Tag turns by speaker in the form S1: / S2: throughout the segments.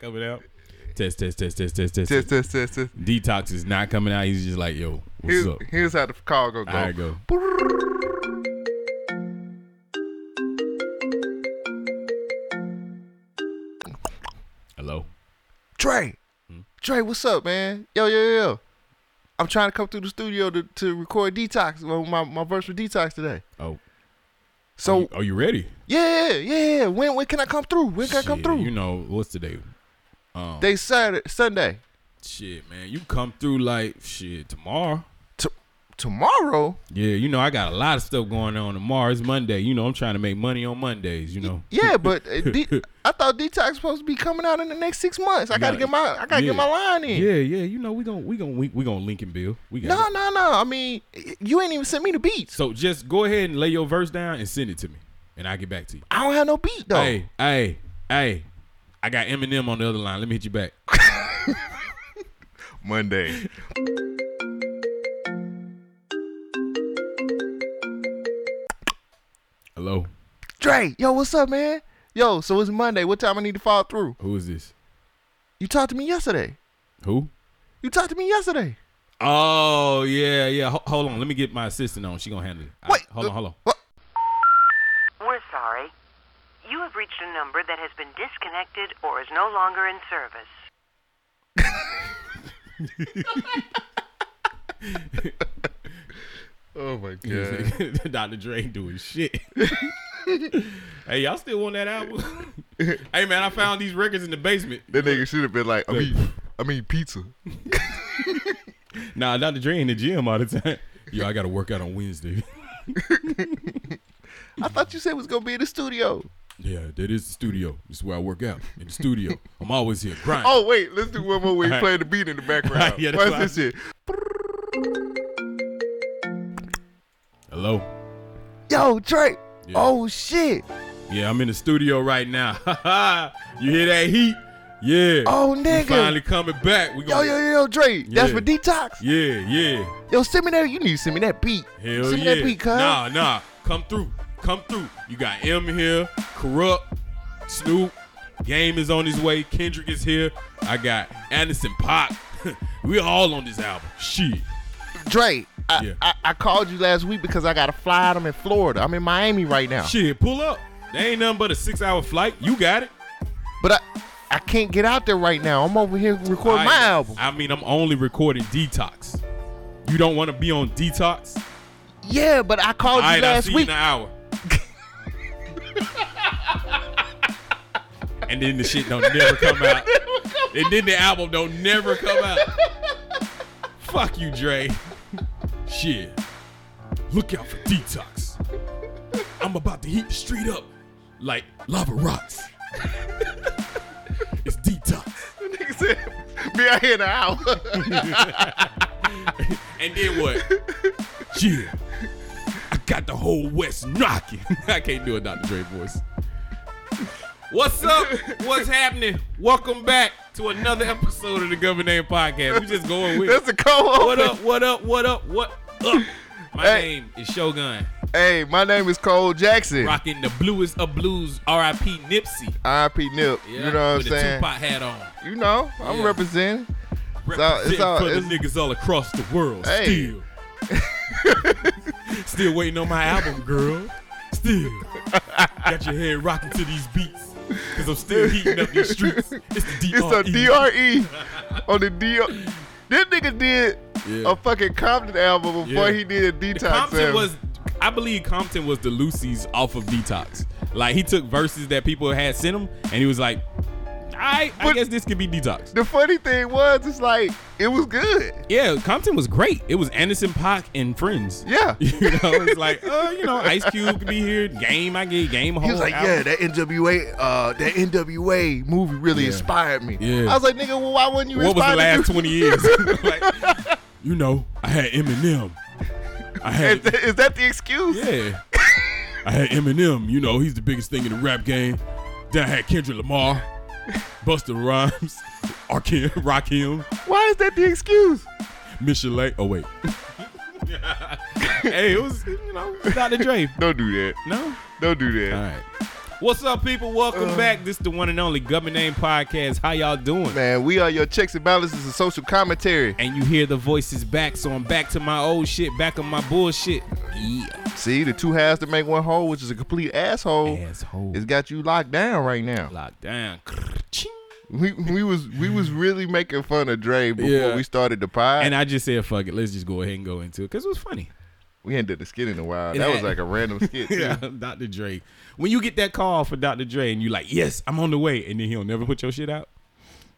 S1: coming out. Test, test, test, test, test, test.
S2: Test, test, test, test.
S1: Detox is not coming out. He's just like, yo, what's
S2: Here's,
S1: up?
S2: here's how the call go.
S1: All right, go. Hello.
S2: Trey,
S1: Hmm?
S2: Trey, what's up, man? Yo, yo, yo, yo. I'm trying to come through the studio to, to record detox, well, my my virtual detox today.
S1: Oh,
S2: So
S1: are you ready?
S2: yeah, yeah, yeah. When when can I come through? When can I come
S1: Shit,
S2: through?
S1: You know what's today? Um,
S2: They Saturday, Sunday,
S1: shit, man. You come through like shit tomorrow.
S2: T- tomorrow.
S1: Yeah, you know I got a lot of stuff going on tomorrow. It's Monday. You know I'm trying to make money on Mondays. You know.
S2: Yeah, but uh, de- I thought detox supposed to be coming out in the next six months. I gotta
S1: Nah,
S2: get my I gotta
S1: yeah.
S2: get my line in.
S1: Yeah, yeah. You know we gon' we gon' we, we gon' link and bill. We got
S2: No,
S1: it.
S2: no, no. I mean, you ain't even sent me the beats.
S1: So just go ahead and lay your verse down and send it to me, and I'll get back to you.
S2: I don't have no beat though.
S1: Hey, hey, hey. I got Eminem on the other line. Let me hit you back.
S2: Monday.
S1: Hello.
S2: Dre, yo, what's up, man? Yo, so it's Monday. What time I need to fall through?
S1: Who is this?
S2: You talked to me yesterday.
S1: Who?
S2: You talked to me yesterday.
S1: Oh, yeah, yeah. Ho- hold on. Let me get my assistant on. She going to handle it.
S2: Wait,
S1: I- hold on,
S2: uh,
S1: hold on.
S3: We're sorry. You have reached a number that has been disconnected or is no longer in service.
S2: Oh my
S1: Dr. Dre doing shit. hey, y'all still want that album? hey, man, I found these records in the basement.
S2: that nigga should have been like, I mean, I mean pizza.
S1: Nah, Dr. Dre in the gym all the time. Yo, I got to work out on Wednesday.
S2: I thought you said it was gonna be in the studio.
S1: yeah, that is the studio. This is where I work out. In the studio. I'm always here grinding.
S2: Oh wait, let's do one more way. Play the beat in the background. yeah,
S1: Yeah,
S2: What's
S1: that's what
S2: this shit?
S1: Hello.
S2: Yo, Trey.
S1: Yeah.
S2: Oh shit.
S1: Yeah, I'm in the studio right now. you hear that heat? Yeah.
S2: Oh
S1: We
S2: nigga.
S1: finally coming back. We
S2: yo,
S1: gonna,
S2: yo, yo, yo, Dre. That's
S1: Yeah.
S2: for detox.
S1: Yeah, yeah.
S2: Yo, send me that. You need to send me that beat.
S1: Hell
S2: send
S1: yeah.
S2: me that beat, cuz.
S1: nah, nah. Come through. Come through. You got M here, Corrupt, Snoop, Game is on his way, Kendrick is here. I got Anderson Pop. we all on this album. Shit.
S2: Dre, I,
S1: Yeah.
S2: I, I called you last week because I got to fly out. I'm in Florida. I'm in Miami right now.
S1: Shit, pull up. That ain't nothing but a six hour flight. You got it.
S2: But I, I can't get out there right now. I'm over here recording my
S1: I-
S2: album.
S1: I mean, I'm only recording detox. You don't want to be on detox?
S2: yeah, but I called
S1: All right,
S2: you
S1: I'll
S2: last
S1: see you
S2: week.
S1: in an hour. and then the shit don't never come out. and then the album don't never come out. Fuck you, Dre. shit. Look out for detox. I'm about to heat the street up like lava rocks. it's detox.
S2: Nigga said, be out here in an hour.
S1: And then what? yeah. I got the whole West knocking. I can't do a Dr. Dre voice. What's up? What's happening? Welcome back to another episode of the Government Name Podcast. We just going with it.
S2: That's a co
S1: What up, what up, what up, what up? My
S2: Hey.
S1: name is Shogun.
S2: Hey, my name is Cole Jackson.
S1: Rocking the bluest of blues, R.I.P. Nipsey.
S2: R.I.P. Nip.
S1: Yeah,
S2: you know what I'm
S1: with a
S2: saying?
S1: Tupac hat on.
S2: You know, I'm
S1: Yeah.
S2: representing. all- it's
S1: Represent
S2: all-
S1: for the
S2: it's-
S1: niggas all across the world.
S2: Hey.
S1: Still. Still waiting on my album, girl. Still. Got your head rocking to these beats. Cause I'm still heating up these streets. It's the E. DRE.
S2: It's a DRE on the DR. This nigga did
S1: Yeah.
S2: a fucking Compton album E before
S1: Yeah.
S2: he did a
S1: The
S2: detox
S1: Compton
S2: album.
S1: was, I believe Compton was the Lucy's off of Detox. Like he took verses that people had sent him, and he was like, "I, I
S2: But-
S1: guess this could be Detox."
S2: the funny thing was, it's like it was good.
S1: Yeah, Compton was great. It was Anderson Pac and Friends.
S2: Yeah.
S1: You know, it's like, uh, you know, Ice Cube could be here. Game, I get game.
S2: He was like, yeah, that NWA, uh, that NWA movie really
S1: Yeah.
S2: inspired me.
S1: Yeah.
S2: I was like, nigga, well, why wouldn't you
S1: What was the
S2: inspire me
S1: last
S2: to-
S1: twenty years? like, you know, I had Eminem. I
S2: Is
S1: had,
S2: that, is that the excuse?
S1: yeah, I had Eminem. You know, he's the biggest thing in the rap game. Then I had Kendrick Lamar, Busta Rhymes, Rakim, Rakim,
S2: Why is that the excuse?
S1: Michelet. Oh wait. hey, it was you know, Dr. Dre.
S2: Don't do that.
S1: No.
S2: Don't do
S1: All
S2: that.
S1: right. What's up, people? Welcome
S2: Uh.
S1: back. This is the one and only Government Name Podcast. How y'all doing?
S2: Man, we are your checks and balances and social commentary.
S1: And you hear the voices back, so I'm back to my old shit, back on my bullshit. Yeah.
S2: See, the two halves that make one whole, which is a complete asshole,
S1: Asshole.
S2: it's got you locked down right now.
S1: Locked down. Ching.
S2: We we was we was really making fun of Dre before
S3: Yeah.
S2: we started the pod.
S1: And I just said, fuck it. Let's just go ahead and go into it because it was funny.
S2: we hadn't done the skit in a while.
S1: It
S2: That was
S1: had-
S2: like a random skit. too.
S1: Yeah, Dr. Dre. When you get that call for Dr. Dre and you like, yes, I'm on the way, and then he'll never put your shit out.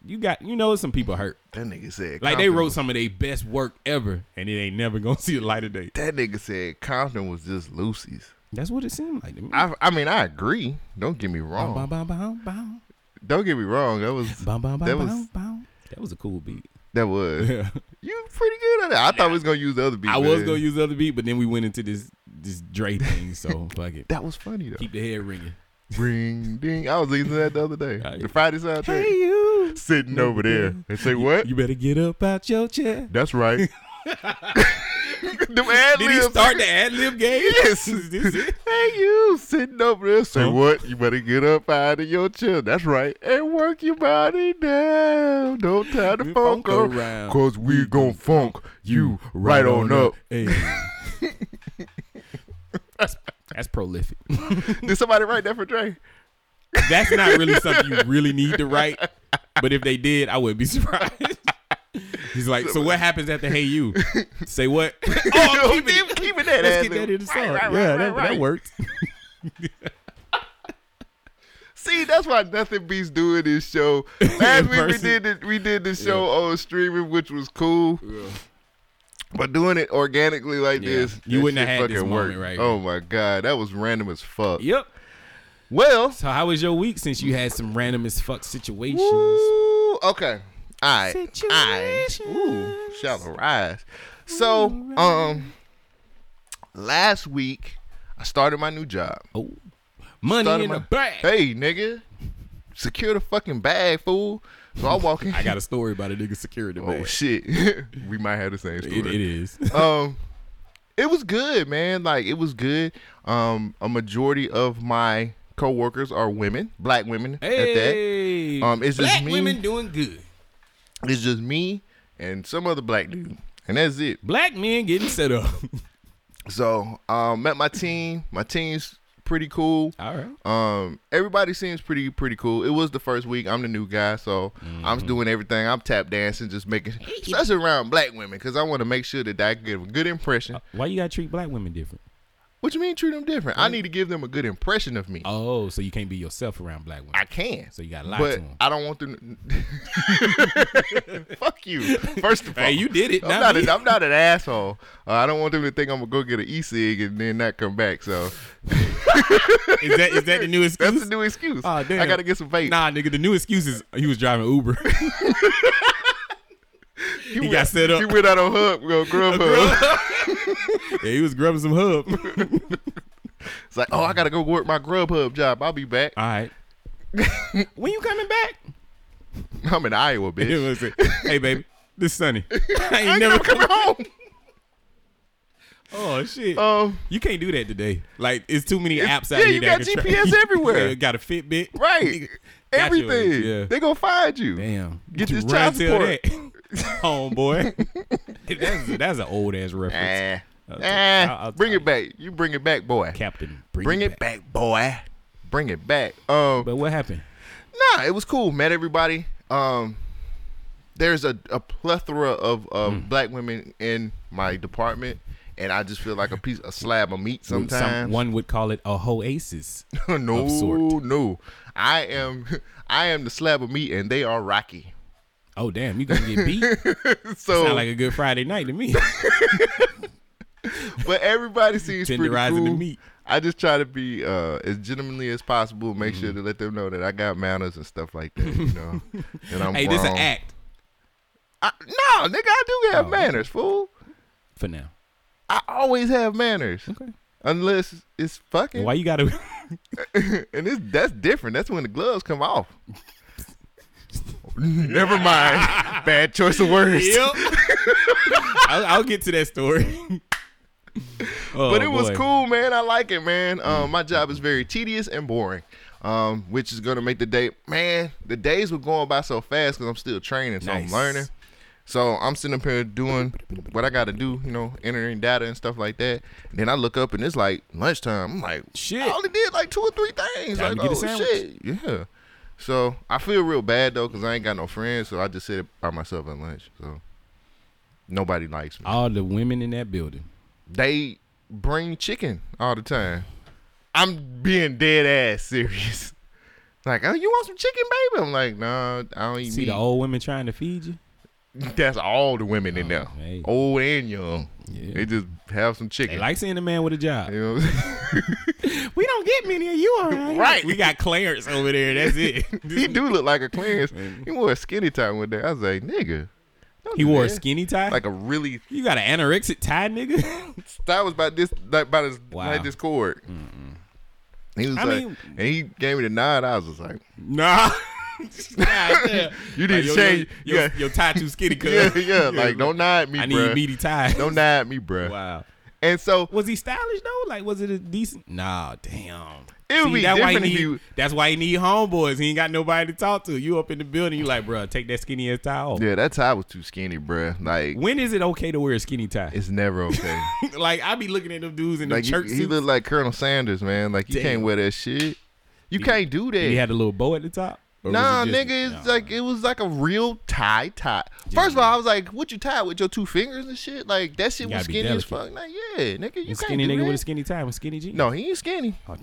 S1: You got, you know, some people hurt.
S2: That nigga said
S1: Like they
S2: Compton
S1: wrote
S2: was-
S1: some of their best work ever, and it ain't never gonna see the light of day.
S2: That nigga said Compton was just Lucy's.
S1: That's what it seemed like to me.
S2: I I mean I agree. Don't get me
S1: Bow, bow,
S2: wrong.
S1: bow, bow, bow.
S2: Don't get me wrong. That was
S1: Bow, bow, bow,
S2: That
S1: bow,
S2: was-
S1: bow. That was a cool beat.
S2: that was. You pretty good at it. I thought we was gonna use the other beat.
S1: I was
S2: but
S1: gonna use the other beat, but then we went into this this Dre thing, so fuck it.
S2: That was funny though.
S1: Keep the head ringing.
S2: Ring ding. I was listening to that the other day.
S1: Right.
S2: The Friday soundtrack.
S1: you,
S2: Sitting over there and say what?
S1: you better get up out your chair.
S2: That's right. Them ad
S1: Did he
S2: libs.
S1: start the ad lib game?
S2: Yes.
S1: Is this it?
S2: Hey you sitting over there. Say
S1: Huh?
S2: what? You better get up out of your chair. That's right. And work your body down. Don't tie the
S1: We
S2: funk
S1: funk
S2: around.
S1: around.
S2: Cause we gon' funk you right on up.
S1: Hey. That's- That's prolific.
S2: Did somebody write that for Dre?
S1: That's not really something you really need to write. But if they did, I would be surprised. He's like, so what happens after Hey You? Say what? Oh, I'm keeping it.
S2: Keeping that
S1: Let's
S2: ass.
S1: get that in the song.
S2: Right, right,
S1: yeah,
S2: right,
S1: that,
S2: right,
S1: that
S2: right.
S1: worked.
S2: See, that's why nothing beats doing this show. Last week we
S1: person.
S2: did it, we did the show on streaming, which was cool. But doing it organically like
S1: Yeah.
S2: this,
S1: You
S2: that
S1: wouldn't have
S2: shit
S1: had this
S2: fucking
S1: moment
S2: worked.
S1: right
S2: Oh my god, that was random as fuck.
S1: Yep.
S2: Well,
S1: So how was your week since you had some random as fuck situations?
S2: ooh, okay, all right, all right. Ooh, shallow rise. So, um, last week I started my new job.
S1: Oh, money
S2: Started
S1: in
S2: my-
S1: the bag.
S2: Hey, nigga, secure the fucking bag, fool. So I walk in.
S1: I got a story about a nigga security
S2: Oh
S1: bag.
S2: shit, we might have the same story.
S1: It, it is.
S2: Um, it was good, man. Like it was good. Um, a majority of my coworkers are women, black women. At
S1: Hey,
S2: Um, it's just
S1: black
S2: me.
S1: women doing good.
S2: that, it's just me and some other black dude, and that's it.
S1: Black men getting set up.
S2: So, um, met my team. My team's pretty cool.
S1: All right.
S2: Um, everybody seems pretty pretty cool. It was the first week. I'm the new guy, so I'm
S1: Mm-hmm.
S2: doing everything. I'm tap dancing, just making, especially around black women, because I want to make sure that I give a good impression.
S1: Uh, Why you gotta treat black women different?
S2: What you mean treat them different? I need to give them a good impression of me.
S1: Oh, so you can't be yourself around black women.
S2: I can.
S1: So you gotta lie
S2: but
S1: to 'em.
S2: I don't want them. Fuck you. First of all,
S1: Hey, you did it.
S2: I'm
S1: not
S2: not,
S1: me.
S2: a, I'm not an asshole. Uh, I don't want them to think I'm gonna go get an e cig and then not come back. So
S1: Is that is that the new
S2: that's
S1: excuse?
S2: a new excuse.
S1: Aw, Ah, damn.
S2: I gotta get some vape.
S1: Nah, nigga, the new excuse is he was driving Uber.
S2: he,
S1: got set up.
S2: He went out on hub. Well, Grubhub.
S1: yeah, he was grubbing some hub.
S2: It's like, oh, I gotta go work my Grubhub job. I'll be back.
S1: All right. when you coming back?
S2: I'm in Iowa,
S1: It
S2: bitch.
S1: was like, hey, baby, this sunny. I ain't
S2: I'm
S1: never come.
S2: coming home.
S1: Oh shit.
S2: Um,
S1: you can't do that today. Like it's too many apps out
S2: yeah,
S1: here.
S2: you
S1: that
S2: got
S1: can track-
S2: GPS everywhere.
S1: Yeah, got a Fitbit.
S2: right.
S1: Got your-
S2: Everything.
S1: yeah.
S2: They gonna find you.
S1: Damn.
S2: Get
S1: You
S2: this
S1: run
S2: child
S1: till
S2: support.
S1: that. Homeboy. that's, that's an old ass reference.
S2: Nah.
S1: I'll take-
S2: Nah.
S1: I'll- I'll
S2: Eh. bring
S1: take
S2: it back. You bring it back, boy.
S1: Captain,
S2: Bring it back, boy. Bring it back. Um,
S1: But what happened?
S2: nah, it was cool. Met everybody. Um, there's a, a plethora of, of
S1: Hmm.
S2: black women in my department, and I just feel like a piece, a slab of meat
S1: Some-
S2: sometimes.
S1: one would call it a oasis.
S2: no,
S1: of sort.
S2: no, I am, I am the slab of meat, and they are Rocky.
S1: Oh damn, you gonna get beat?
S2: So,
S1: Sound like a good Friday night to me.
S2: but everybody seems pretty
S1: Tenderizing
S2: cool.
S1: the meat.
S2: I just try to be uh, as gentlemanly as possible. Make sure
S1: Mm-hmm.
S2: to let them know that I got manners and stuff like that. You know, and I'm
S1: hey, this an
S2: grown.
S1: act
S2: I, no, nigga, I do have
S1: Oh, okay.
S2: manners, fool.
S1: for now.
S2: I always have manners.
S1: Okay.
S2: Unless it's fucking,
S1: Why you gotta?
S2: and it's that's different. That's when the gloves come off. Never mind. Bad choice of words.
S1: I'll, I'll get to that story.
S2: but it was
S1: Oh, boy.
S2: cool, man. I like it, man. Um, my job is very tedious and boring, um, which is gonna make the day. Man, the days were going by so fast because I'm still training, so
S1: Nice.
S2: I'm learning. So I'm sitting up here doing what I got to do, you know, entering data and stuff like that. then I look up and it's like lunchtime. I'm like,
S1: Shit.
S2: I only did like two or three things.
S1: Time to
S2: like,
S1: get a
S2: oh
S1: sandwich.
S2: shit, yeah. So I feel real bad though because I ain't got no friends, so I just sit by myself at lunch. So nobody likes me.
S1: All the women in that building.
S2: They bring chicken all the time. I'm being dead ass serious. Like, oh, you want some chicken, baby? I'm like, no, I don't eat
S1: See
S2: meat.
S1: the old women trying to feed you. Oh,
S2: That's all the women in there,
S1: hey.
S2: old and young.
S1: Yeah.
S2: They just have some chicken.
S1: They like seeing a man with a job.
S2: you know what I'm saying?
S1: We don't get many of you, all right?
S2: Right.
S1: We got Clarence over there. That's it.
S2: he do look like a Clarence. He wore a skinny tie one day. I was like, nigga. don't
S1: he
S2: do
S1: wore a
S2: that.
S1: skinny tie.
S2: Like a really
S1: you got an anorexic tie, nigga.
S2: that was about this like about his
S1: Wow.
S2: like this chord. He was
S1: I
S2: like,
S1: mean-
S2: and he gave me the nod. I was just like,
S1: nah. yeah.
S2: You didn't
S1: your-
S2: change-
S1: Your, your,
S2: yeah.
S1: your tie too skinny, cuz.
S2: yeah, yeah, like don't nod me,
S1: I need
S2: bruh.
S1: meaty ties.
S2: Don't nod me, bruh.
S1: Wow.
S2: And so
S1: Was he stylish though? Like, was it a decent? Nah, damn.
S2: It would be
S1: that's why
S2: different if
S1: need,
S2: you-
S1: That's why he need homeboys. He ain't got nobody to talk to. You up in the building, you like, bruh, take that skinny ass tie off.
S2: yeah, that tie was too skinny, bruh. Like
S1: When is it okay to wear a skinny tie?
S2: it's never okay.
S1: like, I be looking at them dudes in the
S2: like you,
S1: church
S2: he
S1: suits.
S2: looked like Colonel Sanders, man. Like you
S1: Damn.
S2: can't wear that shit. You can't do that.
S1: he had a little bow at the top. Or was
S2: Nah,
S1: it just-
S2: nigga, it's
S1: Nah.
S2: like it was like a real tie tie. First of all, I was like, "What you tie with your two fingers and shit?" Like that shit
S1: You
S2: was
S1: gotta be
S2: skinny as fuck.
S1: delicate.
S2: Like, yeah, nigga, you
S1: You
S2: can't
S1: skinny
S2: do
S1: nigga
S2: that.
S1: with a skinny tie with skinny jeans.
S2: No, he ain't skinny.
S1: Oh,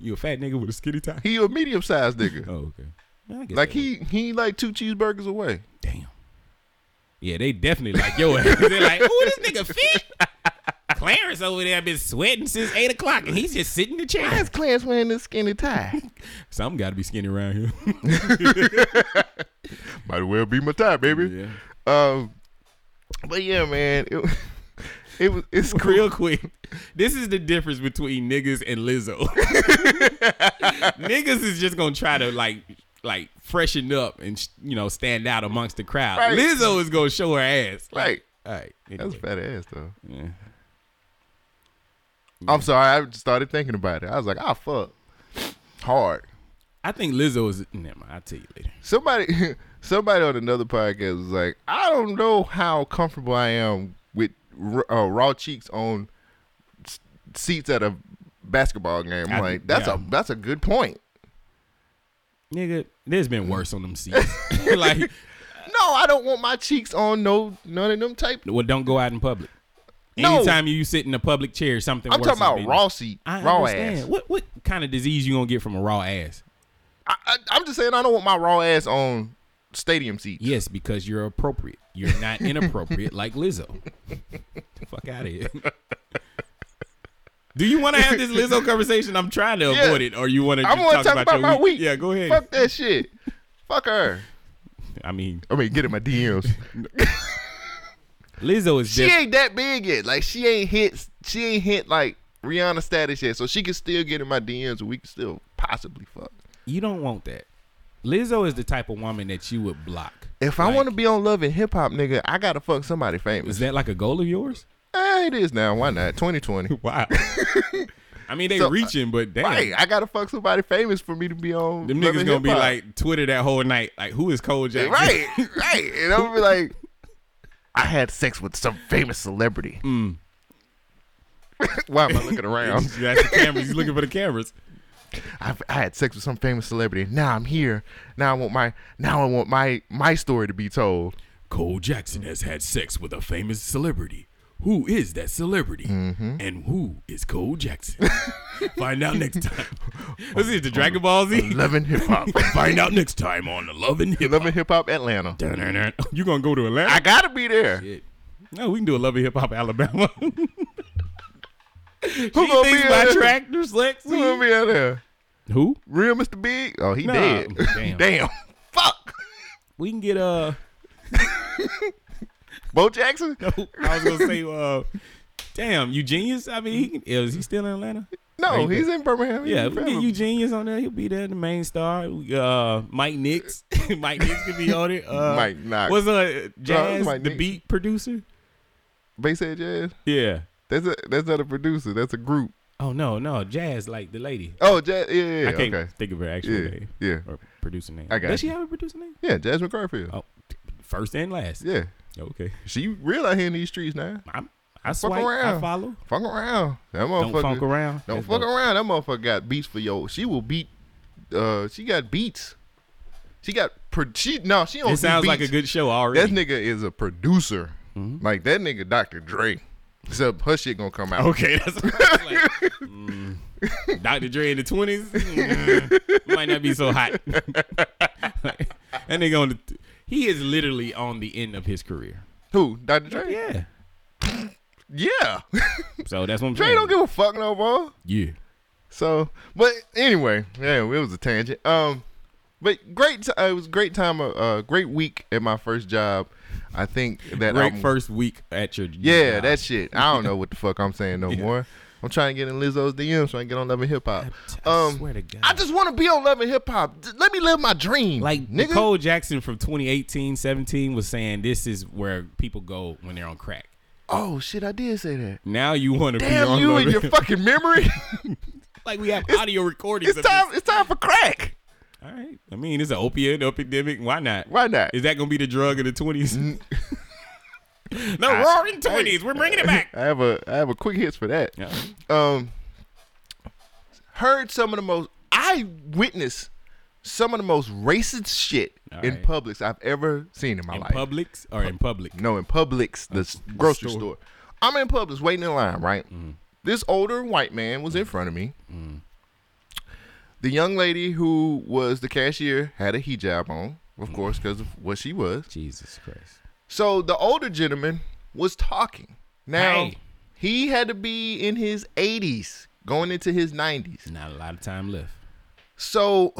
S1: you a fat nigga with a skinny tie?
S2: He a medium sized nigga.
S1: Oh, okay. Yeah, I guess
S2: like
S1: that
S2: he he like two cheeseburgers away.
S1: Damn. Yeah, they definitely like yo ass. They're like, ooh, this nigga fit. Clarence over there been sweating since eight o'clock, and he's just sitting in the chair.
S2: That's Clarence wearing this skinny tie.
S1: Something got to be skinny around here.
S2: Might as well be my tie, baby.
S1: yeah.
S2: Um, but yeah, man, it, it was it's cool.
S1: Real quick, this is the difference between niggas and Lizzo. niggas is just gonna try to like, like freshen up and you know stand out amongst the crowd.
S2: Right.
S1: Lizzo is gonna show her ass. Like,
S2: Like
S1: all right,
S2: that's
S1: anyway.
S2: fat ass though.
S1: Yeah.
S2: I'm sorry. I just started thinking about it. I was like, ah, fuck, hard.
S1: I think Lizzo is. Never mind, I'll tell you later.
S2: somebody somebody on another podcast was like, I don't know how comfortable I am with r- uh, raw cheeks on s- seats at a basketball game. I'm
S1: I-
S2: like that's
S1: yeah.
S2: a that's a good point.
S1: Nigga, there's been worse on them seats. like,
S2: No, I don't want my cheeks on no none of them type.
S1: well, don't go out in public.
S2: No.
S1: Anytime you sit in a public chair, something.
S2: I'm
S1: worse
S2: talking
S1: is
S2: about
S1: being-
S2: raw seat,
S1: I
S2: raw
S1: understand.
S2: ass.
S1: What what kind of disease you gonna get from a raw ass?
S2: I, I, I'm just saying I don't want my raw ass on stadium seats.
S1: Yes, because you're appropriate. You're not inappropriate like Lizzo. Fuck out of here. Do you want to have this Lizzo conversation? I'm trying to
S2: Yeah.
S1: avoid it, or you want to
S2: I want to
S1: talk
S2: talk about,
S1: your
S2: my week.
S1: Yeah, go ahead.
S2: Fuck that shit. Fuck her.
S1: I mean,
S2: I mean, get in my DMs.
S1: Lizzo is
S2: she
S1: just
S2: ain't that big yet. Like she ain't hit. She ain't hit like Rihanna status yet. So she can still get in my DMs. and We can still possibly fuck.
S1: you don't want that. Lizzo is the type of woman that you would block.
S2: If I
S1: Like-
S2: want to be on Love and Hip Hop, nigga, I gotta fuck somebody famous.
S1: Is that like a goal of yours?
S2: Eh, it is now. Why not? Twenty twenty.
S1: Wow. I mean, they
S2: So, uh,
S1: reaching, but damn,
S2: Right. I gotta fuck somebody famous for me to be on.
S1: them
S2: Love
S1: niggas
S2: and
S1: gonna be
S2: Hip Hop.
S1: like Twitter that whole night. Like, who is Cole Jackson?
S2: right, right, and I'm gonna be like, I had sex with some famous celebrity. Why am I looking around?
S1: That's the cameras. He's looking for the cameras.
S2: I've, I had sex with some famous celebrity. Now I'm here. Now I want my now I want my my story to be told.
S1: Cole Jackson has had sex with a famous celebrity. Who is that celebrity?
S2: Mm-hmm.
S1: And who is Cole Jackson? Find out next time. This is the Dragon Ball Z.
S2: Loving hip hop.
S1: Find out next time on the Love and Hip.
S2: Loving hip hop Atlanta.
S1: You gonna go to Atlanta?
S2: I gotta be there.
S1: No, we can do a Love and Hip Hop Alabama.
S2: Who
S1: He
S2: gonna be
S1: thinks
S2: out
S1: my
S2: there?
S1: tractor's
S2: Who gonna
S1: Lexi.
S2: be out there?
S1: Who?
S2: Real Mr. Big? Oh, he
S1: Nah,
S2: dead.
S1: damn.
S2: Fuck.
S1: We can get uh
S2: Bo Jackson? No,
S1: I was gonna say uh damn, Eugenius. I mean he can, is he still in Atlanta? Ain't
S2: he's in Birmingham. He's
S1: Yeah,
S2: in
S1: if we get
S2: Birmingham.
S1: Eugenius on there, he'll be there, the main star. We, Uh Mike Nix. Mike Nix could be on it. Uh
S2: Mike Knox.
S1: was uh Jazz
S2: Mike
S1: the
S2: Nix.
S1: beat producer?
S2: Bass Head Jazz.
S1: Yeah.
S2: That's a that's not a producer. That's a group.
S1: Oh no, no, Jazz like the lady.
S2: Oh, Jazz. Yeah, yeah, yeah.
S1: I can't
S2: okay.
S1: think of her actual
S2: Yeah,
S1: name
S2: yeah.
S1: or producer name.
S2: I got
S1: Does she
S2: you.
S1: have a producer name?
S2: Yeah, Jasmine Garfield.
S1: Oh, t- first and last.
S2: Yeah,
S1: Okay.
S2: she real out here in these streets now.
S1: I'm, I
S2: Fuck
S1: swipe. I
S2: around.
S1: follow.
S2: Funk around. That motherfucker.
S1: Don't funk around.
S2: Don't
S1: That's
S2: fuck
S1: dope.
S2: around. That motherfucker got beats for yo. She will beat. Uh, she got beats. She got. Pro- she no. She don't.
S1: It
S2: do
S1: sounds like a
S2: beats.
S1: good show already. Mm-hmm.
S2: That nigga is a producer. Like that nigga, Dr. Dre. Except her shit gonna come out.
S1: Okay, that's like, mm, Dr. Dre in the twenties might not be so hot. that nigga on the he is literally on the end of his career.
S2: Who? Dr. Dre?
S1: Yeah,
S2: Yeah.
S1: so that's what I'm
S2: Dre
S1: saying.
S2: don't give a fuck no more.
S1: yeah,
S2: So, but anyway, yeah, it was a tangent. Um, but great. T- uh, it was a great time. Uh, uh, great week at my first job. I think that
S1: great
S2: I'm-
S1: first week at your
S2: Yeah,
S1: job.
S2: that shit. I don't know what the fuck I'm saying no more. I'm trying to get in Lizzo's DMs, trying to get on Love and Hip Hop.
S1: I
S2: Um,
S1: swear to God.
S2: I just want to be on Love and Hip Hop. D- Let me live my dream,
S1: like
S2: nigga.
S1: Nicole Jackson from 2018, 17 was saying this is where people go when they're on crack.
S2: oh shit, I did say that.
S1: Now you want to be
S2: Damn
S1: on
S2: you and
S1: the-
S2: your fucking memory.
S1: like we have audio recordings.
S2: it's
S1: of
S2: time.
S1: This.
S2: It's time for crack.
S1: All right, I mean it's an opiate epidemic. Why not?
S2: Why not?
S1: Is that gonna be the drug of the twenties? no, roaring twenties. We're bringing it back.
S2: I have a I have a quick hits for that. Um, heard some of the most. I witnessed some of the most racist shit
S1: All
S2: in
S1: right.
S2: Publix I've ever seen in my
S1: In
S2: life.
S1: Publix or in public?
S2: No, in Publix, the s- grocery store. I'm in Publix waiting in line, right?
S1: Mm.
S2: This older white man was in front of me. The young lady who was the cashier had a hijab on, of course, because of what she was.
S1: Mm. Jesus Christ.
S2: So the older gentleman was talking. Now,
S1: Hey.
S2: he had to be in his 80s, going into his 90s.
S1: Not a lot of time left.
S2: So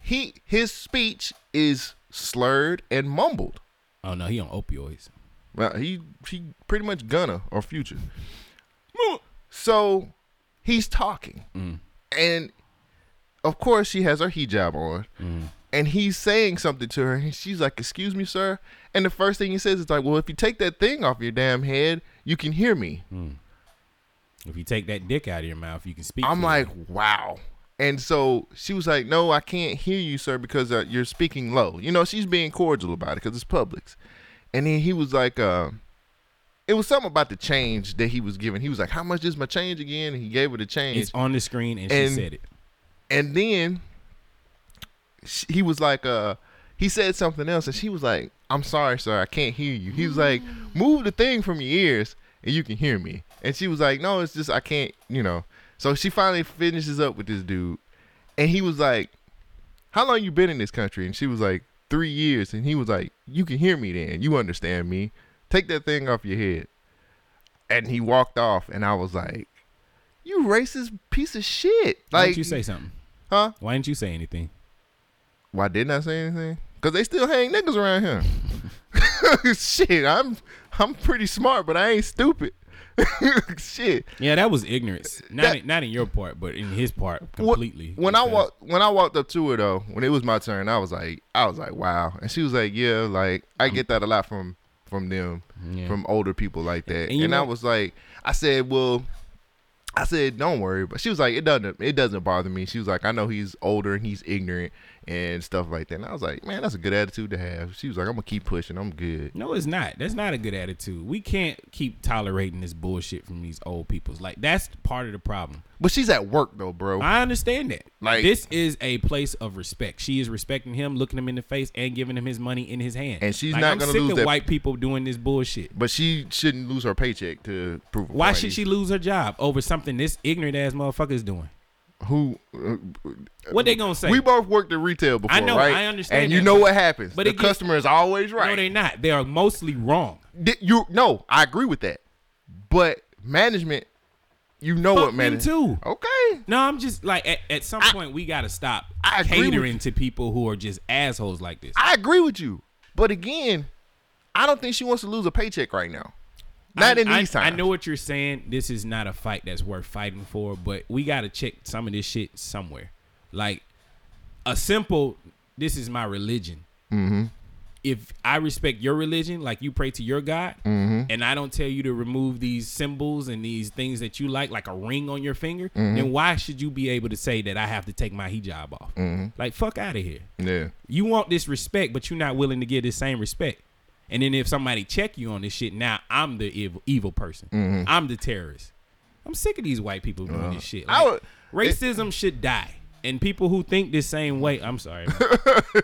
S2: he his speech is slurred and mumbled.
S1: Oh no, he on opioids.
S2: Well, he he pretty much Gunna or Future. So he's talking,
S1: Mm.
S2: and of course she has her hijab on,
S1: Mm.
S2: and he's saying something to her, and she's like, "Excuse me, sir." And the first thing he says is like, "Well, if you take that thing off your damn head, you can hear me."
S1: Mm. If you take that dick out of your mouth, you can speak.
S2: I'm
S1: clearly.
S2: like, "Wow." And so she was like, "No, I can't hear you, sir, because uh, you're speaking low." You know, she's being cordial about it because it's Publix. And then he was like, uh, "It was something about the change that he was giving." He was like, "How much is my change again?" And he gave her the change.
S1: it's on the screen, and,
S2: And-
S1: she said it.
S2: and then sh- he was like uh he said something else and she was like i'm sorry sir i can't hear you he was like move the thing from your ears and you can hear me and she was like no it's just i can't you know so she finally finishes up with this dude and he was like how long you been in this country and she was like three years and he was like you can hear me then you understand me take that thing off your head and he walked off and i was like you racist piece of shit
S1: Why
S2: like
S1: didn't you say something?
S2: Huh?
S1: Why didn't you say anything?
S2: Why didn't I say anything? Cause they still hang niggas around here. Shit, I'm I'm pretty smart, but I ain't stupid. Shit.
S1: Yeah, that was ignorance. Not
S2: That-
S1: in, not in your part, but in his part
S2: Wh-
S1: completely.
S2: When I
S1: because-
S2: walked when I walked up to her though, when it was my turn, I was like I was like, wow. And she was like, Yeah, like I get that a lot from from them,
S1: Mm. Yeah.
S2: from older people like that.
S1: And
S2: And,
S1: you
S2: I
S1: know-
S2: was like, I said, Well, I said, Don't worry, but she was like, It doesn't it doesn't bother me. She was like, I know he's older and he's ignorant and stuff like that. And I was like, Man, that's a good attitude to have. She was like, I'm gonna keep pushing, I'm good.
S1: No, it's not. That's not a good attitude. We can't keep tolerating this bullshit from these old peoples. Like that's part of the problem.
S2: But she's at work though, bro.
S1: I understand that.
S2: Like-
S1: this is a place of respect. She is respecting him, looking him in the face, and giving him his money in his hand.
S2: And she's
S1: Like,
S2: not
S1: I'm
S2: gonna
S1: sick
S2: lose
S1: of
S2: that-
S1: white people doing this bullshit.
S2: but she shouldn't lose her paycheck to prove a
S1: Why
S2: point.
S1: should she lose her job over something this ignorant ass motherfucker is doing?
S2: who uh,
S1: What they gonna say?
S2: We both worked in retail before,
S1: know,
S2: right?
S1: I understand
S2: And
S1: that,
S2: you know
S1: but-
S2: what happens.
S1: but
S2: the
S1: it gets-
S2: customer is always
S1: No,
S2: right.
S1: they not. They are mostly wrong.
S2: Di- you no, I agree with that. But management, you know
S1: Fuck
S2: what
S1: them
S2: management.
S1: too.
S2: Okay.
S1: No, I'm just like at, at some point we gotta stop
S2: I agree with
S1: catering to people who are just assholes like this.
S2: I agree with you. But again, I don't think she wants to lose a paycheck right now. Not
S1: I-
S2: in
S1: I-
S2: these times.
S1: I know what you're saying. This is not a fight that's worth fighting for, but we got to check some of this shit somewhere. Like a simple, this is my religion. if I respect your religion, like you pray to your God, and I don't tell you to remove these symbols and these things that you like, like a ring on your finger, then why should you be able to say that I have to take my hijab off? Like, fuck out of here.
S2: Mm-hmm. Yeah.
S1: You want this respect, but you're not willing to give this same respect. And then if somebody check you on this shit, now I'm the evil, evil person.
S2: Mm-hmm.
S1: I'm the terrorist. I'm sick of these white people doing this shit.
S2: I
S1: Like,
S2: would- it-
S1: racism should die. And people who think the same way, I'm sorry.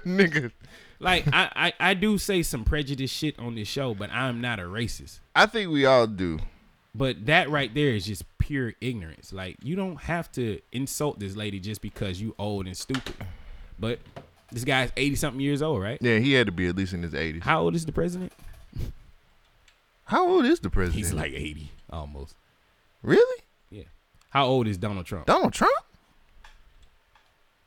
S2: Nigga.
S1: like I, I, I do say some prejudice shit on this show, but I'm not a racist.
S2: I think we all do.
S1: But that right there is just pure ignorance. Like you don't have to insult this lady just because you old and stupid. But this guy's eighty something years old, right?
S2: Yeah, he had to be at least in his 80s.
S1: How old is the president?
S2: How old is the president?
S1: He's like 80 almost.
S2: really?
S1: Yeah. How old is Donald Trump?
S2: Donald Trump?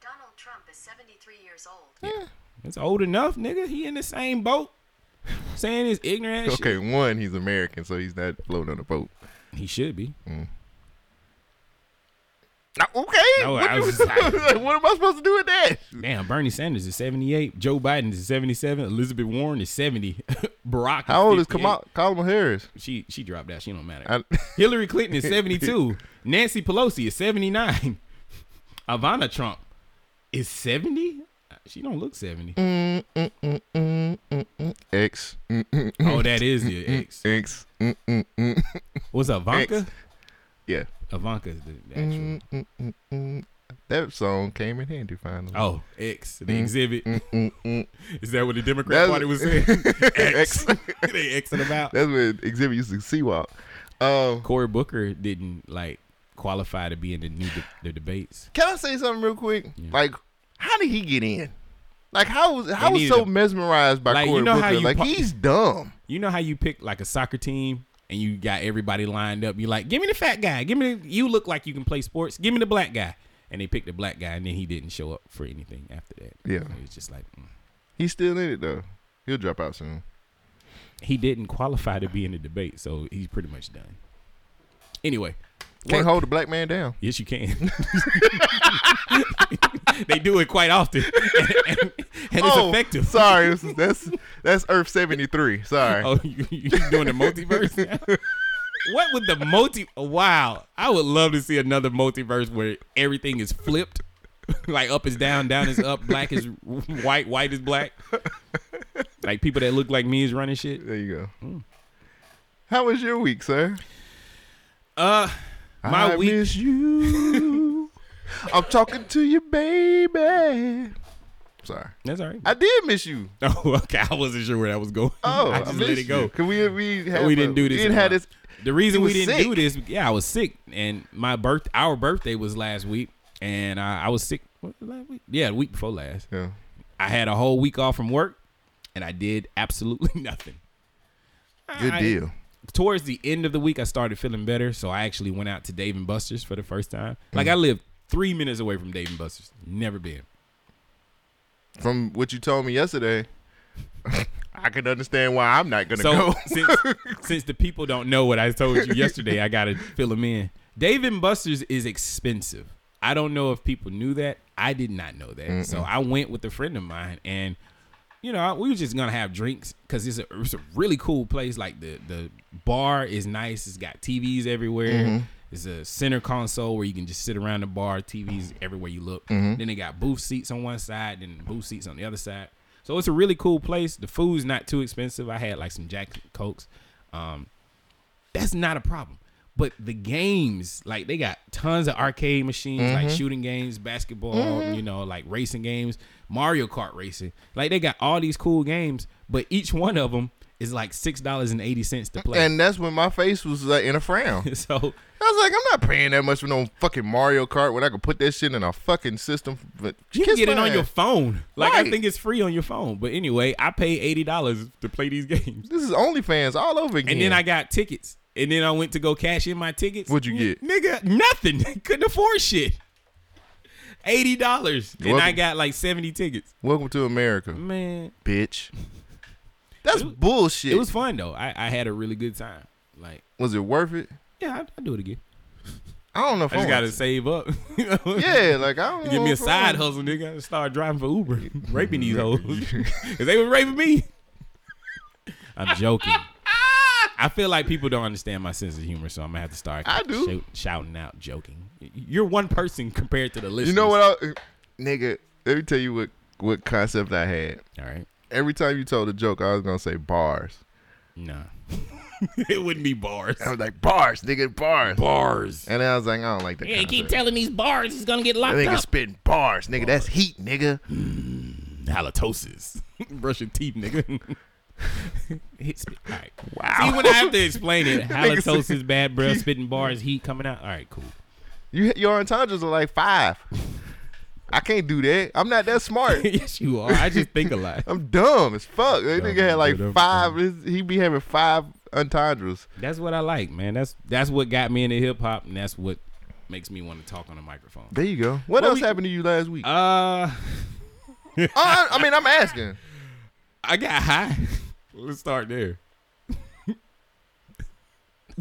S4: Donald Trump is 73 years old.
S1: It's old enough, nigga. He in the same boat. Saying his ignorant ass
S2: Okay, one, he's American, so he's not floating on a boat. Mm.
S1: shit. He should be.
S2: Now, Okay.
S1: No,
S2: what,
S1: I
S2: do-
S1: was just like-
S2: like, what am I supposed to do with that?
S1: Damn, Bernie Sanders is 78. Joe Biden is 77. Elizabeth Warren is 70. Barack
S2: How old is
S1: 58.
S2: Kamala, Kamala Harris?
S1: She she dropped out. She don't matter.
S2: I-
S1: Hillary Clinton is 72. Nancy Pelosi is 79. Ivana Trump is 70? She don't look 70.
S2: X. Mm,
S1: Oh, that is the ex.
S2: X. Mm,
S1: What's up, Ivanka?
S2: Ex. Yeah.
S1: Ivanka's the actual.
S2: That song came in handy finally. Mm,
S1: Oh, X, the exhibit. Is that what the Democrat
S2: That's-
S1: Party was saying? X.
S2: X.
S1: they Xing about.
S2: That's when Exhibit used to see walk. Um,
S1: Cory Booker didn't like qualify to be in the new de- the debates.
S2: can I say something real quick? Like, how did he get in? Like, how was I
S1: They
S2: was
S1: needed
S2: so
S1: a-
S2: mesmerized by
S1: Like, you
S2: Cory
S1: know how
S2: Booker?
S1: you
S2: Like,
S1: pa-
S2: he's dumb.
S1: You know how you pick like a soccer team and you got everybody lined up. You like, give me the fat guy. Give me the, you look like you can play sports. Give me the black guy. And they picked the black guy, and then he didn't show up for anything after that.
S2: Yeah.
S1: it was just like mm.
S2: He's still in it though. He'll drop out soon.
S1: he didn't qualify to be in the debate, so he's pretty much done. Anyway,
S2: Can't
S1: work.
S2: hold a black man down.
S1: Yes, you can. they do it quite often, and, and- and it's effective.
S2: Oh, Sorry, this is, that's that's Earth seventy three. Sorry.
S1: Oh, you, you doing the multiverse? now? what would the multi? Wow, I would love to see another multiverse where everything is flipped, like up is down, down is up, black is white, white is black. Like people that look like me is running shit.
S2: There you go. How was your week, sir?
S1: Uh, my
S2: I
S1: week.
S2: miss you. I'm talking to you, baby. Sorry.
S1: That's all right.
S2: I did miss you.
S1: oh, okay. I wasn't sure where that was going.
S2: Oh,
S1: I just let
S2: missed
S1: it go.
S2: you. 'Cause we we,
S1: But
S2: had
S1: we
S2: fun.
S1: didn't do this.
S2: We
S1: in
S2: didn't
S1: a
S2: have
S1: while.
S2: this.
S1: The reason
S2: you
S1: we
S2: was
S1: didn't do
S2: sick.
S1: this, yeah, I was sick, and my birth, our birthday was last week, and I, I was sick. What, last week? Yeah, the week before last.
S2: Yeah.
S1: I had a whole week off from work, and I did absolutely nothing.
S2: Good
S1: I-
S2: deal.
S1: Towards the end of the week, I started feeling better, so I actually went out to Dave and Buster's for the first time. Like
S2: Hmm.
S1: I live three minutes away from Dave and Buster's. Never been.
S2: From what you told me yesterday, I can understand why I'm not gonna
S1: So
S2: go.
S1: since, since the people don't know what I told you yesterday, I gotta fill them in. Dave and Buster's is expensive. I don't know if people knew that. I did not know that. So I went with a friend of mine, and you know we were just gonna have drinks because it's a it's a really cool place. Like the the bar is nice. It's got TVs everywhere.
S2: Mm-hmm.
S1: It's a center console where you can just sit around the bar. TVs everywhere you look. Then they got booth seats on one side, and booth seats on the other side. So it's a really cool place. The food's not too expensive. I had like some Jack Cokes. Um, that's not a problem. But the games, like they got tons of arcade machines, like shooting games, basketball, you know, like racing games, Mario Kart racing. Like they got all these cool games, but each one of them is like six dollars and eighty cents to play.
S2: and that's when my face was like in a frown.
S1: so
S2: I was like, I'm not paying that much for no fucking Mario Kart when I could put that shit in a fucking system. But
S1: you can
S2: kiss
S1: get it
S2: my
S1: on your
S2: ass.
S1: phone. Like I
S2: Right.
S1: think it's free on your phone. But anyway, I pay eighty dollars to play these games.
S2: This is OnlyFans all over again.
S1: And then I got tickets. And then I went to go cash in my tickets.
S2: What'd you get?
S1: Nigga, nothing. Couldn't afford shit. Eighty dollars. And I
S2: Welcome.
S1: got like seventy tickets.
S2: Welcome to America,
S1: Man.
S2: bitch. That's
S1: was-
S2: bullshit.
S1: It was fun though. I, I had a really good time. Like,
S2: Was it worth it?
S1: yeah, I will do it again.
S2: I don't know if
S1: I just
S2: want
S1: gotta save up. you know?
S2: Yeah, like I don't
S1: Give
S2: know
S1: me a
S2: if I
S1: side
S2: want-
S1: hustle, nigga. I start driving for Uber, raping these hoes. Cause they were raping me. I'm joking. I feel like people don't understand my sense of humor, so I'm gonna have to start.
S2: I do.
S1: shout- shouting out, joking. You're one person compared to the list.
S2: You know what, I, nigga? Let me tell you what what concept I had.
S1: All right.
S2: Every time you told a joke, I was gonna say bars.
S1: No. it wouldn't be bars.
S2: I was like bars, nigga, bars.
S1: Bars.
S2: And I was like, I don't like that.
S1: Yeah, you keep
S2: concept.
S1: telling these bars he's gonna get locked
S2: That nigga
S1: up.
S2: spitting bars, nigga. That's heat, nigga.
S1: Hmm. Halitosis. Brush your teeth, nigga. Hit spit. All right. Wow. See, when I have to explain it, halitosis, bad breath, spitting bars, heat coming out. All right, cool.
S2: You your entendres are like five. I can't do that. I'm not that smart.
S1: yes, you are. I just think a lot.
S2: I'm dumb as fuck. That
S1: Dumb,
S2: nigga had like
S1: dumb,
S2: five. his- He be having five entendres.
S1: That's what I like, man. That's that's what got me into hip hop, and that's what makes me want to talk on a microphone.
S2: There you go. What
S1: Well,
S2: else
S1: we-
S2: happened to you last week?
S1: Uh,
S2: oh, I, I mean, I'm asking.
S1: I got high. Let's start there.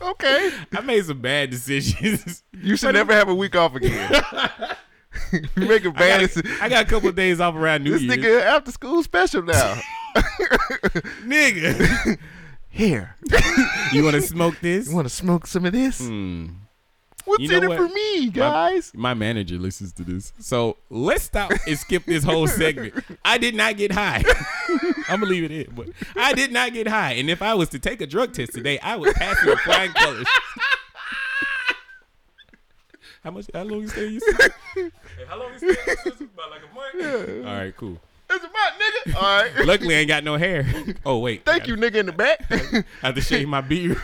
S2: Okay.
S1: I made some bad decisions.
S2: You should never have a week off again. you make a bad
S1: I
S2: decision.
S1: got, I got a couple of days off around New
S2: This
S1: Year's.
S2: nigga after school special now.
S1: nigga.
S2: Here,
S1: you want to smoke this?
S2: you want to smoke some of this?
S1: Mm.
S2: What's
S1: You
S2: in
S1: know
S2: it
S1: what?
S2: for me, guys?
S1: My manager listens to this. So let's stop and skip this whole segment. I did not get high. I'm gonna leave it in, but I did not get high. And if I was to take a drug test today, I would pass with flying colors. How much? How long you stay? in your sister? Hey, how long you stay? in your sister? About like a month. All right, cool.
S2: It's my nigga. All right.
S1: Luckily, I ain't got no hair. Oh wait,
S2: Thank you, nigga in the back.
S1: I have to shave my beard.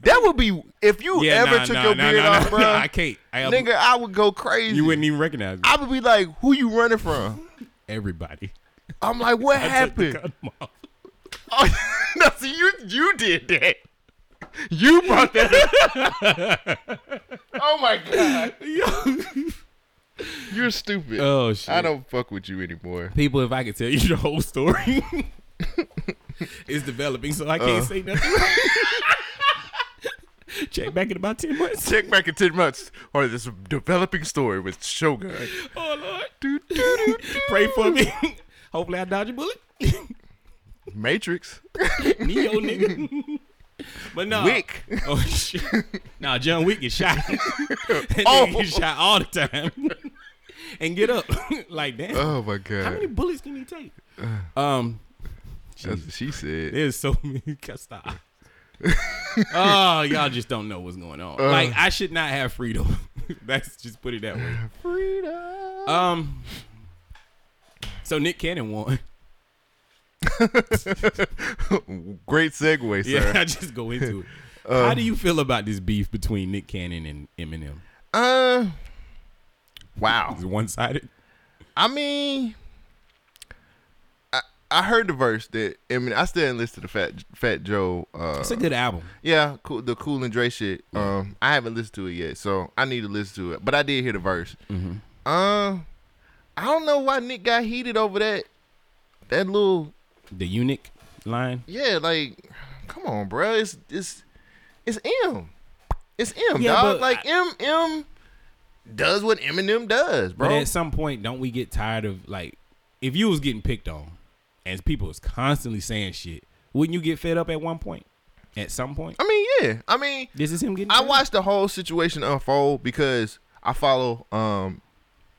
S2: that would be if you
S1: Yeah,
S2: ever
S1: nah,
S2: took
S1: nah,
S2: your
S1: nah,
S2: beard
S1: nah,
S2: off,
S1: nah,
S2: bro.
S1: nah, I can't. I,
S2: nigga, I would go crazy.
S1: you wouldn't even recognize me.
S2: I would be like, "Who you running from?"
S1: Everybody.
S2: I'm like, "What
S1: I took the
S2: happened?"
S1: condom off.
S2: Oh, no, see, you you did that. You brought that. up. oh my god, you're stupid.
S1: Oh shit.
S2: I don't fuck with you anymore.
S1: people if I could tell you the whole story. it's developing, so I
S2: Uh.
S1: can't say nothing. Check back in about ten months.
S2: Check back in ten months or this developing story with Shogun.
S1: Oh Lord, pray for me. Hopefully, I dodge a bullet.
S2: Matrix,
S1: Neo nigga. But no,
S2: Wick.
S1: Oh shit. Nah, John Wick get shot. that
S2: Oh.
S1: oh. get shot all the time. and get up like damn.
S2: Oh my
S1: how many
S2: god,
S1: bullets can you take? Um,
S2: that's what she said.
S1: There's so many stop. oh, y'all just don't know what's going
S2: Uh.
S1: on. like I should not have freedom. That's just put it that way.
S2: Freedom.
S1: Um. So Nick Cannon won.
S2: Great segue, sir. Um,
S1: Yeah, I just go into it. How do you feel about this beef between Nick Cannon and Eminem?
S2: Uh, wow.
S1: Is it one sided?
S2: I mean, I I heard the verse that I mean I still didn't listen to the Fat Fat Joe. Uh,
S1: It's a good album.
S2: yeah, cool, the Cool and Dre shit. Um, I haven't listened to it yet, so I need to listen to it. But I did hear the verse.
S5: Mm-hmm.
S2: Um, I don't know why Nick got heated over that. That little
S1: The eunuch line.
S2: yeah, like, come on, bro. It's it's it's M. It's M,
S1: Yeah,
S2: dog.
S1: but
S2: Like M M does what Eminem does, bro.
S1: But at some point, don't we get tired of like, if you was getting picked on, and people was constantly saying shit, wouldn't you get fed up at one point? At some point,
S2: I mean, yeah. I mean,
S1: this is him getting.
S2: I
S1: fed up?
S2: watched the whole situation unfold because I follow um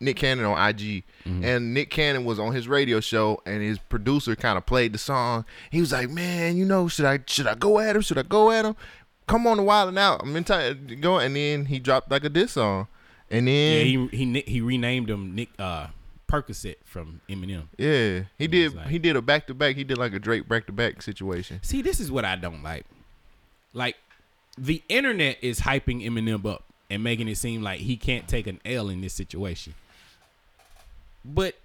S2: Nick Cannon on IG,
S1: Mm-hmm.
S2: and Nick Cannon was on his radio show, and his producer kind of played the song. He was like, "Man, you know, should I should I go at him? Should I go at him? Come on, the wild and out. I'm in time go." And then he dropped like a diss song, and
S1: Yeah,
S2: then yeah,
S1: he he ni- he renamed him Nick uh, Percocet from Eminem.
S2: he, did
S1: like-
S2: he did a back to back. He did like a Drake back to back situation.
S1: See, this is what I don't like. Like, the internet is hyping Eminem up and making it seem like he can't take an L in this situation. But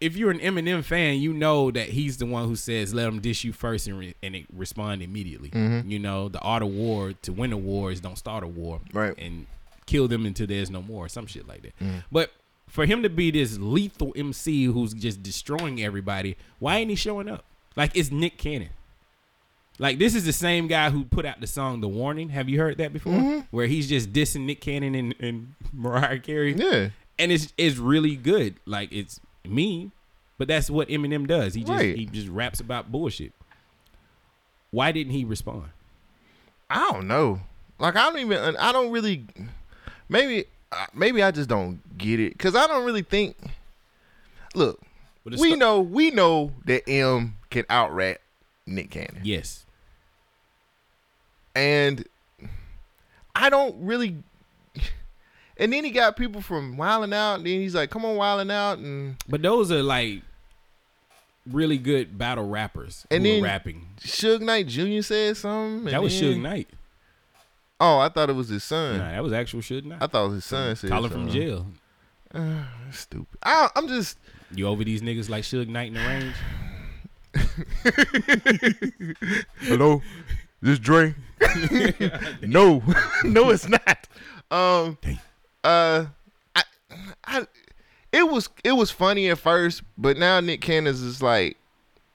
S1: if you're an Eminem fan, you know that he's the one who says, "Let him dish you first and, re- and it respond immediately."
S2: Mm-hmm.
S1: You know, the art of war to win a war is don't start a war,
S2: Right. Mm.
S1: And kill them until there's no more, or some shit like that. But for him to be this lethal MC who's just destroying everybody, why ain't he showing up? Like it's Nick Cannon. Like this is the same guy who put out the song "The Warning." Have you heard that before?
S2: Mm-hmm.
S1: Where he's just dissing Nick Cannon and, and Mariah Carey
S2: Yeah,
S1: and it's it's really good. Like it's mean, But that's what Eminem does. He just
S2: Right.
S1: he just raps about bullshit. Why didn't he respond?
S2: I don't know. Like I don't even. I don't really. Maybe. uh, Maybe I just don't get it because I don't really think. Look,
S1: But it's
S2: we
S1: stu-
S2: know we know that M can out rap Nick Cannon,
S1: Yes.
S2: and I don't really. And then he got people from Wildin' Out. And then he's like, "Come on, Wildin' Out," and
S1: But those are like really good battle rappers
S2: And
S1: and who
S2: then-
S1: are rapping.
S2: Suge Knight Jr. said something.
S1: That was Suge
S2: Suge
S1: Knight.
S2: Oh, I thought it was his son.
S1: Nah, that was actual Suge Knight.
S2: I thought it was his son. Said
S1: Calling from
S2: something.
S1: jail.
S2: Stupid. I, I'm just.
S1: You over these niggas like Suge Knight in the range?
S2: Hello, this Dre. no, no, it's not. Um, uh, I, I, it was it was funny at first, but now Nick Cannon's is like,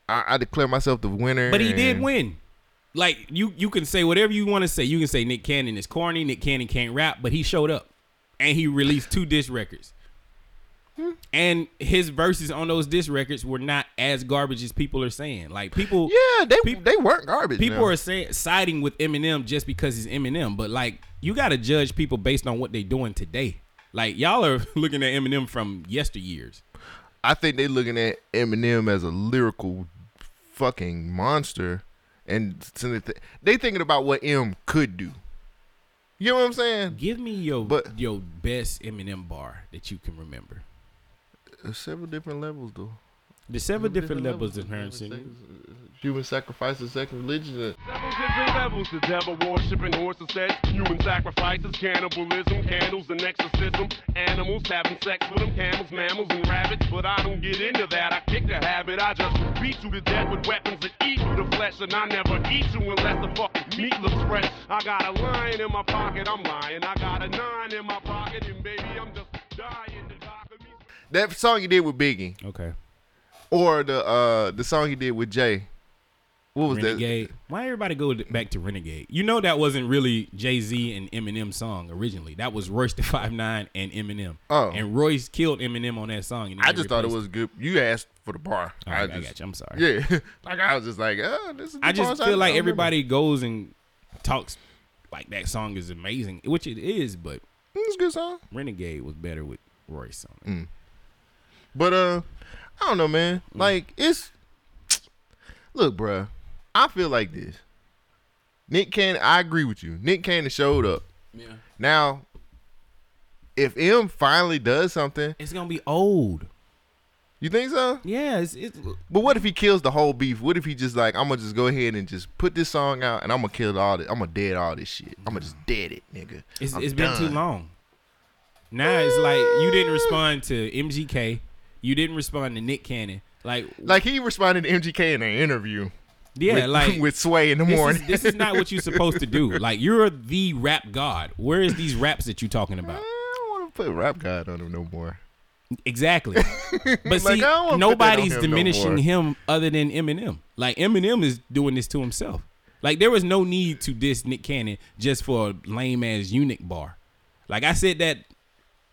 S2: I, I declare myself the winner.
S1: But he did
S2: and-
S1: win. Like you, you can say whatever you want to say. You can say Nick Cannon is corny. Nick Cannon can't rap, but he showed up, and he released two diss records. And his verses on those diss records were not as garbage as people are saying. Like people,
S2: Yeah, they
S1: Peop-
S2: they weren't garbage.
S1: people
S2: now.
S1: are saying siding with Eminem just because he's Eminem. But like, you gotta judge people based on what they're doing today. Like y'all are looking at Eminem from yesteryears.
S2: I think they looking at Eminem as a lyrical fucking monster, and so they- they thinking about what M could do. You know what I'm saying?
S1: Give me your
S2: But-
S1: your best Eminem bar that you can remember.
S2: There's several different levels though.
S1: The seven different levels of parents.
S2: Human sacrifice and second religion.
S6: Devils different levels, the devil worshiping horses, sex, human sacrifices, cannibalism, candles and exorcism, animals having sex with them, camels, mammals, and rabbits. But I don't get into that, I kick the habit. I just beat you to death with weapons that eat you to flesh, and I never eat you unless the fucking meat looks fresh. I got a lion in my pocket, I'm lying. I got a nine in my pocket, and baby, I'm just dying to dock of me.
S2: That song you did with Biggie,
S1: Okay.
S2: or the uh the song you did with Jay. What was
S1: Renegade. Why everybody go th- back to Renegade? You know that wasn't really Jay Z and Eminem song originally. That was Royce the Five Nine and Eminem.
S2: Oh.
S1: and Royce killed Eminem on that song. And
S2: that? I
S1: then
S2: just thought it
S1: replaced-
S2: was good. You asked for the bar.
S1: All right, I,
S2: just,
S1: got you. I'm sorry.
S2: Yeah, like I was just like, oh, this is. The
S1: I just
S2: bars
S1: feel like
S2: remember.
S1: everybody goes and talks like that song is amazing, which it is. But
S2: Mm, It's a good song, Mm.
S1: Renegade was better with Royce on it.
S2: but uh, I don't know, man.
S1: Mm.
S2: Like it's. Look, bruh, I feel like this. Nick Cannon, I agree with you. Nick Cannon showed up.
S1: Yeah,
S2: Now, if M finally does something,
S1: it's gonna be old.
S2: you think so?
S1: Yeah, it's, it's
S2: But what if he kills the whole beef? What if he just like I'm gonna just go ahead and just put this song out and I'm gonna kill all this. I'm gonna dead all this shit. I'm gonna just dead it, nigga.
S1: It's,
S2: I'm
S1: it's been too
S2: done.
S1: long. Now it's like you didn't respond to MGK. You didn't respond to Nick Cannon. Like,
S2: Like he responded to MGK in an interview.
S1: yeah,
S2: with,
S1: like
S2: with Sway in the
S1: this,
S2: morning.
S1: is, this is not what you're supposed to do. Like, you're the rap god. Where is these raps that you talking
S2: I
S1: about?
S2: don't want to put Rap God on him no more.
S1: Exactly. But
S2: Like, I
S1: see,
S2: don't wanna put that on
S1: nobody's
S2: him no
S1: diminishing
S2: more.
S1: him other than Eminem. Like Eminem is doing this to himself. Like there was no need to diss Nick Cannon just for a lame ass eunuch bar. Like I said that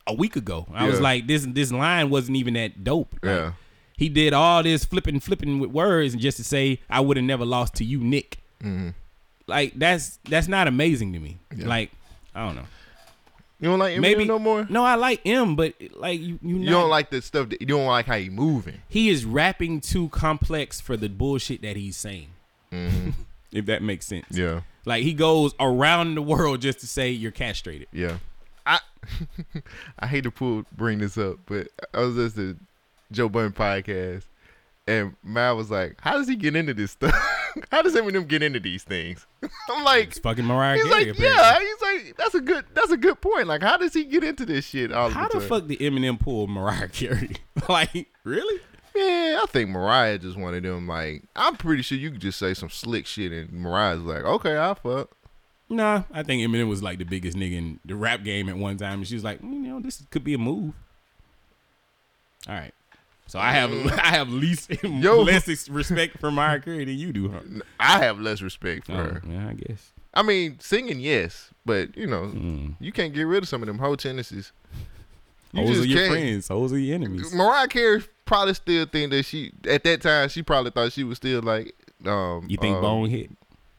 S1: a week ago. I was
S2: Yeah.
S1: like, this this line wasn't even that dope. Like,
S2: Yeah.
S1: He did all this flipping, flipping with words, and just to say, "I would have never lost to you, Nick."
S2: Mm-hmm.
S1: Like that's that's not amazing to me. Like I don't know.
S2: You don't like Eminem
S1: Maybe
S2: no more.
S1: No, I like M, but like you, you,
S2: You
S1: not-
S2: don't like the stuff. That, you don't like how he moving.
S1: he is rapping too complex for the bullshit that he's saying. if that makes sense.
S2: Mm-hmm. Yeah.
S1: Like he goes around the world just to say you're castrated.
S2: Yeah. I I hate to pull bring this up, but I was listening to Joe Budden podcast and Mal was like, How does he get into this stuff? How does Eminem get into these things? I'm like
S1: It's fucking Mariah
S2: He's
S1: Carey.
S2: like,
S1: apparently.
S2: Yeah, he's like, that's a good that's a good point. Like, how does he get into this shit all
S1: How
S2: the
S1: the
S2: time?
S1: fuck did Eminem pull Mariah Carey? like really?
S2: Man, I think Mariah just one of them like I'm pretty sure you could just say some slick shit and Mariah's like, Okay, I'll fuck.
S1: Nah, I think Eminem was like the biggest nigga in the rap game at one time, and she was like, "Mm, you know, this could be a move. All right. So I have
S2: Mm.
S1: I have least less ex- respect for Mariah Carey than you do, huh?
S2: I have less respect for
S1: Oh,
S2: her.
S1: yeah, I guess. Mm.
S2: I mean, singing, yes, but you know, you can't get rid of some of them whole tendencies. You
S1: Hoes are
S2: just
S1: your
S2: can't.
S1: friends. Hoes are your enemies.
S2: Mariah Carey probably still think that she at that time she probably thought she was still like um
S1: You think
S2: um,
S1: Bone hit?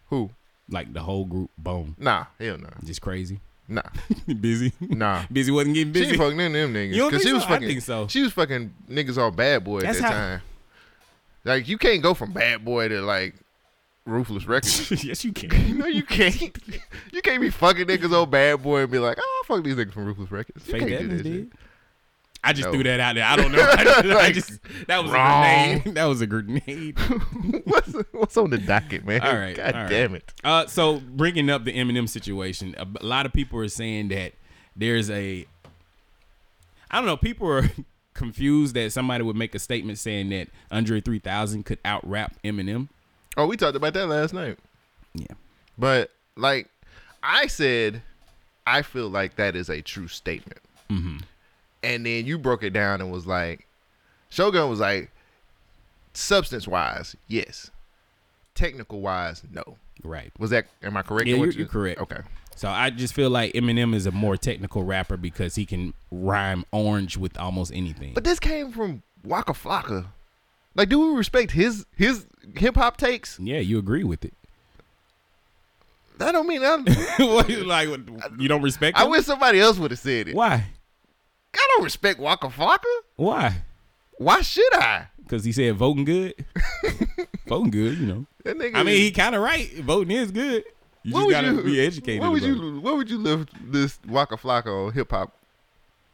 S2: who
S1: Like the whole group Bone.
S2: nah hell no
S1: Just crazy.
S2: nah
S1: busy.
S2: Nah.
S1: busy wasn't getting
S2: she
S1: busy.
S2: fucking them, them niggas
S1: You don't
S2: because
S1: think
S2: she was
S1: so? I
S2: fucking
S1: think so.
S2: she was fucking niggas all bad boy at
S1: That's
S2: that
S1: how-
S2: time like you can't go from bad boy to like ruthless records
S1: yes, you can.
S2: No, you can't. You can't be fucking niggas old bad boy and be like, oh, fuck these niggas from Ruthless Records. You
S1: Faith
S2: can't do
S1: Evans
S2: that shit.
S1: did. I just
S2: No.
S1: threw that out there. I don't know. I just,
S2: Like,
S1: that was a
S2: wrong.
S1: grenade. That was a grenade.
S2: what's, what's on the docket, man?
S1: All right,
S2: God
S1: all right.
S2: damn it.
S1: Uh, so bringing up the Eminem situation, a b- a lot of people are saying that there's a, I don't know, people are confused that somebody would make a statement saying that Andre 3000 could out rap Eminem.
S2: Oh, we talked about that last night.
S1: Yeah,
S2: But, like, I said, I feel like that is a true statement.
S1: Mm-hmm.
S2: And then you broke it down and was like, Shogun was like, substance wise, yes. Technical wise, no.
S1: right.
S2: Was that, am I correct?
S1: Yeah,
S2: in what
S1: you're,
S2: you-
S1: you're correct.
S2: Okay.
S1: So I just feel like Eminem is a more technical rapper because he can rhyme orange with almost anything.
S2: But this came from Waka Flocka. Like, do we respect his his hip hop takes?
S1: yeah, you agree with it.
S2: I don't mean I.
S1: What, like you don't respect.
S2: I
S1: him?
S2: wish somebody else would have said it.
S1: Why?
S2: I don't respect Waka Flocka.
S1: Why?
S2: Why should I?
S1: Because he said voting good. voting good, you know.
S2: That nigga.
S1: I mean, he kind of right. Voting is good. You
S2: What
S1: just
S2: would
S1: gotta
S2: you-
S1: be educated.
S2: What would
S1: about it.
S2: you? What would you lift this Waka Flocka on hip hop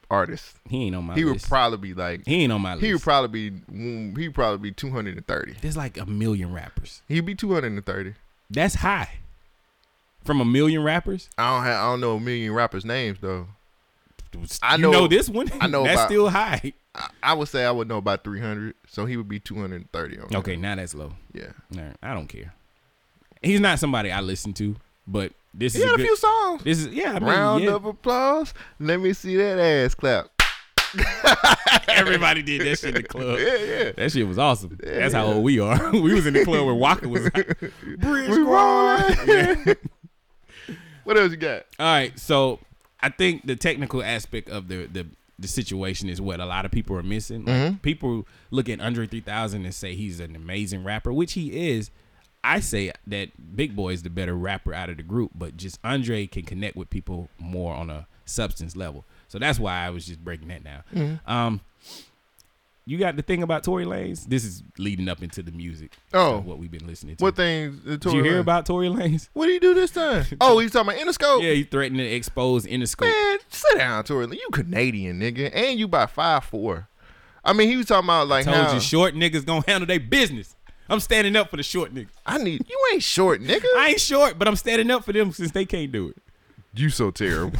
S2: artist?
S1: He ain't on my
S2: He would
S1: list.
S2: probably be like.
S1: he ain't on my list.
S2: He would probably be. mm, He would probably be two hundred and thirty.
S1: There's like a million rappers.
S2: He'd be two hundred and thirty.
S1: That's high. From a million rappers,
S2: I don't. Have, I don't know a million rappers' names though. I
S1: you
S2: know-
S1: this one.
S2: I know
S1: that's
S2: about-
S1: still high.
S2: I, I would say I would know about three hundred, so he would be two hundred and thirty.
S1: Okay, now that's low.
S2: Yeah.
S1: All right, I don't care. He's not somebody I listen to, but this
S2: He
S1: is
S2: had
S1: a
S2: a
S1: good,
S2: few songs.
S1: This is yeah. I mean,
S2: Round
S1: yeah,
S2: of applause. Let me see that ass clap.
S1: everybody did that shit in the club.
S2: Yeah, yeah.
S1: That shit was awesome. That's how old we are. we was in the club where Walker was. Like, Bridge
S2: We
S1: Squad.
S2: rolling. what else you got?
S1: All right, so I think the technical aspect of the the, the situation is what a lot of people are missing. Like,
S2: Mm-hmm.
S1: People look at Andre 3000 and say he's an amazing rapper, which he is. I say that Big Boy is the better rapper out of the group, but just Andre can connect with people more on a substance level. So that's why I was just breaking that down.
S2: Mm-hmm.
S1: Um, you got the thing about Tory Lanez. This is leading up into the music.
S2: Oh.
S1: of what we've been listening to.
S2: What uh, things? Did
S1: Did you hear about Tory Lanez?
S2: What do you do this time? Oh, you talking about Interscope?
S1: Yeah, he threatened to expose Interscope.
S2: Man, sit down, Tory. You Canadian nigga, and you by five four. I mean, he was talking about like
S1: Told
S2: how
S1: you short niggas gonna handle their business. I'm standing up for the short niggas.
S2: I need you ain't short, nigga.
S1: I ain't short, but I'm standing up for them since they can't do it.
S2: you so terrible.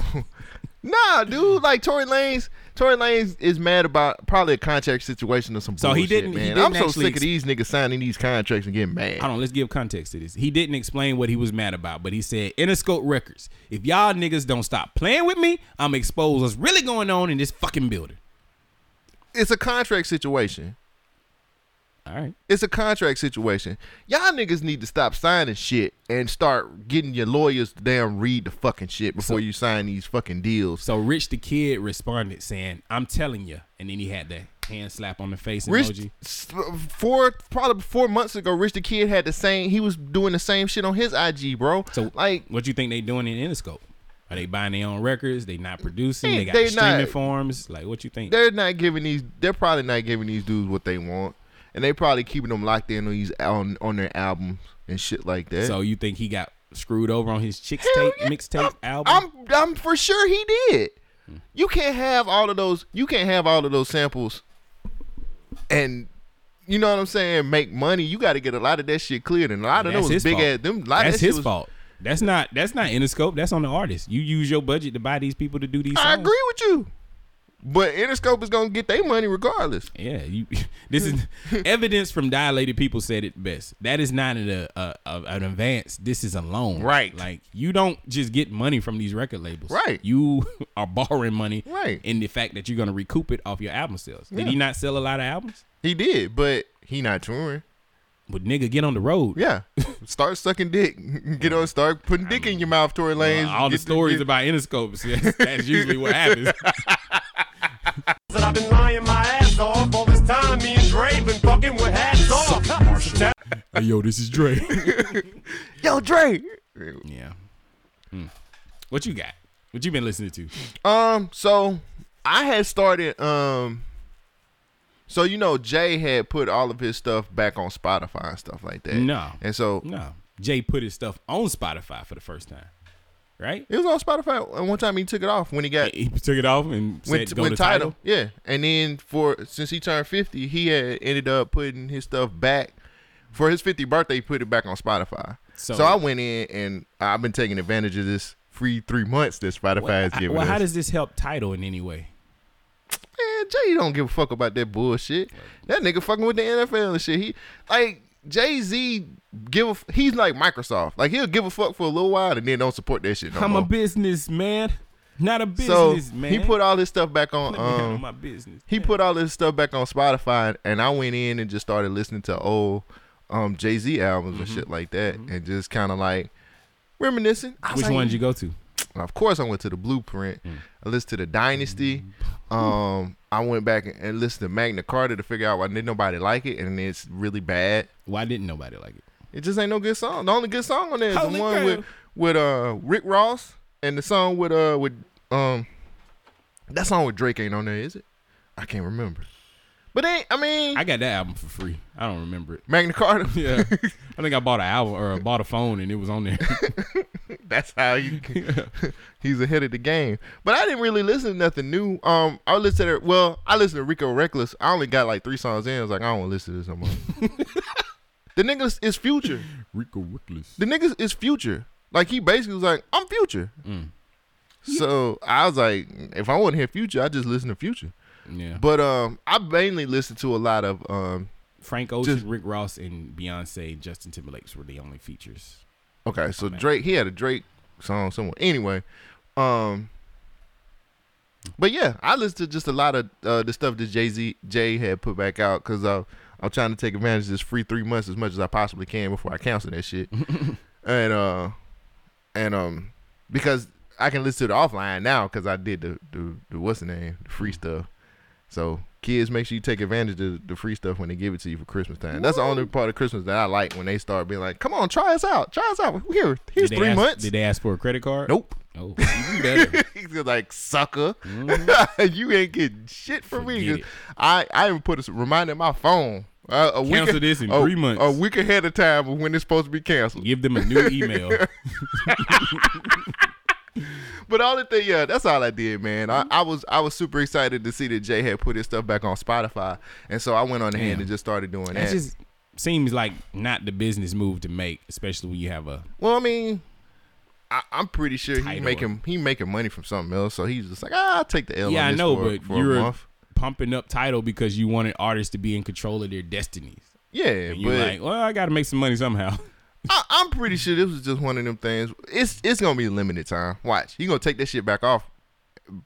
S2: nah, dude. Like Tory Lanez, Tory Lanez is mad about probably a contract situation or some
S1: So he
S2: bullshit.
S1: didn't- he
S2: Man,
S1: didn't
S2: I'm so
S1: actually
S2: sick of these niggas signing these contracts and getting mad.
S1: Hold on, let's give context to this. He didn't explain what he was mad about, but he said, Interscope Records, if y'all niggas don't stop playing with me, I'm exposed what's really going on in this fucking building.
S2: It's a contract situation.
S1: All right.
S2: It's a contract situation. Y'all niggas need to stop signing shit and start getting your lawyers to damn read the fucking shit before you sign these fucking deals.
S1: So Rich the Kid responded saying, I'm telling you. And then he had that hand slap on the face
S2: Rich,
S1: emoji.
S2: s- four probably four months ago, Rich the Kid had the same. He was doing the same shit on his IG, bro.
S1: So
S2: like,
S1: what you think they doing in Interscope? Are they buying their own records? They not producing? They got
S2: They
S1: streaming
S2: not-
S1: forms? Like what you think?
S2: they're not giving these. They're probably not giving these dudes what they want, and they probably keeping them locked in on these on on their albums and shit like that.
S1: So you think he got screwed over on his chicks
S2: Hell
S1: tape,
S2: yeah.
S1: mixtape
S2: I'm-
S1: album? Hmm.
S2: I'm I'm for sure he did. You can't have all of those. You can't have all of those samples, and you know what I'm saying. Make money. You got to get a lot of that shit cleared, and a lot of
S1: That's
S2: those
S1: his
S2: big
S1: fault.
S2: ass them. a lot of
S1: that's
S2: that shit
S1: his
S2: was-
S1: fault. That's not that's not Interscope. That's on the artist. You use your budget to buy these people to do these.
S2: I
S1: songs.
S2: agree with you, but Interscope is gonna get their money regardless.
S1: Yeah, you. This is evidence from dilated people said it best. That is not an a, a, a- an advance. This is a loan.
S2: Right.
S1: Like you don't just get money from these record labels.
S2: Right.
S1: You are borrowing money.
S2: Right.
S1: In the fact that you're gonna recoup it off your album sales. Did
S2: Yeah.
S1: he not sell a lot of albums?
S2: He did, but he not touring.
S1: But nigga, get on the road.
S2: Yeah, start sucking dick. Get on, start putting dick in your mouth, Tory Lanez.
S1: Uh, all the
S2: Get
S1: stories
S2: get-
S1: about Interscopes. Yes, that's usually what happens.
S7: That I've been lying my ass off all this time. Me
S3: Hey, yo, this is Dre.
S2: Yo, Dre.
S1: Yeah. Mm. What you got? What you been listening to?
S2: Um, so I had started um so you know Jay had put all of his stuff back on Spotify and stuff like that.
S1: No.
S2: And so
S1: No. Jay put his stuff on Spotify for the first time, right?
S2: it was on Spotify and one time he took it off when he got
S1: He took it off and said,
S2: went,
S1: "Go
S2: went
S1: to title."
S2: title. Yeah. And then for since he turned 50, he had ended up putting his stuff back for his 50th birthday, he put it back on Spotify. So,
S1: So-
S2: I went in and I've been taking advantage of this free 3 months that Spotify
S1: Well,
S2: is
S1: I-
S2: giving
S1: well,
S2: us.
S1: how does this help title in any way?
S2: Man, Jay don't give a fuck about that bullshit. That nigga fucking with the NFL and shit. He like Jay Z give a f- he's like Microsoft. Like he'll give a fuck for a little while and then don't support that shit no
S1: I'm
S2: more.
S1: a businessman, not a
S2: so
S1: businessman.
S2: he put all this stuff back on.
S1: Let me handle
S2: um,
S1: my business.
S2: he put all this stuff back on Spotify, and I went in and just started listening to old um, Jay Z albums and
S1: Mm-hmm.
S2: shit like that, and just kind of like reminiscing. I was
S1: Which
S2: like,
S1: one did you go to? Hmm.
S2: and of course, I went to the Blueprint. I listened to the Dynasty. Um, I went back and- and listened to Magna Carta to figure out why didn't nobody like it, and it's really bad.
S1: Why didn't nobody like it?
S2: It just ain't no good song. The only good song on there is
S1: Holy
S2: the one
S1: crap.
S2: with with uh Rick Ross and the song with uh with um that song with Drake ain't on there, is it? I can't remember. But they, I mean,
S1: I got that album for free. I don't remember it.
S2: Magna Carta.
S1: Yeah, I think I bought an album or I bought a phone and it was on there.
S2: That's how you. he's ahead of the game. But I didn't really listen to nothing new. Um, I listened to well, I listened to Rico Reckless. I only got like three songs in. I was like, I don't want to listen to this no more. the niggas is future.
S1: Rico Rickless.
S2: The niggas is future. Like he basically was like, I'm future. So I was like, if I want to hear future, I just listen to future.
S1: Yeah, but
S2: But um, I mainly listen to a lot of um.
S1: Frank Ocean,
S2: just-
S1: Rick Ross, and Beyonce, Justin Timberlake's were the only features.
S2: Okay, so Drake, he had a Drake song somewhere. Anyway, um, but yeah, I listened to just a lot of uh, the stuff that Jay Z Jay had put back out because uh, I'm trying to take advantage of this free three months as much as I possibly can before I cancel that shit. and uh, and um, because I can listen to the offline now because I did the, the the what's the name the free stuff. So kids, make sure you take advantage of the free stuff when they give it to you for Christmas time. That's the only part of Christmas that I like when they start being like, "Come on, try us out, try us out. Here, here's
S1: Did they
S2: three
S1: ask-
S2: months."
S1: Did they ask for a credit card?
S2: Nope.
S1: Oh, you better. Mm-hmm.
S2: He's just like sucker. you ain't getting shit from me.
S1: Forget
S2: 'Cause I I even put a reminder in my phone. Uh, a week
S1: Cancel this in
S2: a-
S1: three months.
S2: A week ahead of time of when it's supposed to be canceled.
S1: Give them a new email.
S2: But all the thing, yeah, that's all I did, man.
S1: Mm-hmm.
S2: I, I was I was super excited to see that Jay had put his stuff back on Spotify, and so I went on ahead
S1: Damn.
S2: and just started doing
S1: That
S2: that.
S1: just seems like not the business move to make, especially when you have a
S2: well, I mean, I, I'm pretty sure he
S1: Title.
S2: making he making money from something else, so he's just like, ah, I'll take the L.
S1: yeah,
S2: on
S1: I
S2: this
S1: know,
S2: for,
S1: but
S2: for
S1: you're
S2: a month.
S1: pumping up title because you wanted artists to be in control of their destinies.
S2: Yeah,
S1: And you're
S2: but
S1: like, well, I got to make some money somehow.
S2: I, I'm pretty sure this was just one of them things. It's it's gonna be limited time. Watch, he gonna take that shit back off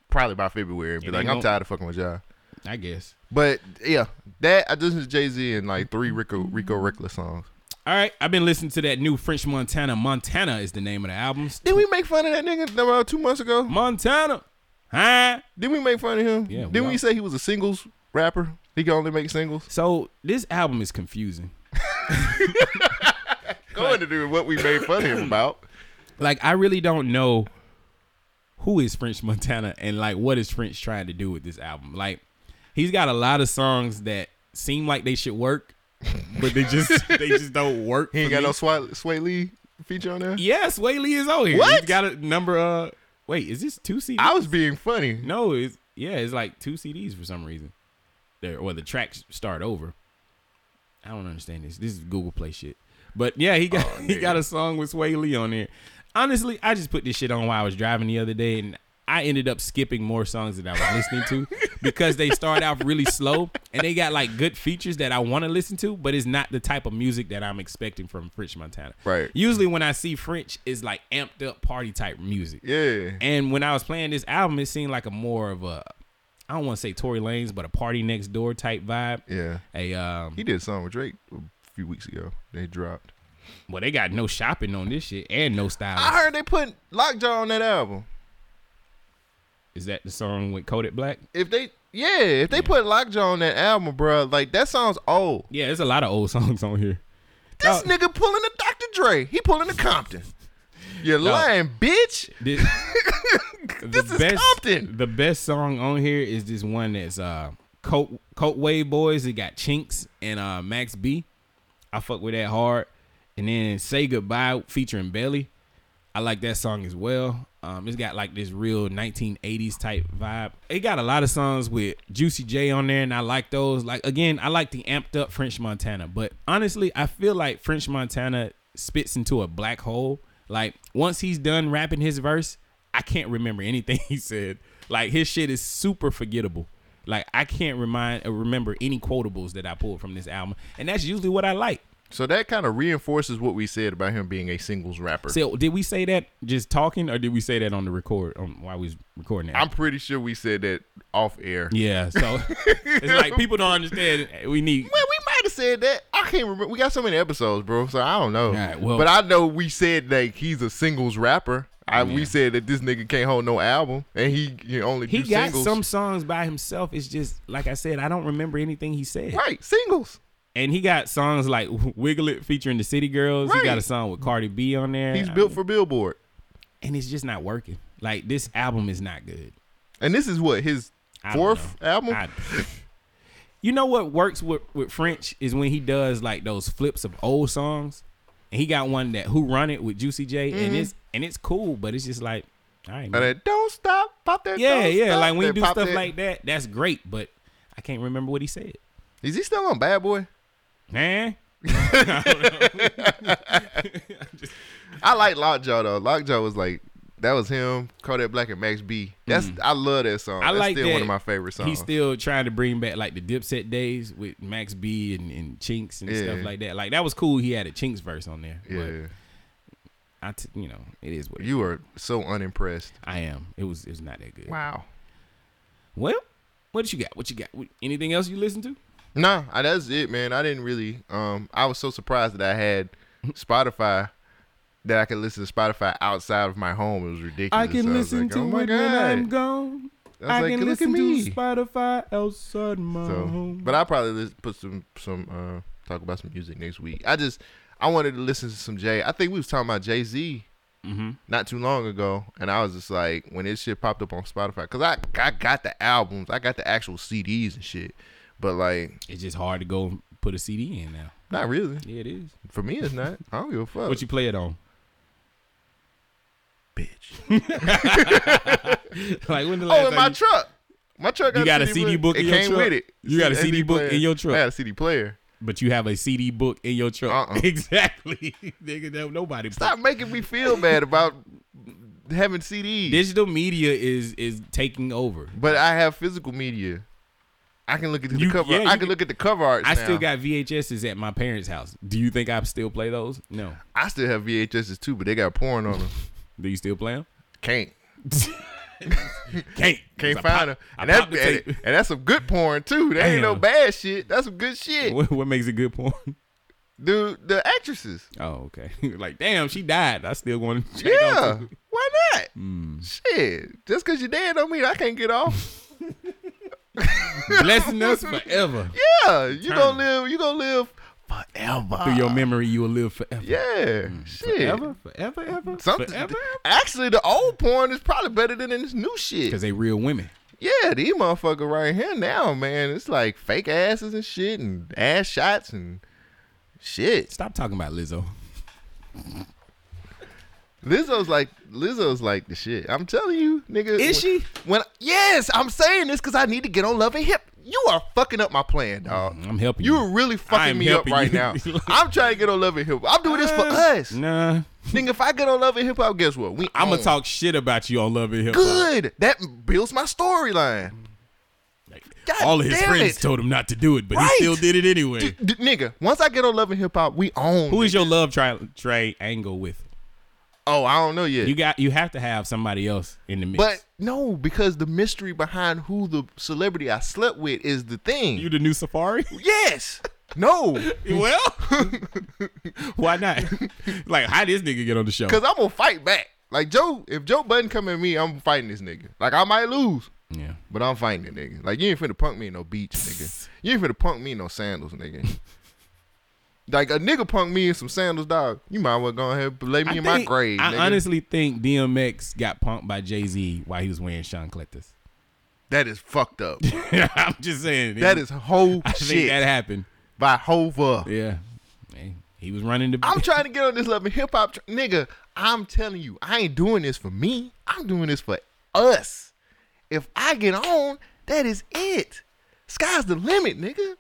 S2: probably by February. and Be
S1: It
S2: like,
S1: ain't
S2: I'm
S1: gon-
S2: tired of fucking with y'all.
S1: I guess.
S2: But yeah, that I just Jay Z and like three Rico Rico Reckless songs.
S1: All right, I've been listening to that new French Montana. Montana is the name of the album.
S2: Did we make fun of that nigga about two months ago?
S1: Montana, huh?
S2: Did we make fun of him?
S1: Yeah, we
S2: Didn't we
S1: all-
S2: say he was a singles rapper? He can only make singles.
S1: So this album is confusing.
S2: Going to do what we made fun of him about.
S1: Like, I really don't know who is French Montana and like what is French trying to do with this album. Like, he's got a lot of songs that seem like they should work, but they just they just don't work.
S2: He ain't got
S1: for me.
S2: no Sway, Sway Lee feature on there.
S1: Yes, Way Lee is on here.
S2: What?
S1: He's got a number. Uh, wait, is this two CDs?
S2: I was being funny.
S1: no, it's yeah, it's like two CDs for some reason. There or the tracks start over. I don't understand this. This is Google Play shit. But yeah, he got
S2: Oh,
S1: he got a song with Sway Lee on there. Honestly, I just put this shit on while I was driving the other day, and I ended up skipping more songs that I was listening to because they start out really slow and they got like good features that I want to listen to, but it's not the type of music that I'm expecting from French Montana.
S2: Right.
S1: Usually, when I see French, it's like amped up party type music.
S2: Yeah.
S1: And when I was playing this album, it seemed like a more of a I don't want to say Tory Lanez, but a party next door type vibe.
S2: Yeah.
S1: A um,
S2: He did a song with Drake a few weeks ago. They dropped. Ah.
S1: well, they got no shopping on this shit and no style.
S2: I heard they put Lockjaw on that album.
S1: Is that the song with Kodak Black?
S2: If they, yeah, if they put Lockjaw on that album, bruh, like that sounds old.
S1: Yeah, there's a lot of old songs on here.
S2: This nigga pulling a Dr. Dre. He pulling a Compton. You're lying, bitch.
S1: This,
S2: This is Compton.
S1: The best song on here is this one that's uh Coat Coat Wave Boys. It got Chinks and uh Max B. I fuck with that hard. And then Say Goodbye featuring Belly. I like that song as well. Um, it's got like this real 1980s type vibe. It got a lot of songs with Juicy J on there, and I like those. Like again, I like the amped up French Montana, but honestly, I feel like French Montana spits into a black hole. Like once he's done rapping his verse, I can't remember anything he said. Like his shit is super forgettable. Like I can't remind uh, remember any quotables that I pulled from this album, and that's usually what I like.
S2: So that kind of reinforces what we said about him being a singles rapper.
S1: So did we say that just talking, or did we say that on the record on while we was recording it?
S2: I'm pretty sure we said that off air.
S1: yeah, so it's like people don't understand. We need
S2: Well, we might have said that. I can't remember. We got so many episodes, bro. So I don't know.
S1: right, well-
S2: but I know we said like he's a singles rapper. I, We said that this nigga can't hold no album, and he you only
S1: he
S2: do
S1: got
S2: singles.
S1: some songs by himself. It's just like I said, I don't remember anything he said.
S2: right singles.
S1: And he got songs like Wiggle It featuring the City Girls. He got
S2: Right.
S1: a song with Cardi B on there.
S2: He's
S1: I
S2: built
S1: mean,
S2: for Billboard,
S1: and it's just not working. Like this album is not good.
S2: and this is what his
S1: I don't
S2: fourth
S1: know.
S2: album.
S1: I- you know what works with, with French is when he does like those flips of old songs, and he got one that "Who Run It" with Juicy J, and it's and it's cool, but it's just like, all right,
S2: And
S1: man.
S2: Mm-hmm. that don't stop, pop that.
S1: yeah,
S2: don't
S1: yeah,
S2: stop,
S1: like when you
S2: that
S1: do
S2: pop
S1: stuff
S2: that.
S1: like that, that's great, but I can't remember what he said,
S2: Is he still on Bad Boy?
S1: man.
S2: I like Lockjaw though. Lockjaw was like that was him. Kodak Black and Max B. That's I love that song.
S1: Mm. I
S2: Oh, That's
S1: like
S2: still
S1: that
S2: one of my favorite songs.
S1: He's still trying to bring back like the Dipset days with Max B and, and Chinks and
S2: Yeah.
S1: stuff like that. Like that was cool. He had a Chinks verse on there. but
S2: yeah,
S1: I t- you know it is what it is.
S2: you are so unimpressed.
S1: I am. It was it was not that good.
S2: Wow.
S1: Well, what you got? What you got? What- Anything else you listen to?
S2: Nah, I, that's it, man. I didn't really. Um, I was so surprised that I had Spotify that I could listen to Spotify outside of my home. It was ridiculous. So was like, oh my God.
S1: gone.
S2: I was I like, can "Look at listen to me."
S1: Spotify outside my
S2: So, but I probably lis- put some some uh talk about some music next week. I just I wanted to listen to some Jay. I think we was talking about Jay Z
S1: Mm-hmm.
S2: not too long ago, and I was just like, when this shit popped up on Spotify, cause I I got the albums, I got the actual CDs and shit, but like
S1: It's just hard to go put a CD in now.
S2: not really.
S1: Yeah, it is.
S2: For me, it's not. I don't give a fuck.
S1: What you play it on?
S2: bitch?
S1: like when the last
S2: Oh, in my
S1: time
S2: truck. My truck. Got
S1: You got a CD book
S2: It
S1: in your
S2: came
S1: truck?
S2: with it.
S1: You got a
S2: It's
S1: CD book
S2: player.
S1: in your truck?
S2: I had a CD player.
S1: you, but you have a CD book in your truck.
S2: Uh-uh.
S1: Exactly, nigga. that- Nobody.
S2: Stop making me feel bad about having CDs.
S1: Digital media is is taking over.
S2: But I have physical media. I can look at the
S1: You-
S2: cover.
S1: yeah,
S2: I
S1: you
S2: can,
S1: can-
S2: look at the cover art.
S1: I still got VHSs at my parents' house. Do you think I still play those? No.
S2: I still have VHSs too, but they got porn on them.
S1: Do you still play them?
S2: Can't.
S1: Can't.
S2: Can't
S1: 'Cause I
S2: find them.
S1: pop- I
S2: And, that,
S1: popped the
S2: and,
S1: tape.
S2: and that's some good porn too. That ain't no
S1: Damn.
S2: bad shit. That's some good shit.
S1: what, what makes it good porn?
S2: Dude, the actresses.
S1: Oh, okay. like, damn, she died. I still want to check
S2: Yeah.
S1: out. some-
S2: Why not? Shit. Just cause you're dead don't mean I can't get off.
S1: Blessing us forever.
S2: Yeah. You gonna live you gonna live forever.
S1: Through your memory, you will live forever. Hmm.
S2: Yeah. shit.
S1: Forever, forever, ever.
S2: Something,
S1: Forever,
S2: Actually the old porn is probably better than this new shit.
S1: Because they real women.
S2: Yeah, these motherfucker right here now, man. It's like fake asses and shit and ass shots and shit.
S1: Stop talking about Lizzo.
S2: Lizzo's like Lizzo's like the shit. I'm telling you, nigga.
S1: Is
S2: when-
S1: she?
S2: When yes, I'm saying this because I need to get on Love and Hip. You are fucking up my plan, dog.
S1: Mm, I'm helping
S2: You
S1: you.
S2: are really
S1: I
S2: fucking
S1: am
S2: me up
S1: helping
S2: right
S1: you.
S2: now. I'm trying to get on Love and Hip. I'm doing this for us,
S1: Uh, Nah.
S2: nigga. If I get on Love and Hip Hop, guess what? We
S1: I'm going
S2: on.
S1: to talk shit about you on Love and Hip Hop.
S2: Good. That builds my storyline. God
S1: All of his
S2: damn
S1: friends
S2: it.
S1: told him not to do it, but
S2: Right.
S1: he still did it anyway.
S2: D- d- nigga, once I get on Love and Hip Hop, we own.
S1: Who
S2: it.
S1: is your love tri- triangle with?
S2: Oh, I don't know yet.
S1: You got. You have to have somebody else in the mix.
S2: But no, because the mystery behind who the celebrity I slept with is the thing.
S1: you the new Safari?
S2: yes. No.
S1: well, why not? like, how this nigga get on the show?
S2: Cause I'm gonna fight back. Like Joe, if Joe Budden come at me, I'm fighting this nigga. Like I might lose,
S1: Yeah.
S2: but I'm fighting it, nigga. Like you ain't finna punk me in no beach, nigga. You ain't finna punk me in no sandals, nigga. Like a nigga punk me in some sandals, dog. You might well go ahead and lay me in my
S1: think-
S2: grave.
S1: I
S2: nigga.
S1: honestly think DMX got punked by Jay Z while he was wearing Sean Clettus.
S2: that is fucked up.
S1: I'm just saying
S2: that is whole
S1: I think
S2: shit
S1: that happened.
S2: by Hova.
S1: Yeah, Hey, he was running the.
S2: I'm trying to get on this level, hip hop, tr- nigga. I'm telling you, I ain't doing this for me. I'm doing this for us. If I get on, that is it. Sky's the limit, nigga.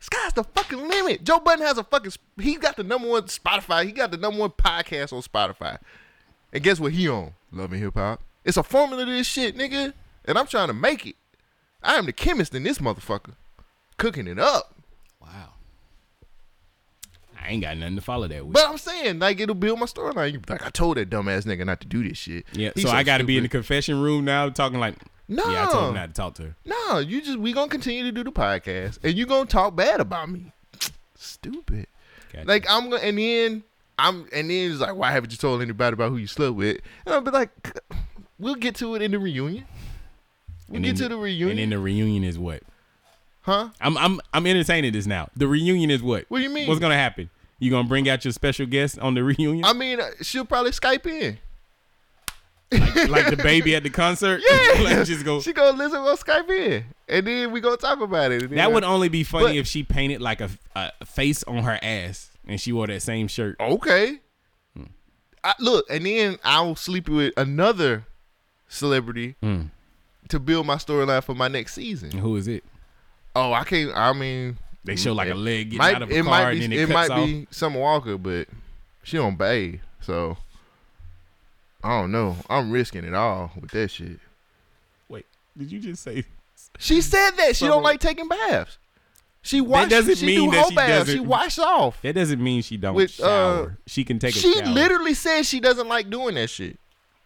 S2: Sky's the fucking limit. Joe Budden has a fucking. sp- He got the number one Spotify. He got the number one podcast on Spotify. And guess what? He on Love and Hip Hop. It's a formula to this shit, nigga. And I'm trying to make it. I am the chemist in this motherfucker, cooking it up.
S1: wow. I ain't got nothing to follow that with.
S2: But I'm saying, like, it'll build my storyline. You be like, I told that dumbass nigga not to do this shit.
S1: yeah,
S2: He's
S1: so I got to be in the
S2: stupid.
S1: confession room now, talking like, yeah, I told
S2: No.
S1: him not to talk to her.
S2: No, you just we gonna continue to do the podcast, and you gonna talk bad about me. Stupid.
S1: Gotcha.
S2: Like I'm gonna, and then I'm, and then it's like, why haven't you told anybody about who you slept with? And I'll be like, we'll get to it in the reunion. We'll
S1: And
S2: get
S1: then-
S2: to the reunion,
S1: and then the reunion is what?
S2: huh?
S1: I'm I'm I'm entertaining this now. The reunion is what?
S2: What do you mean?
S1: What's gonna happen? You gonna bring out your special guest on the reunion,
S2: I mean, uh, she'll probably Skype in.
S1: like the baby at the concert?
S2: Yeah,
S1: Like, just go.
S2: She gonna listen. We'll Skype in, and then we gonna talk about it. and then
S1: That would
S2: I-
S1: only be funny
S2: But-
S1: if she painted like a, a face on her ass and she wore that same shirt. Hmm.
S2: Okay. I, look, and then I'll sleep with another celebrity to build my storyline for my next season.
S1: Hmm. Who is it?
S2: Oh, I can't. I mean,
S1: They show like a leg getting
S2: might
S1: out of a
S2: it
S1: car
S2: might be
S1: and then it,
S2: it,
S1: cuts
S2: might
S1: off.
S2: be Summer Walker, but she don't bathe, so I don't know. I'm risking it all with that shit.
S1: Wait, did you just say
S2: She said that she
S1: Summer-
S2: don't like taking baths. She washed.
S1: doesn't
S2: she
S1: mean
S2: do
S1: that
S2: whole
S1: she
S2: baths. She
S1: doesn't-
S2: washed off.
S1: that doesn't mean she don't
S2: With, uh,
S1: shower? she can take a
S2: She
S1: shower.
S2: literally said she doesn't like doing that shit.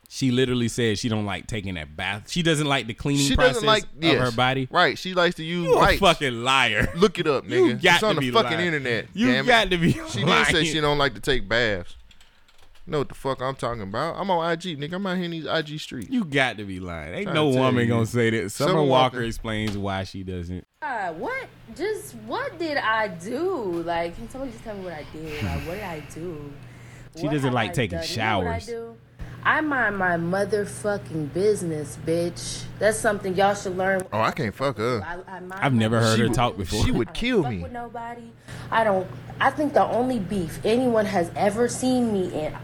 S1: she literally says she don't like taking that bath. She doesn't like the cleaning
S2: She
S1: process
S2: doesn't like yes.
S1: of her body.
S2: Right. She likes to use
S1: You a
S2: lights.
S1: fucking liar.
S2: Look it up, nigga.
S1: You got
S2: it's on
S1: to
S2: the
S1: be
S2: fucking
S1: lying.
S2: internet.
S1: You
S2: damn it.
S1: got to be
S2: She
S1: lying.
S2: did say she don't like to take baths. Know what the fuck I'm talking about? I'm on IG, nigga. I'm out here in these IG streets.
S1: You got to be lying. Ain't
S2: Tryna
S1: no
S2: tell
S1: woman
S2: you.
S1: gonna say that. Summer,
S2: Summer
S1: Walker,
S2: Walker.
S1: explains why she doesn't.
S8: God, Uh, what just what did I do? Like, can somebody just tell me what I did? Like, what did I do?
S1: She
S8: What
S1: doesn't
S8: have
S1: like
S8: I
S1: taking
S8: done? You know what I
S1: showers.
S8: do? I mind my motherfucking business, bitch. That's something y'all should learn.
S2: Oh, I can't fuck her.
S8: I, I mind
S1: I've never
S8: my
S1: heard her
S8: business.
S1: talk before.
S2: She would
S8: I don't
S2: kill
S8: fuck
S2: me.
S8: With nobody. I don't. I think the only beef anyone has ever seen me in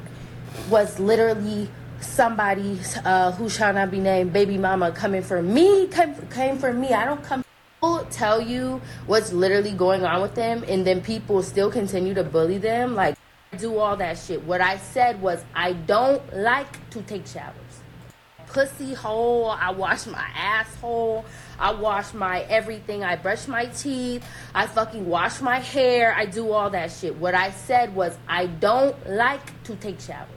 S8: was literally somebody uh, who shall not be named, baby mama, coming for me. Came, came for me. I don't come. People tell you what's literally going on with them, and then people still continue to bully them. Like do all that shit. What I said was I don't like to take showers pussy hole. I wash my asshole. I wash my everything. I brush my teeth. I fucking wash my hair. I do all that shit. What I said was, I don't like to take showers.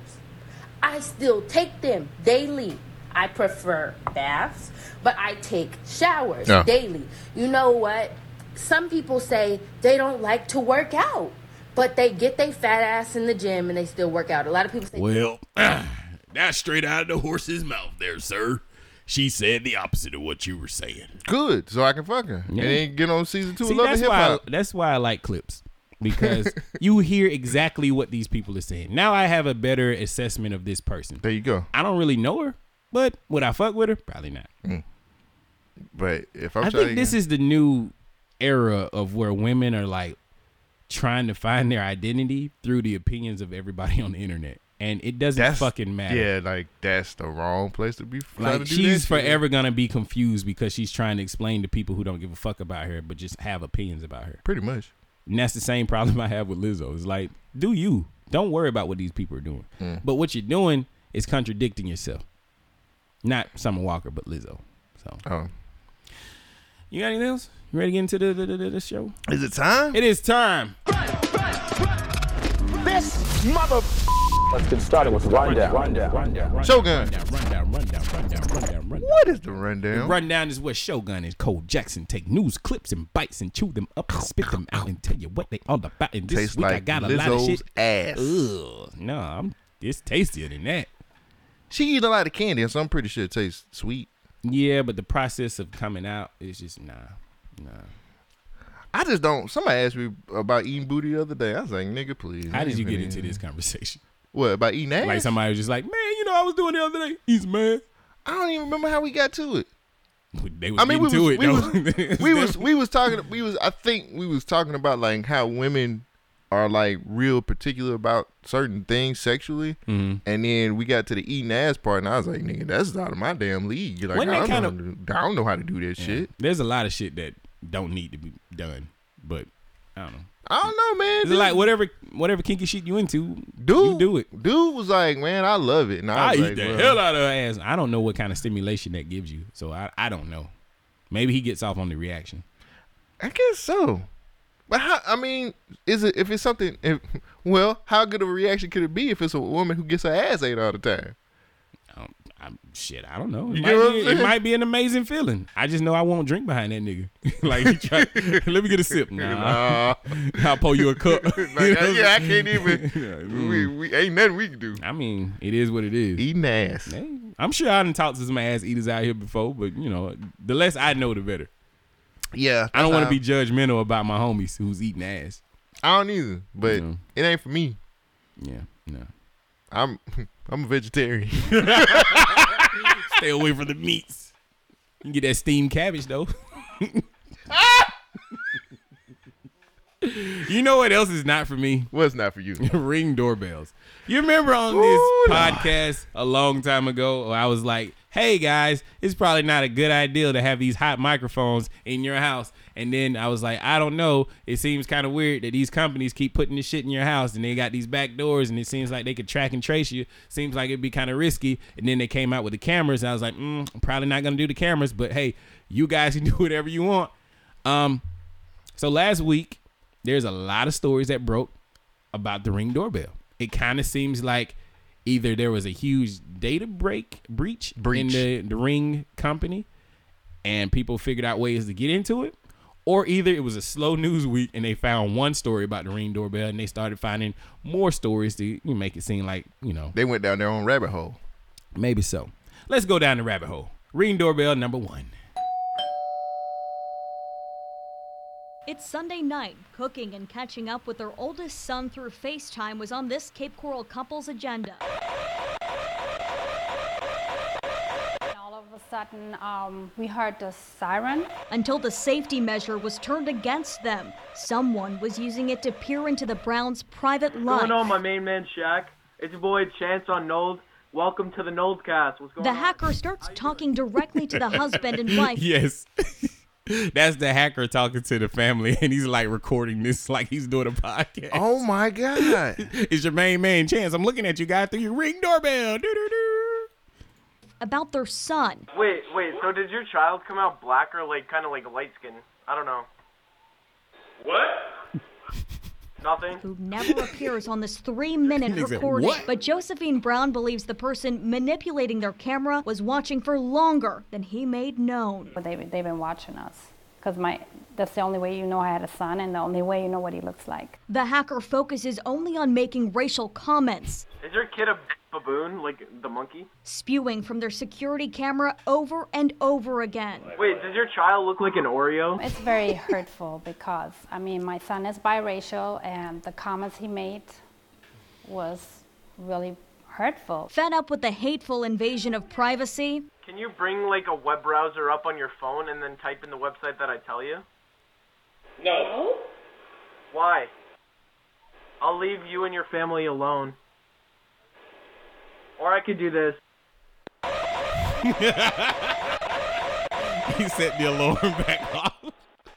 S8: I still take them daily. I prefer baths, but I take showers
S2: Yeah.
S8: daily. You know what? Some people say they don't like to work out, but they get their fat ass in the gym and they still work out. A lot of people say
S1: Well, that's straight out of the horse's mouth, there, sir. She said the opposite of what you were saying.
S2: Good, so I can fuck her. And
S1: Yeah.
S2: then get on season two
S1: See,
S2: of Love and
S1: that's
S2: Hip
S1: why
S2: Hop.
S1: I, that's why I like clips because you hear exactly what these people are saying. Now I have a better assessment of this person.
S2: There you go.
S1: I don't really know her, but would I fuck with her? Probably not.
S2: But Mm. if I'm
S1: I
S2: trying
S1: think
S2: to
S1: this is the new era of where women are like trying to find their identity through the opinions of everybody on the internet, and it doesn't fucking matter.
S2: Yeah, like that's the wrong place to be. trying
S1: Like
S2: to do that
S1: she's
S2: shit.
S1: forever gonna be confused because she's trying to explain to people who don't give a fuck about her, but just have opinions about her.
S2: Pretty much.
S1: And that's the same problem I have with Lizzo. It's like, do you? Don't worry about what these people are doing.
S2: Mm.
S1: But what you're doing is contradicting yourself. Not Summer Walker, but Lizzo. So
S2: Oh,
S1: you got anything else? You ready to get into the the, the, the show?
S2: is it time?
S1: It is time.
S9: Let's get started with the rundown. rundown.
S2: Shogun.
S1: Rundown, rundown, rundown, rundown, rundown.
S2: What is the rundown?
S1: Rundown is where Shogun and Cole Jackson take news clips and bites and chew them up and spit them out and tell you what they all about. And this
S2: Tastes
S1: week I
S2: like
S1: got a lot of
S2: Lizzo's
S1: shit.
S2: ass.
S1: Ugh, no, I'm it's tastier than that.
S2: She eat a lot of candy, so I'm pretty sure it tastes sweet.
S1: Yeah, but the process of coming out is just nah, nah.
S2: I just don't. Somebody asked me about eating booty the other day. I was like, nigga, please.
S1: How
S2: I
S1: did
S2: ain't
S1: you get
S2: finna-
S1: into this conversation?
S2: What about eating ass?
S1: Like somebody was just like, man, you know, I was doing the other day. He's mad.
S2: I don't even remember how we got to it.
S1: They was
S2: I mean, we was,
S1: getting
S2: we,
S1: to it.
S2: was,
S1: though.
S2: we was we was talking. We was I think we was talking about like how women are like real particular about certain things sexually,
S1: Mm-hmm.
S2: and then we got to the eating ass part, and I was like, nigga, that's out of my damn league. Like, I
S1: Wasn't that
S2: don't,
S1: kind
S2: know,
S1: of-
S2: how to do- I don't know how to do that shit.
S1: There's a lot of shit that don't need to be done, but I don't know.
S2: I don't know, man.
S1: It's
S2: This-
S1: like whatever whatever kinky shit you into,
S2: dude,
S1: you do it.
S2: Dude was like, man, I love it, and I,
S1: I
S2: was
S1: eat
S2: like,
S1: the
S2: well,
S1: hell out of her ass. I don't know what kind of stimulation that gives you, so I I don't know. Maybe he gets off on the reaction.
S2: I guess so. But how? I mean, is it if it's something? If, well, how good of a reaction could it be if it's a woman who gets her ass ate all the time?
S1: I don't, Oh, I, shit, I don't know. It,
S2: You
S1: might
S2: get what
S1: be,
S2: I'm
S1: it
S2: saying?
S1: might be an amazing feeling. I just know I won't drink behind that nigga. like, he try, let me get a sip. Nah,
S2: Nah.
S1: I'll pour you a cup. You
S2: Like,
S1: know?
S2: yeah, I can't even. we, we ain't nothing we can do.
S1: I mean, it is what it is.
S2: Eating ass.
S1: Hey, I'm sure I done talked to some ass eaters out here before, but you know, the less I know, the better.
S2: Yeah,
S1: I don't want to
S2: um,
S1: be judgmental about my homies who's eating ass.
S2: I don't either. But
S1: No.
S2: it ain't for me.
S1: Yeah, no.
S2: I'm I'm a vegetarian.
S1: Stay away from the meats. You can get that steamed cabbage though. you know what else is not for me?
S2: well, it's not for you.
S1: Ring doorbells. You remember on this podcast a long time ago, I was like, "Hey guys, it's probably not a good idea to have these hot microphones in your house." And then I was like, "I don't know. It seems kind of weird that these companies keep putting this shit in your house, and they got these back doors, and it seems like they could track and trace you. Seems like it'd be kind of risky." And then they came out with the cameras, and I was like, mm, "I'm probably not gonna do the cameras, but hey, you guys can do whatever you want." Um, so last week, there's a lot of stories that broke about the ring doorbell. It kind of seems like either there was a huge data break breach, in
S2: Breach.
S1: the, the ring company and people figured out ways to get into it. Or either it was a slow news week and they found one story about the ring doorbell and they started finding more stories to you know, make it seem like, you know,
S2: They went down their own rabbit hole.
S1: maybe so. Let's go down the rabbit hole. Ring doorbell number one.
S10: It's Sunday night. Cooking and catching up with their oldest son through FaceTime was on this Cape Coral couple's agenda.
S11: All of a sudden, um, we heard the siren.
S10: Until the safety measure was turned against them. Someone was using it to peer into the Browns' private life.
S12: What's going on, my main man Shaq? It's your boy Chance on Nold. Welcome to the Nold cast. What's going
S10: The
S12: on?
S10: hacker starts talking directly to the husband and wife.
S1: Yes. That's the hacker talking to the family and he's like recording this like he's doing a podcast.
S2: Oh my god.
S1: It's your main man chance. I'm looking at you guys through your ring doorbell. Doo-doo-doo.
S10: about their son.
S12: Wait, wait. So did your child come out black or like kind of like light skin? I don't know. What? Nothing.
S10: Who never appears on this three minute
S1: Nigga said,
S10: recording.
S1: "What?"
S10: But Josephine Brown believes the person manipulating their camera was watching for longer than he made known.
S11: But they they've been watching us because my that's the only way you know I had a son, and the only way you know what he looks like.
S10: The hacker focuses only on making racial comments,
S12: Is your kid a baboon like the monkey?
S10: spewing from their security camera over and over again.
S12: Wait, does your child look like an Oreo?
S11: It's very hurtful because I mean my son is biracial, and the comments he made was really hurtful.
S10: Fed up with the hateful invasion of privacy,
S12: Can you bring like a web browser up on your phone and then type in the website that I tell you? No. Why? I'll leave you and your family alone. Or I could do this.
S1: He set the alarm back off.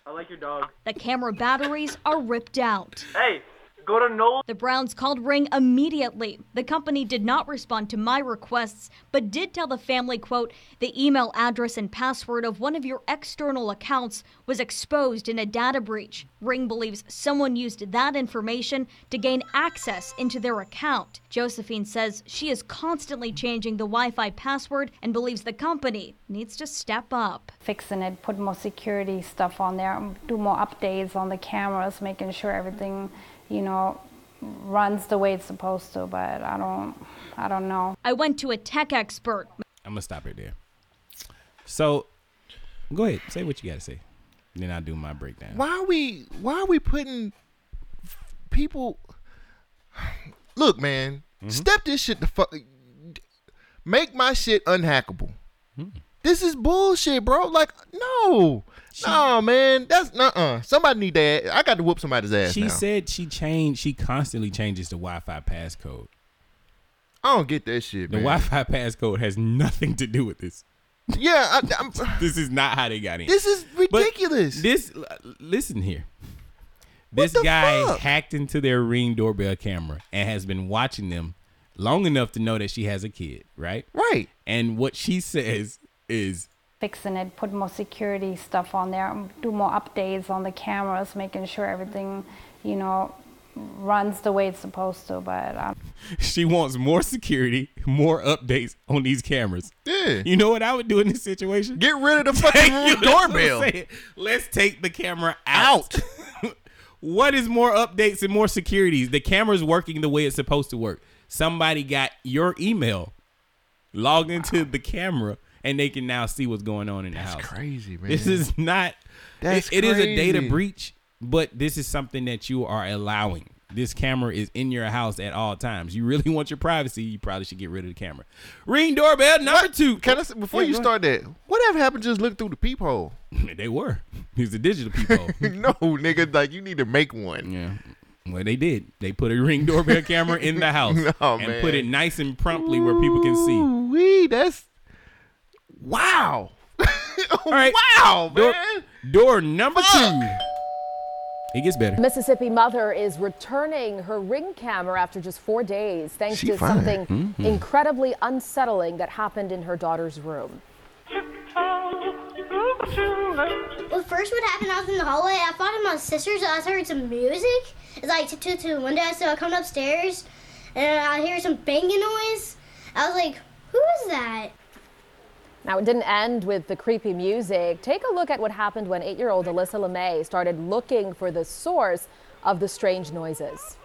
S12: I like your dog.
S10: the camera batteries are ripped out.
S12: Hey, go to Noel.
S10: The Browns called Ring immediately. The company did not respond to my requests, but did tell the family, quote, the email address and password of one of your external accounts was exposed in a data breach. Ring believes someone used that information to gain access into their account. Josephine says she is constantly changing the Wi-Fi password and believes the company needs to step up.
S11: Fixing it, put more security stuff on there, um, do more updates on the cameras, making sure everything, you know, runs the way it's supposed to. But I don't, I don't know.
S10: I went to a tech expert.
S1: I'm gonna stop it there. So go ahead. Say what you gotta say. Then I do my breakdown.
S2: Why are we why are we putting people Look, man,
S1: Mm-hmm.
S2: step this shit the fuck make my shit unhackable.
S1: Mm-hmm.
S2: This is bullshit, bro. Like, no. No, man. That's uh uh. Somebody need that. I got to whoop somebody's ass.
S1: She
S2: now.
S1: said she changed. She constantly changes the Wi-Fi passcode.
S2: I don't get that shit.
S1: The Wi-Fi passcode has nothing to do with this.
S2: Yeah,
S1: this is not how they got in.
S2: This is
S1: But
S2: ridiculous.
S1: this, l- listen here. This guy hacked into their ring doorbell camera and has been watching them long enough to know that she has a kid, right?
S2: Right.
S1: And what she says is,
S11: fixing it, put more security stuff on there, um, do more updates on the cameras, making sure everything, you know, runs the way it's supposed to. But I
S1: she wants more security, more updates on these cameras. Yeah. You know what I would do in this situation?
S2: Get rid of the fucking
S1: Thank
S2: room
S1: you. That's what I'm
S2: doorbell.
S1: saying. Let's take the camera out. what is more updates and more securities? The camera's working the way it's supposed to work. Somebody got your email, logged into the camera, and they can now see what's going on in the house.
S2: crazy, man.
S1: This is not.
S2: That's
S1: it- it is a data
S2: crazy.
S1: breach, but this is something that you are allowing. This camera is in your house at all times. You really want your privacy? You probably should get rid of the camera. Ring doorbell number two.
S2: Can I say, before you start that, whatever happened to just look through the peephole?
S1: they were. He's a digital people.
S2: no, nigga, like you need to make one.
S1: Yeah. Well, they did. They put a ring doorbell camera in the house
S2: No,
S1: and
S2: man.
S1: put it nice and promptly where people can see.
S2: Wee, that's wow.
S1: All right.
S2: Wow,
S1: Door,
S2: man.
S1: door number two. It gets better.
S13: Mississippi mother is returning her ring camera after just four days, thanks
S1: She
S13: to
S1: fine.
S13: something
S1: Mhm.
S13: incredibly unsettling that happened in her daughter's room.
S14: Well, first what happened, I was in the hallway. I thought it was my sister's. I heard some music. It's like tiptoed to the window, so I come upstairs, and I hear some banging noise. I was like, "Who is that?"
S13: Now, it didn't end with the creepy music. Take a look at what happened when eight year old Alyssa LeMay started looking for the source of the strange noises.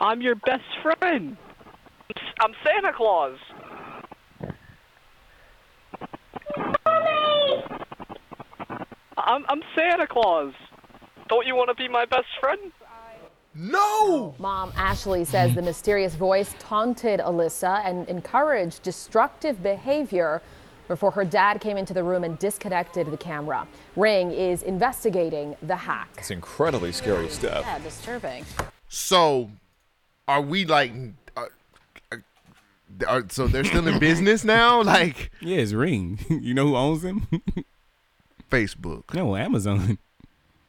S15: I'm your best friend. I'm Santa Claus. I'm, I'm Santa Claus. Don't you want to be my best friend?
S2: No!
S13: Mom Ashley says the mysterious voice taunted Alyssa and encouraged destructive behavior before her dad came into the room and disconnected the camera. Ring is investigating the hack.
S16: It's incredibly scary stuff.
S13: Yeah, disturbing.
S2: So, are we like? Are, are, so they're still in business now? Like,
S1: yeah, it's Ring. You know who owns him?
S2: Facebook.
S1: No, Amazon.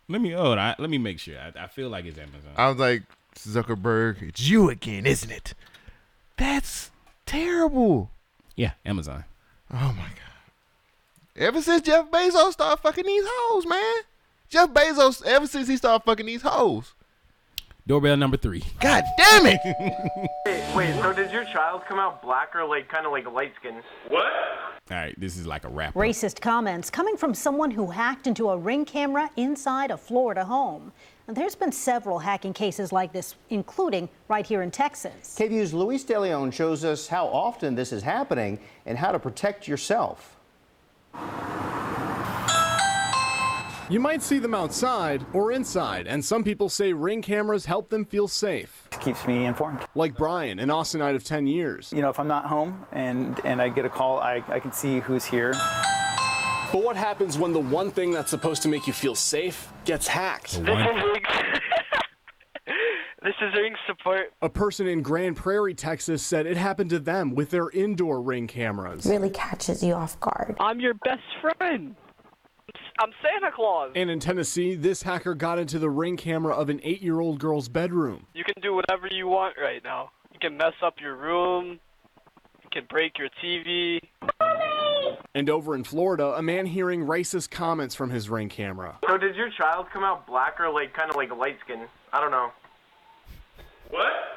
S1: Let me hold. I, let me make sure. I, I feel like it's Amazon.
S2: I was like Zuckerberg, it's you again, isn't it? That's terrible.
S1: Yeah, Amazon.
S2: Oh my god. Ever since Jeff Bezos started fucking these hoes, man. Jeff Bezos, ever since he started fucking these hoes.
S1: Doorbell number three.
S2: God damn it!
S12: Wait, so did your child come out black or like kind of like light skinned? What?
S1: All right, this is like a wrap.
S17: Racist comments coming from someone who hacked into a ring camera inside a Florida home. And there's been several hacking cases like this, including right here in Texas.
S18: KVU's Luis De Leon shows us how often this is happening and how to protect yourself.
S19: You might see them outside or inside, and some people say ring cameras help them feel safe.
S16: Keeps me informed.
S19: Like Brian, an Austinite of 10 years.
S16: You know, if I'm not home and, and I get a call, I, I can see who's here.
S19: But what happens when the one thing that's supposed to make you feel safe gets hacked?
S15: This is Ring Support.
S19: A person in Grand Prairie, Texas said it happened to them with their indoor ring cameras.
S8: really catches you off guard.
S15: I'm your best friend. I'm Santa Claus.
S19: And in Tennessee, this hacker got into the ring camera of an eight year old girl's bedroom.
S15: You can do whatever you want right now. You can mess up your room. You can break your TV.
S19: And over in Florida, a man hearing racist comments from his ring camera.
S12: So did your child come out black or like kind of like light skinned? I don't know.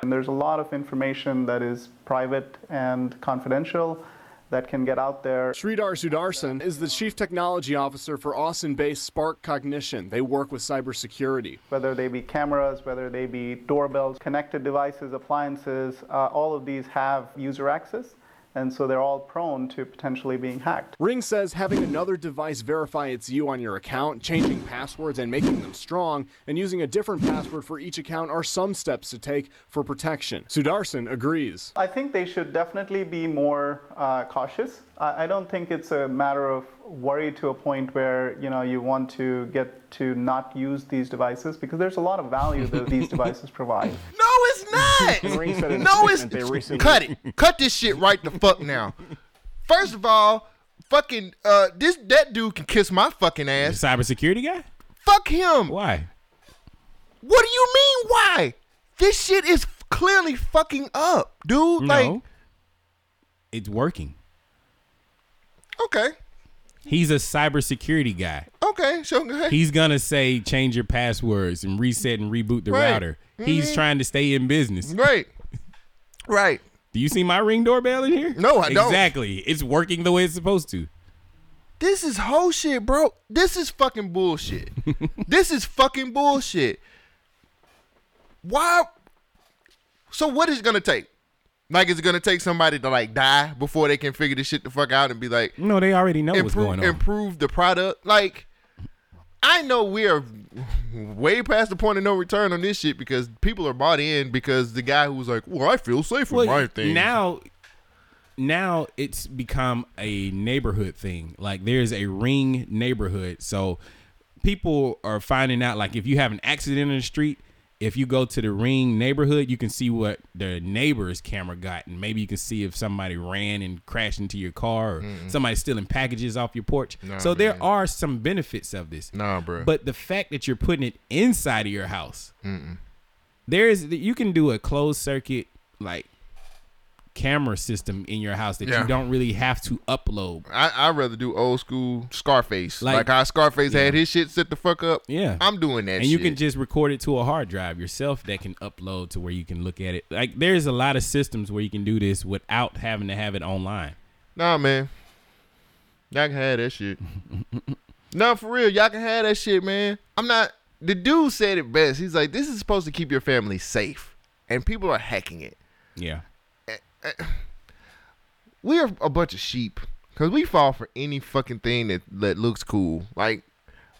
S5: And there's a lot of information that is private and confidential that can get out there.
S19: Sridhar Sudarsan is the Chief Technology Officer for Austin based Spark Cognition. They work with cybersecurity.
S5: Whether they be cameras, whether they be doorbells, connected devices, appliances, uh, all of these have user access. and so they're all prone to potentially being hacked.
S19: Ring says having another device verify it's you on your account, changing passwords and making them strong, and using a different password for each account are some steps to take for protection. Sudarsan agrees.
S5: I think they should definitely be more uh, cautious. I, I don't think it's a matter of worry to a point where you know you want to get to not use these devices because there's a lot of value that these devices provide.
S2: No, it's not.
S5: Ring said in a
S2: no, it's
S5: statement they recently-
S2: cut it. Cut this shit right the fuck now. First of all, fucking uh, this that dude can kiss my fucking ass.
S1: Cybersecurity guy?
S2: Fuck him.
S1: Why?
S2: What do you mean? Why? This shit is clearly fucking up, dude. Like,
S1: no. It's working.
S2: okay,
S1: He's a cybersecurity guy.
S2: okay, so go ahead.
S1: He's gonna say change your passwords and reset and reboot the
S2: Right.
S1: router. He's
S2: Mhm.
S1: trying to stay in business.
S2: Right. Right.
S1: Do you see my ring doorbell in here?
S2: No, I don't.
S1: Exactly. It's working the way it's supposed to.
S2: This is whole shit, bro. This is fucking bullshit. this is fucking bullshit. Why? So what is it gonna take? Like, is it gonna take somebody to like die before they can figure this shit the fuck out and be like,
S1: No, they already know what's
S2: improve,
S1: going on.
S2: improve the product? Like, I know we are way past the point of no return on this shit because people are bought in because the guy who was like, well, I feel safe with my thing.
S1: Now, now it's become a neighborhood thing. Like there's a ring neighborhood, so people are finding out. Like if you have an accident in the street, if you go to the ring neighborhood, you can see what the neighbor's camera got, and maybe you can see if somebody ran and crashed into your car, or
S3: Mm-mm.
S1: somebody stealing packages off your porch.
S3: Nah,
S1: so there
S3: man.
S1: are some benefits of this.
S2: Nah, bro.
S1: But the fact that you're putting it inside of your house, there is you can do a closed circuit like camera system in your house that
S2: Yeah.
S1: you don't really have to upload.
S2: I, I'd rather do old school Scarface. Like,
S1: Like-
S2: how Scarface
S1: Yeah.
S2: had his shit set the fuck up.
S1: Yeah.
S2: I'm doing that
S1: And
S2: shit.
S1: you can just record it to a hard drive yourself that can upload to where you can look at it. Like there's a lot of systems where you can do this without having to have it online.
S2: Nah, man. Y'all can have that shit. no, for real. Y'all can have that shit, man. I'm not. The dude said it best. He's like, this is supposed to keep your family safe. And people are hacking it.
S1: Yeah.
S2: We are a bunch of sheep. Because we fall for any fucking thing that, that looks cool. Like,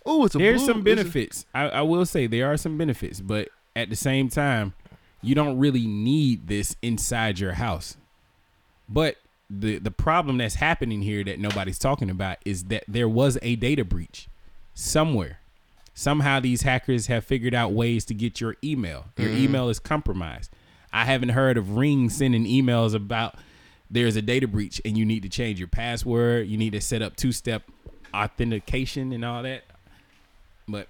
S2: oh, it's a
S1: there's
S2: blue-
S1: some
S2: it's a-
S1: benefits. I, I will say there are some benefits, but at the same time, you don't really need this inside your house. But the the problem that's happening here that nobody's talking about is that there was a data breach somewhere. Somehow these hackers have figured out ways to get your email. Your
S3: Mhm.
S1: email is compromised. I haven't heard of Ring sending emails about there's a data breach and you need to change your password, you need to set up two-step authentication and all that. But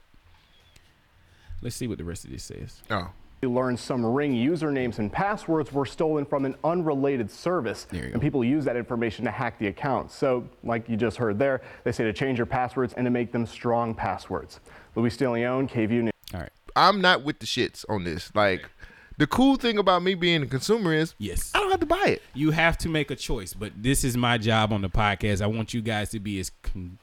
S1: let's see what the rest of this says.
S2: Oh.
S19: We learned some Ring usernames and passwords were stolen from an unrelated service, and people use that information to hack the account. So, like you just heard there, they say to change your passwords and to make them strong passwords. Luis De Leon, KVU News.
S1: All right.
S2: I'm not with the shits on this. Like, the cool thing about me being a consumer is
S1: yes,
S2: I don't have to buy it.
S1: You have to make a choice, but this is my job on the podcast. I want you guys to be as con-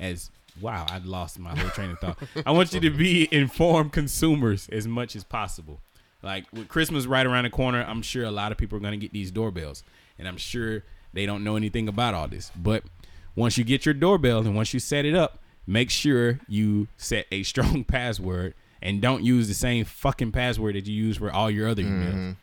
S1: as wow, I lost my whole train of thought. I want you to be informed consumers as much as possible. Like with Christmas right around the corner, I'm sure a lot of people are going to get these doorbells, and I'm sure they don't know anything about all this. But once you get your doorbell and once you set it up, make sure you set a strong password and don't use the same fucking password that you use for all your other emails.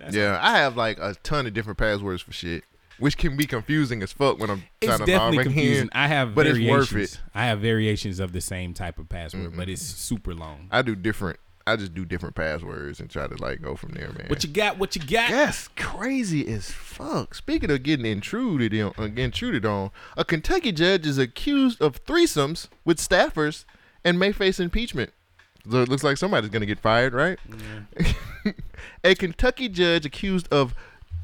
S2: Mm-hmm. yeah, I have like a ton of different passwords for shit, which can be confusing as fuck when I'm
S1: It's
S2: trying to log
S1: definitely
S2: in.
S1: confusing. I have
S2: but it's worth
S1: variations.
S2: it. Mm-hmm.
S1: I have variations of the same type of password, but it's super long.
S2: I do different. I just do different passwords and try to like go from there, man.
S1: What you got? What you got?
S2: That's crazy as fuck. Speaking of getting intruded on, uh, intruded on, a Kentucky judge is accused of threesomes with staffers and may face impeachment. So it looks like somebody's gonna get fired, right? a Kentucky judge accused of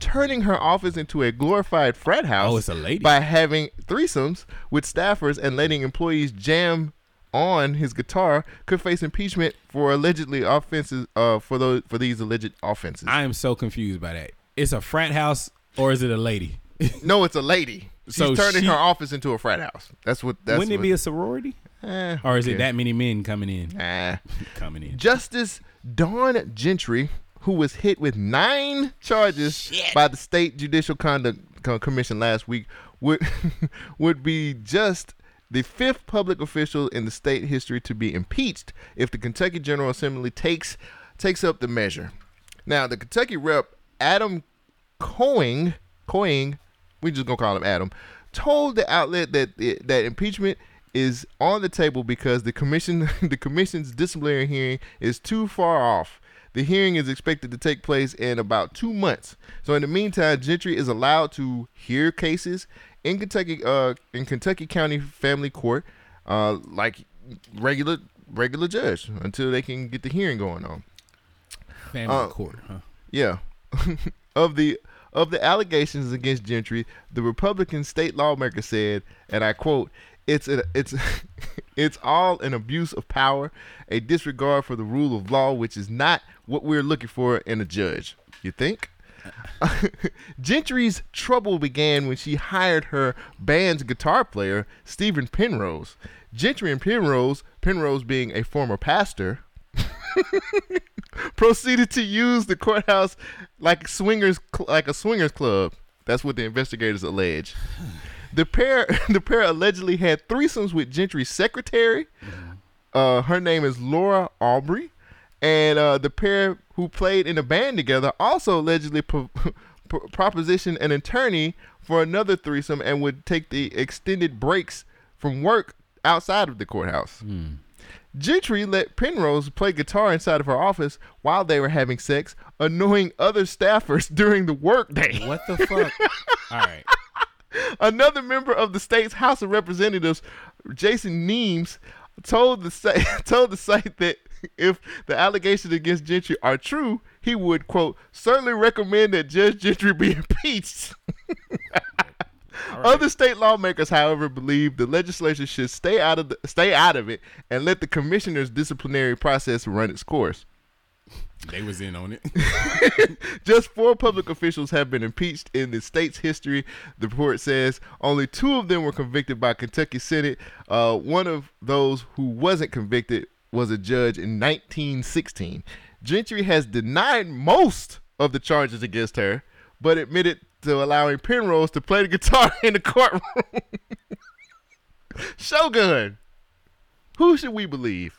S2: turning her office into a glorified frat
S1: Oh,
S2: house by having threesomes with staffers and letting employees jam on his guitar could face impeachment for allegedly offenses uh, for those for these alleged offenses.
S1: I am so confused by that. It's a frat house or is it a lady?
S2: no, it's a lady. She's
S1: So
S2: turning
S1: she-
S2: her office into a frat house. That's what. That's
S1: Wouldn't it
S2: what-
S1: be a sorority?
S2: Eh,
S1: or is
S2: okay.
S1: it that many men coming in?
S2: Nah.
S1: coming in.
S2: Justice Dawn Gentry, who was hit with nine charges by the state judicial conduct co- commissioned last week would would be just the fifth public official in the state history to be impeached if the Kentucky General Assembly takes takes up the measure. Now, the Kentucky rep Adam Coing, Coing, we just gonna call him Adam, told the outlet that that impeachment is on the table because the commission the commission's disciplinary hearing is too far off. The hearing is expected to take place in about two months. So in the meantime, Gentry is allowed to hear cases in Kentucky uh, in Kentucky County Family Court, uh, like regular regular judge until they can get the hearing going on.
S1: Family
S2: Uh,
S1: court, huh?
S2: Yeah. of the of the allegations against Gentry, the Republican state lawmaker said, and I quote, "It's a, it's it's all an abuse of power, a disregard for the rule of law, which is not what we're looking for in a judge." You think? Gentry's trouble began when she hired her band's guitar player, Stephen Penrose. Gentry and Penrose, Penrose being a former pastor, proceeded to use the courthouse like swingers cl- like a swingers club. That's what the investigators allege. The pair the pair allegedly had threesomes with Gentry's secretary. Uh, her name is Laura Aubrey, and uh, the pair who played in a band together also allegedly pro- pro- propositioned an attorney for another threesome and would take the extended breaks from work outside of the courthouse. Gentry let Penrose play guitar inside of her office while they were having sex, annoying other staffers during the workday.
S1: What the fuck? All right.
S2: Another member of the state's House of Representatives, Jason Nemes, told the site, told the site that if the allegations against Gentry are true, he would quote certainly recommend that Judge Gentry be impeached. Other state lawmakers, however, believe the legislature should stay out of the, stay out of it and let the commissioner's disciplinary process run its course.
S1: They was in on it.
S2: Just four public officials have been impeached in the state's history. The report says only two of them were convicted by Kentucky Senate. Uh, one of those who wasn't convicted was a judge in 1916. Gentry has denied most of the charges against her, but admitted to allowing Penrose to play the guitar in the courtroom. Shogun, who should we believe?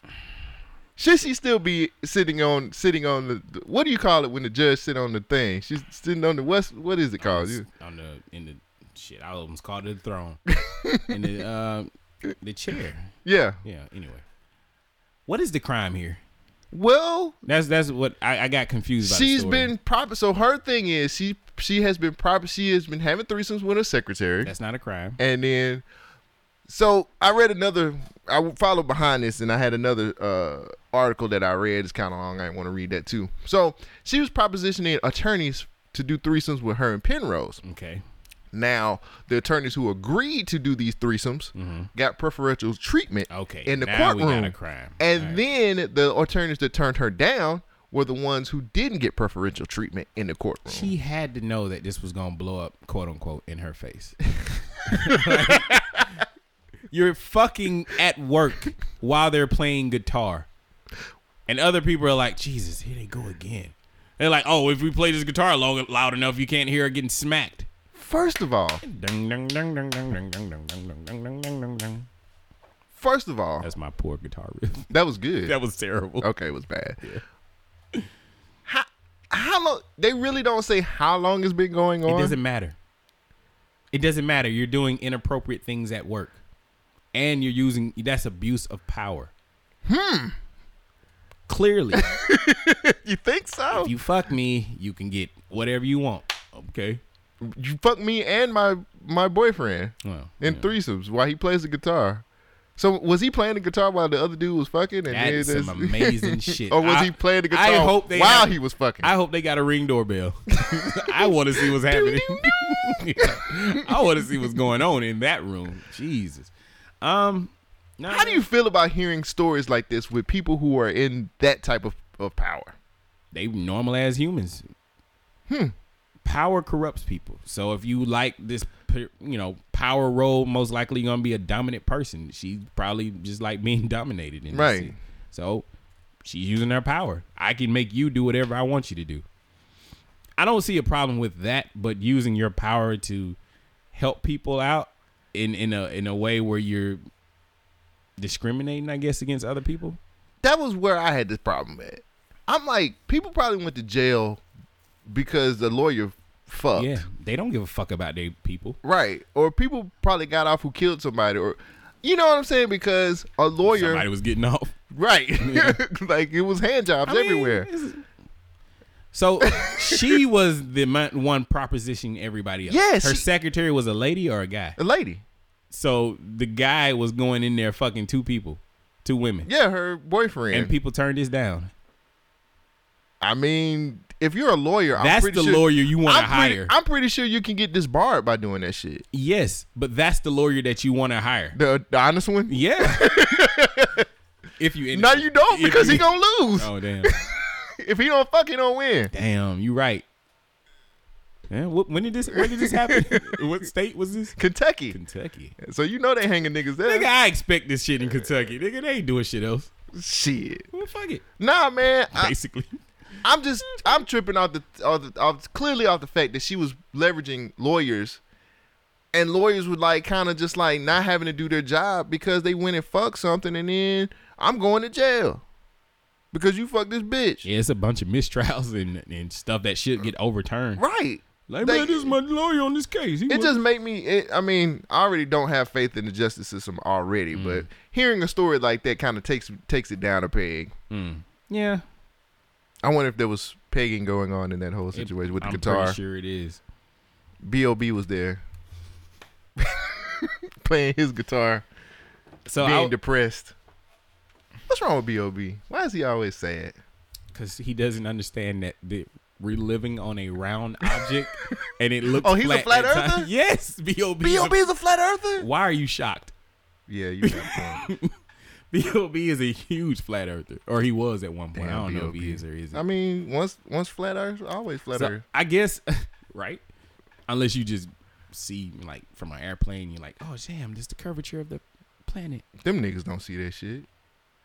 S2: Should she still be sitting on sitting on the what do you call it when the judge sit on the thing? She's sitting on the what's what is it called? Oh, You-
S1: on the in the shit. I almost called it the throne. in the uh, the chair.
S2: Yeah.
S1: Yeah. Anyway, what is the crime here?
S2: Well,
S1: that's that's what I, I got confused. By the
S2: She's
S1: story.
S2: been proper. So her thing is she she has been proper. She has been having threesomes with her secretary. That's
S1: not a crime.
S2: And then, so I read another. I followed behind this, and I had another uh, article that I read. It's kind of long. I didn't want to read that too. So she was propositioning attorneys to do threesomes with her and Penrose.
S1: Okay.
S2: Now the attorneys who agreed to do these threesomes got preferential treatment.
S1: Mm-hmm. Okay.
S2: In the
S1: now we
S2: courtroom.
S1: got a crime.
S2: And then the attorneys that turned her down were the ones who didn't get preferential treatment in the courtroom.
S1: She had to know that this was gonna blow up, quote unquote, in her face. You're fucking at work while they're playing guitar, and other people are like, "Jesus, here they go again." They're like, "Oh, if we play this guitar long, loud enough, you can't hear her getting smacked."
S2: First of all, first of all,
S1: that's my poor guitar riff.
S2: That was good.
S1: That was terrible.
S2: Okay, it was bad. How, how long? They really don't say how long it's been going on.
S1: It doesn't matter. It doesn't matter. You're doing inappropriate things at work, and you're using that's abuse of power.
S2: Hmm.
S1: Clearly,
S2: you think so?
S1: If you fuck me, you can get whatever you want. Okay.
S2: You fuck me and my my boyfriend
S1: Well,
S2: in threesomes while he plays the guitar. So was he playing the guitar while the other dude was fucking? And
S1: That
S2: then
S1: is
S2: this-
S1: some amazing shit.
S2: or was
S1: I-
S2: he playing the
S1: I
S2: guitar
S1: hope they
S2: while
S1: have-
S2: he was fucking?
S1: I hope they got a ring doorbell. I want to see what's happening. I want to see what's going on in that room. Jesus. Um,
S2: how do you feel about hearing stories like this with people who are in that type of, of power?
S1: They normal as humans.
S2: Hmm.
S1: Power corrupts people. So if you like this, p- you know, power role, most likely you're gonna be a dominant person. She probably just like being dominated. In this
S2: Right.
S1: scene. So she's using her power. I can make you do whatever I want you to do. I don't see a problem with that, but using your power to help people out in in a in a way where you're discriminating, I guess, against other people.
S2: That was where I had this problem at. I'm like, people probably went to jail because the lawyer fucked.
S1: Yeah, they don't give a fuck about their people.
S2: Right. Or people probably got off who killed somebody or you know what I'm saying? Because a lawyer
S1: Somebody was getting off.
S2: Right. like it was hand jobs
S1: I mean,
S2: everywhere.
S1: So she was the mon- one propositioning everybody else.
S2: Yes,
S1: her
S2: she-
S1: secretary was a lady or a guy.
S2: A lady.
S1: So the guy was going in there fucking two people, two women,
S2: Yeah, her boyfriend.
S1: and people turned this down.
S2: I mean, if you're a lawyer, I'm
S1: That's
S2: pretty
S1: the
S2: sure-
S1: lawyer you wanna
S2: I'm pretty-
S1: hire.
S2: I'm pretty sure you can get disbarred by doing that shit.
S1: Yes, but that's the lawyer that you want to hire.
S2: The, the honest one?
S1: Yeah. if you
S2: No, you don't
S1: if
S2: because
S1: you-
S2: he gonna lose.
S1: Oh damn.
S2: if he don't fuck, he don't win.
S1: Damn, you right. Man, what, when did this? When did this happen? what state was this?
S2: Kentucky.
S1: Kentucky.
S2: So you know they hanging niggas there.
S1: Nigga, I expect this shit in Kentucky. Nigga, they ain't doing shit else.
S2: Shit.
S1: Well, fuck it.
S2: Nah, man. I,
S1: Basically.
S2: I'm just I'm tripping off the, off the off clearly off the fact that she was leveraging lawyers, and lawyers would like kind of just like not having to do their job because they went and fucked something, and then I'm going to jail because you fucked this bitch.
S1: Yeah, it's a bunch of mistrials and, and stuff that should get overturned.
S2: Right.
S1: Like,
S2: They-
S1: man, this is my lawyer on this case. He
S2: It
S1: was-
S2: just make me. It, I mean, I already don't have faith in the justice system already,
S1: Mm.
S2: but hearing a story like that kind of takes takes it down a peg.
S1: Mm. Yeah.
S2: I wonder if there was pegging going on in that whole situation with the
S1: I'm
S2: guitar.
S1: pretty sure it is.
S2: B.O.B. was there playing his guitar,
S1: So
S2: being
S1: I-
S2: depressed. What's wrong with B.O.B.? Why is he always sad?
S1: Because he doesn't understand that the reliving on a round object and it looks
S2: Oh, he's a
S1: flat
S2: flat
S1: at times-
S2: earther?
S1: Yes, B.O.B. is a-
S2: B.O.B. is a flat earther?
S1: Why are you shocked?
S2: Yeah, you got a point.
S1: B.O.B. is a huge flat earther. Or he was at one point. I
S2: Damn,
S1: don't know if
S2: B.O.B..
S1: he is or isn't.
S2: I mean, once once flat earth, always flat
S1: So,
S2: earth.
S1: I guess, right? Unless you just see like from an airplane, you're like, oh damn, this is the curvature of the planet.
S2: Them niggas don't see that shit.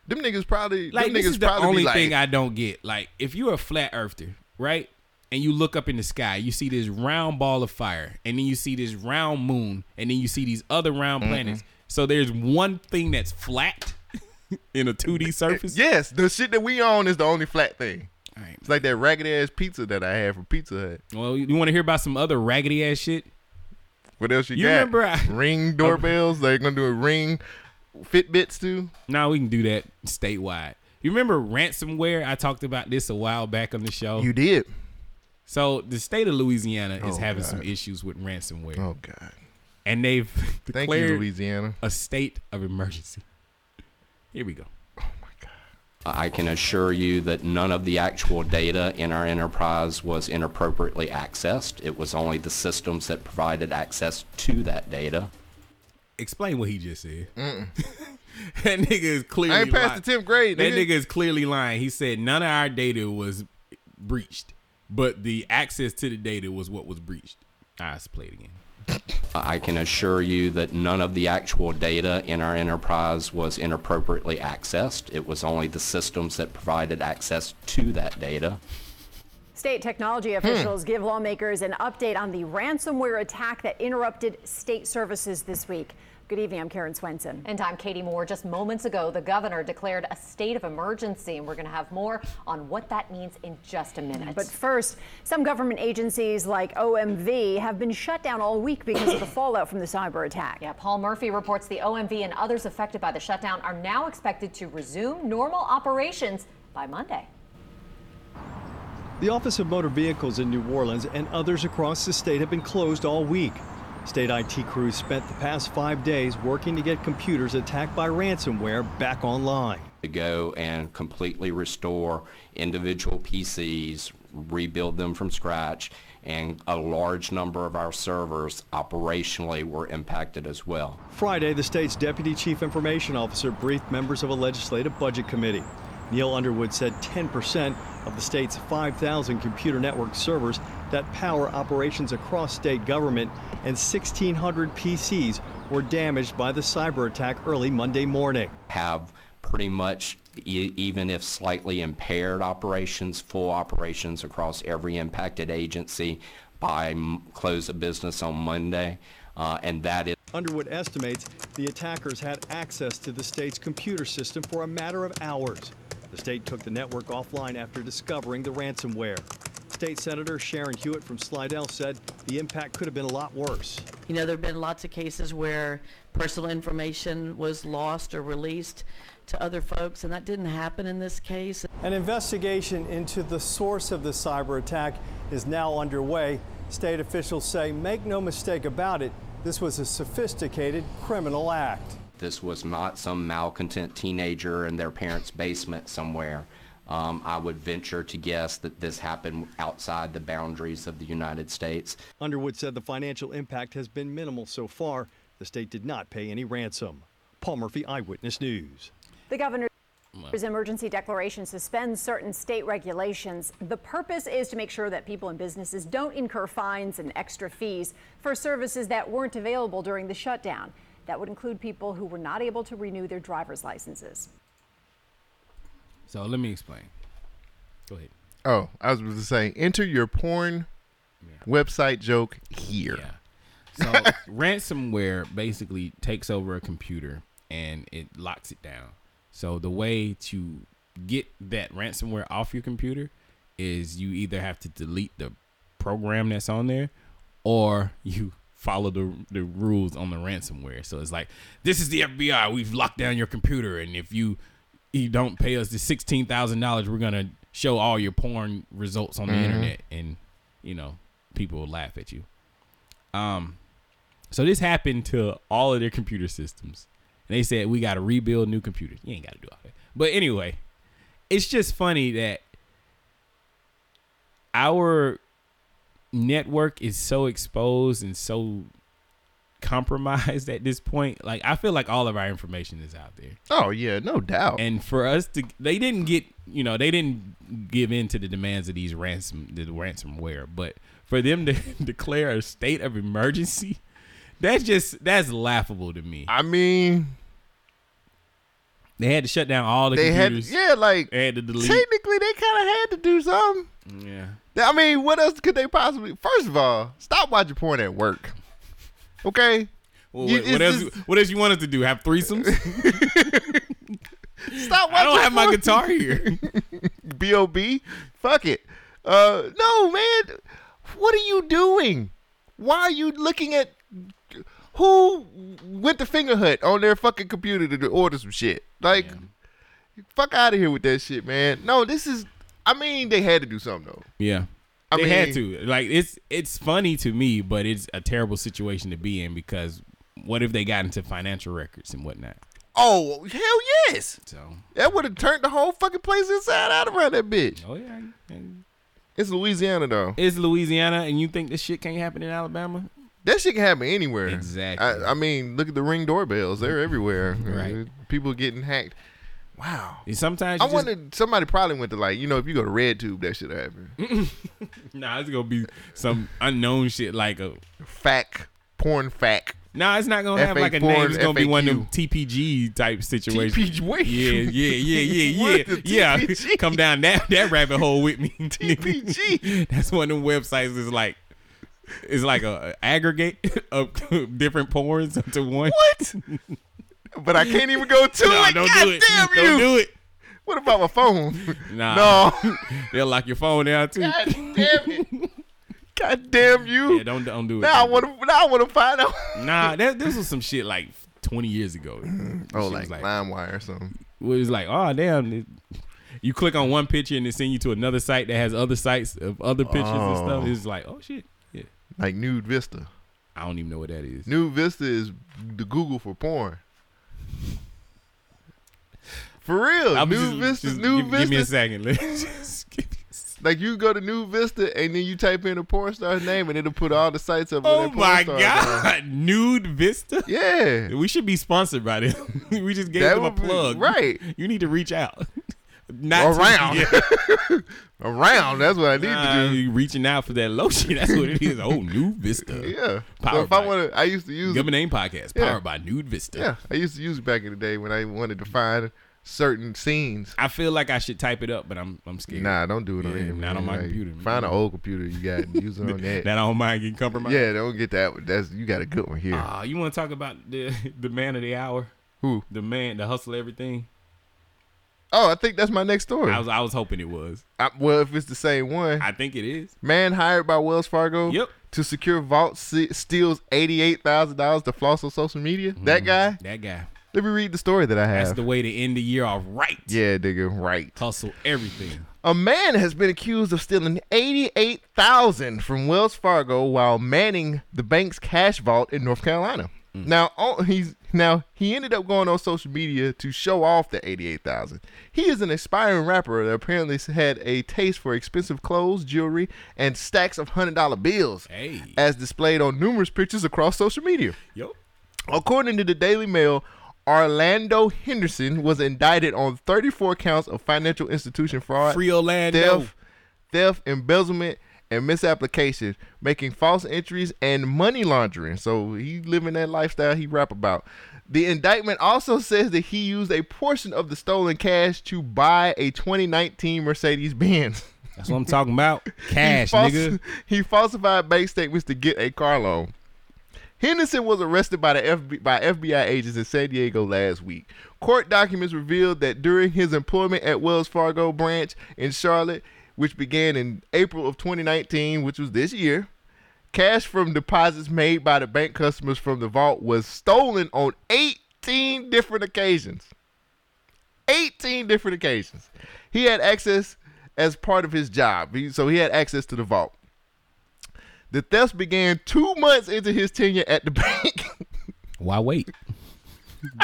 S2: Them niggas probably.
S1: Like
S2: them
S1: this
S2: niggas
S1: is the
S2: probably be
S1: only
S2: like,
S1: thing I don't get. Like if you're a flat earther, right? And you look up in the sky, you see this round ball of fire, and then you see this round moon, and then you see these other round
S2: Mhm.
S1: planets. So there's one thing that's flat in a 2D surface.
S2: Eh, Yes, the shit that we own is the only flat thing.
S1: Alright.
S2: It's like that ragged ass pizza that I had from Pizza Hut.
S1: Well, you want to hear about some other raggedy ass shit?
S2: What else you,
S1: You
S2: got?
S1: remember I-
S2: ring doorbells? They're gonna do a ring Fitbits too.
S1: No, we can do that statewide. You remember ransomware? I talked about this a while back on the show.
S2: You did.
S1: So the state of Louisiana is
S2: Oh,
S1: having
S2: God.
S1: some issues with ransomware.
S2: Oh God.
S1: And they've
S2: Thank
S1: declared
S2: you, Louisiana.
S1: a state of emergency. Here we go.
S20: I can assure you that none of the actual data in our enterprise was inappropriately accessed. It was only the systems that provided access to that data.
S1: Explain what he just said. that nigga is clearly
S2: I ain't
S1: lying.
S2: past the 10th grade,
S1: That
S2: nigga.
S1: nigga is clearly lying. He said none of our data was breached, but the access to the data was what was breached. I just played again.
S20: I can assure you that none of the actual data in our enterprise was inappropriately accessed. It was only the systems that provided access to that data.
S21: State technology officials give lawmakers an update on the ransomware attack that interrupted state services this week. Good evening. I'm Karen Swenson.
S22: And I'm Katie Moore. Just moments ago, the governor declared a state of emergency, and we're going to have more on what that means in just a minute.
S21: But first, some government agencies like OMV have been shut down all week because of the fallout from the cyber attack.
S22: yeah, Paul Murphy reports the OMV and others affected by the shutdown are now expected to resume normal operations by Monday.
S23: The Office of Motor Vehicles in New Orleans and others across the state have been closed all week. State IT crews spent the past five days working to get computers attacked by ransomware back online.
S20: to go and completely restore individual PCs, rebuild them from scratch, and a large number of our servers operationally were impacted as well.
S23: Friday, the state's deputy chief information officer briefed members of a legislative budget committee. Neil Underwood said 10% of the state's 5,000 computer network servers that power operations across state government and 1,600 PCs were damaged by the cyber attack early Monday morning.
S20: Have pretty much, e- even if slightly impaired operations, full operations across every impacted agency by m- close of business on Monday. Uh, And that is
S23: Underwood estimates the attackers had access to the state's computer system for a matter of hours. The state took the network offline after discovering the ransomware. State Senator Sharon Hewitt from Slidell said the impact could have been a lot worse.
S24: You know, there have been lots of cases where personal information was lost or released to other folks, and that didn't happen in this case.
S4: An investigation into the source of the cyber attack is now underway. State officials say, make no mistake about it, this was a sophisticated criminal act.
S20: this was not some malcontent teenager in their parents' basement somewhere. Um, I would venture to guess that this happened outside the boundaries of the United States.
S23: Underwood said the financial impact has been minimal so far. The state did not pay any ransom. Paul Murphy, Eyewitness News.
S21: The governor's emergency declaration suspends certain state regulations. The purpose is to make sure that people and businesses don't incur fines and extra fees for services that weren't available during the shutdown. That would include people who were not able to renew their driver's licenses.
S1: So let me explain. Go ahead.
S2: Oh, I was going to say, enter your porn website joke here.
S1: So ransomware basically takes over a computer and it locks it down. So the way to get that ransomware off your computer is you either have to delete the program that's on there or you follow the the rules on the ransomware. So it's like this is the FBI, we've locked down your computer and if you you don't pay us the $16,000, we're going to show all your porn results on the
S3: Mhm.
S1: internet and you know, people will laugh at you. Um, so this happened to all of their computer systems. And they said we got to rebuild new computers. You ain't got to do all that. But anyway, it's just funny that our network is so exposed and so compromised at this point. Like I feel like all of our information is out there.
S2: Oh yeah, no doubt.
S1: And for us to, they didn't get, you know, they didn't give in to the demands of these ransom, the ransomware. But for them to declare a state of emergency, that's just that's laughable to me.
S2: I mean,
S1: they had to shut down all the
S2: They had-
S1: computers.
S2: yeah, like
S1: they had to delete.
S2: Technically, they kind of had to do something.
S1: yeah.
S2: I mean, what else could they possibly? First of all, stop watching porn at work. Okay.
S1: Well,
S2: You-
S1: what, what
S2: it's
S1: else? What else you want us to do? Have threesomes?
S2: just- stop watching.
S1: I don't have my
S2: porn.
S1: guitar here.
S2: Bob, fuck it. Uh, no, man. What are you doing? Why are you looking at who went to Finger Hut on their fucking computer to order some shit? Like, fuck out of here with that shit, man. No, this is. I mean, they had to do something though.
S1: Yeah.
S2: I
S1: they had
S2: mean-
S1: to. Like it's it's funny to me, but it's a terrible situation to be in because what if they got into financial records and whatnot?
S2: Oh hell yes!
S1: So
S2: That would have turned the whole fucking place inside out around that bitch.
S1: Oh yeah,
S2: it's Louisiana though.
S1: It's Louisiana, and you think this shit can't happen in Alabama?
S2: That shit can happen anywhere.
S1: Exactly.
S2: I, I mean, look at the ring doorbells; they're everywhere.
S1: Right.
S2: People getting hacked. Wow.
S1: sometimes
S2: I
S1: you just-
S2: wonder. Somebody probably went to like you know if you go to Red Tube, that shit uh, happen.
S1: Nah, it's gonna be some unknown shit like a
S2: fact porn fact.
S1: Nah, it's not gonna have
S2: FA
S1: like a name.
S2: porn,
S1: It's gonna be one of
S2: FAQ.
S1: them TPG type situations.
S2: TPG wait.
S1: Yeah, yeah, yeah,
S2: What
S1: yeah,
S2: the
S1: yeah. Yeah,
S2: TPG?
S1: come down that that rabbit hole with me. TPG. That's one of them websites. Is like. It's like a, a aggregate of different porns into one.
S2: What? But I can't even go to
S1: No,
S2: it.
S1: don't
S2: God
S1: do it.
S2: damn you!
S1: Don't do it.
S2: What about my phone?
S1: Nah.
S2: No.
S1: They'll lock your phone down too.
S2: God damn it. God damn you.
S1: Yeah, don't don't do it.
S2: Now I want to. Now I want to find out.
S1: Nah, that this was some shit like 20 years ago.
S2: Oh,
S1: Shit
S2: like,
S1: was like-
S2: LimeWire or something.
S1: It was like, oh damn. it- you click on one picture and it send you to another site that has other sites of other pictures and stuff.
S2: Oh.
S1: It's like, oh shit. Yeah.
S2: Like Nude Vista.
S1: I don't even know what that is.
S2: Nude Vista is the Google for porn. For real,
S1: I'm
S2: Nude
S1: just-
S2: Vista.
S1: just
S2: Nude Vista.
S1: give- give me a second. Let's just
S2: like you go to Nude Vista and then you type in a porn star's name and it'll put all the sites up. where
S1: Oh
S2: that porn
S1: my
S2: star is on.
S1: god, Nude Vista.
S2: Yeah,
S1: we should be sponsored by them. we just gave
S2: That
S1: them a
S2: would be-
S1: plug,
S2: right.
S1: You need to reach out. Not to-
S2: Around.
S1: yeah.
S2: Around. That's what I need
S1: Nah,
S2: to do.
S1: you reaching out for that lotion. That's what it is. Oh, Nude Vista.
S2: Yeah.
S1: Powered
S2: so if I want to, I used to use
S1: Government Name Podcast,
S2: Yeah.
S1: powered by Nude Vista.
S2: Yeah, I used to use it back in the day when I wanted to find certain scenes.
S1: I feel like I should type it up, but I'm I'm scared.
S2: Nah, don't do it on
S1: Yeah,
S2: here,
S1: not
S2: man.
S1: on my
S2: Like,
S1: computer,
S2: Find an old computer you got. Use it on that.
S1: That I don't mind getting compromised.
S2: Yeah, don't get that. one. That's you got a good one here.
S1: Ah, you want to talk about the the man of the hour?
S2: Who?
S1: The man, the hustle, everything.
S2: oh, I think that's my next story.
S1: I was I was hoping it was.
S2: I, well, if it's the same one,
S1: I think it is.
S2: Man hired by Wells Fargo.
S1: Yep.
S2: To secure vault se- steals eighty eight thousand dollars to floss on social media. That guy.
S1: Mm-hmm. That guy.
S2: Let me read the story that I have.
S1: That's the way to end the year off right.
S2: Yeah, nigga, right.
S1: Hustle everything.
S2: A man has been accused of stealing 88,000 from Wells Fargo while manning the bank's cash vault in North Carolina. Now, oh, he's now he ended up going on social media to show off the 88,000. He is an aspiring rapper that apparently had a taste for expensive clothes, jewelry, and stacks of $100 bills
S1: Hey.
S2: as displayed on numerous pictures across social media.
S1: Yep.
S2: According to the Daily Mail, Orlando Henderson was indicted on 34 counts of financial institution fraud,
S1: Free Orlando.
S2: theft, theft, embezzlement, and misapplication, making false entries and money laundering. So he living that lifestyle he rap about. The indictment also says that he used a portion of the stolen cash to buy a 2019 Mercedes Benz.
S1: That's what I'm talking about. Cash,
S2: he falsi-
S1: nigga.
S2: He falsified bank statements to get a car loan. Henderson was arrested by the FB, by FBI agents in San Diego last week. Court documents revealed that during his employment at Wells Fargo branch in Charlotte, which began in April of 2019, which was this year, cash from deposits made by the bank customers from the vault was stolen on 18 different occasions. 18 different occasions. He had access as part of his job, He- so he had access to the vault. The thefts began two months into his tenure at the bank.
S1: Why wait?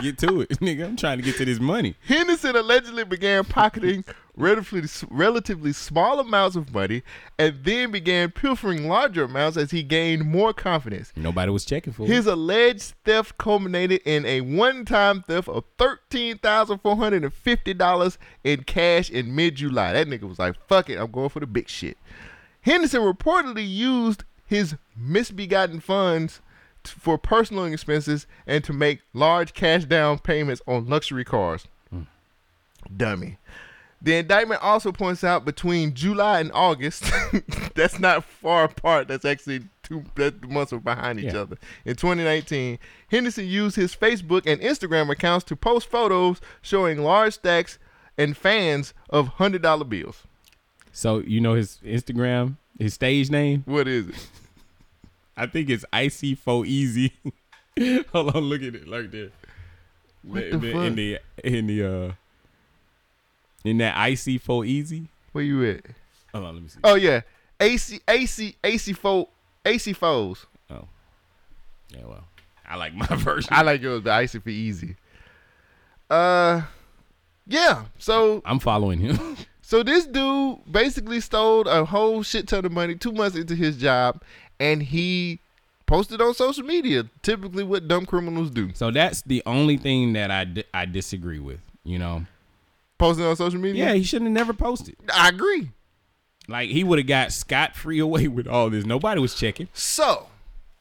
S1: get to it, nigga. I'm trying to get to this money.
S2: Henderson allegedly began pocketing relatively, relatively small amounts of money and then began pilfering larger amounts as he gained more confidence.
S1: Nobody was checking for
S2: His
S1: it.
S2: alleged theft culminated in a one-time theft of thirteen thousand four hundred and fifty dollars in cash in mid-July. That nigga was like, "Fuck it, I'm going for the big shit." Henderson reportedly used his misbegotten funds t- for personal expenses and to make large cash down payments on luxury cars. Dummy. The indictment also points out between July and August, that's not far apart. That's actually two that the months are behind each
S1: Yeah.
S2: other. In 2019, Henderson used his Facebook and Instagram accounts to post photos showing large stacks and fans of hundred dollar bills.
S1: So you know his Instagram, his stage name.
S2: What is it?
S1: I think it's Icy Fo Easy. Hold on, look at it like that.
S2: What
S1: The-
S2: the
S1: the-
S2: fuck?
S1: In the in the uh in that Icy Fo Easy.
S2: Where you at?
S1: Hold on, let me see.
S2: Oh yeah, AC AC AC foe AC foes.
S1: Oh, yeah. Well, I like my version.
S2: I like yours, but I used to be easy. Uh, yeah. So
S1: I'm following him.
S2: so this dude basically stole a whole shit ton of money two months into his job, and he posted on social media. Typically, what dumb criminals do.
S1: So that's the only thing that I di- I disagree with. You know,
S2: posting on social media.
S1: Yeah, he shouldn't have never posted.
S2: I agree.
S1: Like he would have got scot free away with all this. Nobody was checking.
S2: So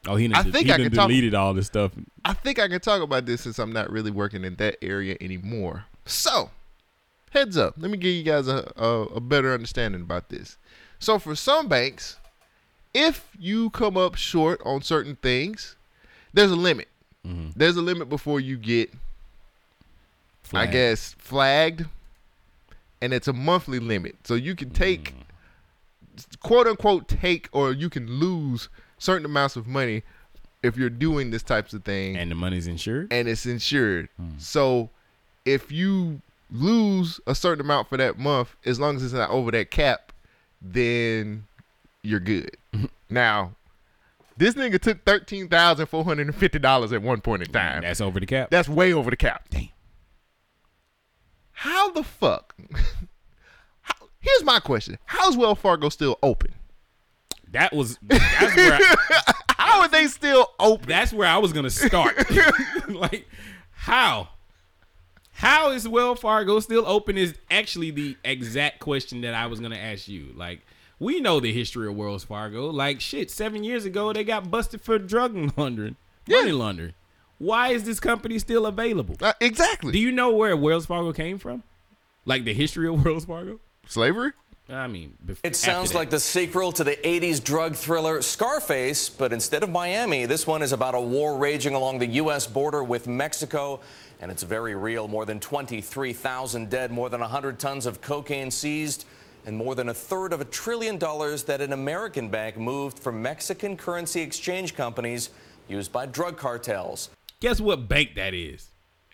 S1: Oh, he done,
S2: I
S1: de-
S2: think
S1: he
S2: I
S1: done
S2: can talk-
S1: deleted all this stuff.
S2: I think I can talk about this since I'm not really working in that area anymore. So, heads up. Let me give you guys a, a, a better understanding about this. So, for some banks, if you come up short on certain things, there's a limit. There's a limit before you get, I
S1: Flagged.
S2: guess, flagged, and it's a monthly limit. So you can take, quote unquote, take, or you can lose certain amounts of money if you're doing this types of thing.
S1: And the money's insured. Hmm.
S2: And it's insured. So if you lose a certain amount for that month, as long as it's not over that cap, then you're good. now, this nigga took thirteen thousand four hundred and fifty dollars at one point in time.
S1: That's over the cap.
S2: That's way over the cap. Damn. How the fuck? How, here's my question: How's Wells Fargo still open?
S1: That was that's where I,
S2: how are they still open?
S1: That's where I was gonna start. like how? How is Wells Fargo still open is actually the exact question that I was gonna ask you. Like we know the history of Wells Fargo. Like shit, seven years ago they got busted for drug laundering, money laundering. Why is this company still available?
S2: Uh, exactly.
S1: Do you know where Wells Fargo came from? Like the history of Wells Fargo?
S2: Slavery?
S1: I mean, bef-
S6: It sounds
S1: after that.
S6: like the sequel to the 80s drug thriller Scarface, but instead of Miami, this one is about a war raging along the U.S. border with Mexico, and it's very real. More than 23,000 dead, more than 100 tons of cocaine seized, and more than a third of a trillion dollars that an American bank moved from Mexican currency exchange companies used by drug cartels.
S1: Guess what bank that is?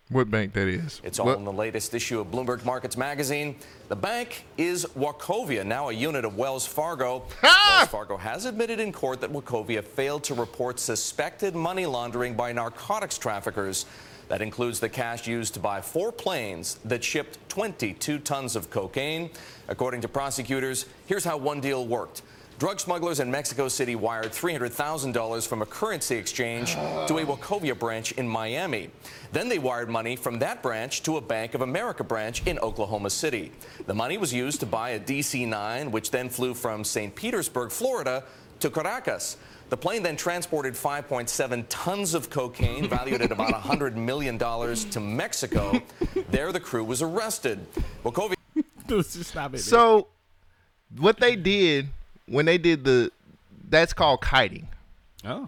S2: What bank that is?
S6: It's all
S2: What-
S6: in the latest issue of Bloomberg Markets Magazine. The bank is Wachovia, now a unit of Wells Fargo. Wells Fargo has admitted in court that Wachovia failed to report suspected money laundering by narcotics traffickers. That includes the cash used to buy four planes that shipped 22 tons of cocaine. According to prosecutors, here's how one deal worked. Drug smugglers in Mexico City wired $300,000 from a currency exchange to a Wachovia branch in Miami. Then they wired money from that branch to a Bank of America branch in Oklahoma City. The money was used to buy a DC 9, which then flew from St. Petersburg, Florida, to Caracas. The plane then transported 5.7 tons of cocaine valued at about $100 million to Mexico. There, the crew was arrested. Wachovia.
S1: Stop it.
S2: So, what they did when they did the that's called kiting.
S1: Oh.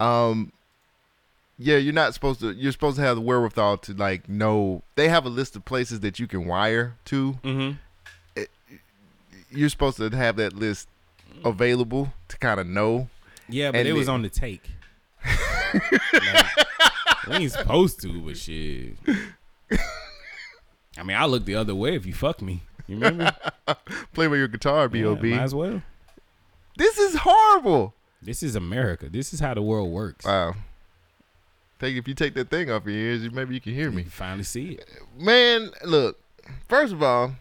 S2: Um. Yeah, you're not supposed to. You're supposed to have the wherewithal to like know. They have a list of places that you can wire to. Mm-hmm. you're supposed to have that list available to kind of know.
S1: Yeah, but
S2: And
S1: it was
S2: then-
S1: on the take. like, we ain't supposed to, but shit. I mean, I look the other way if you fuck me. You remember?
S2: Play with your guitar,
S1: Yeah,
S2: B.O.B.
S1: might as well.
S2: This is horrible.
S1: This is America. This is how the world works.
S2: Wow. Take if you take that thing off your ears, you, maybe you can hear me.
S1: finally see it.
S2: Man, look. First of all,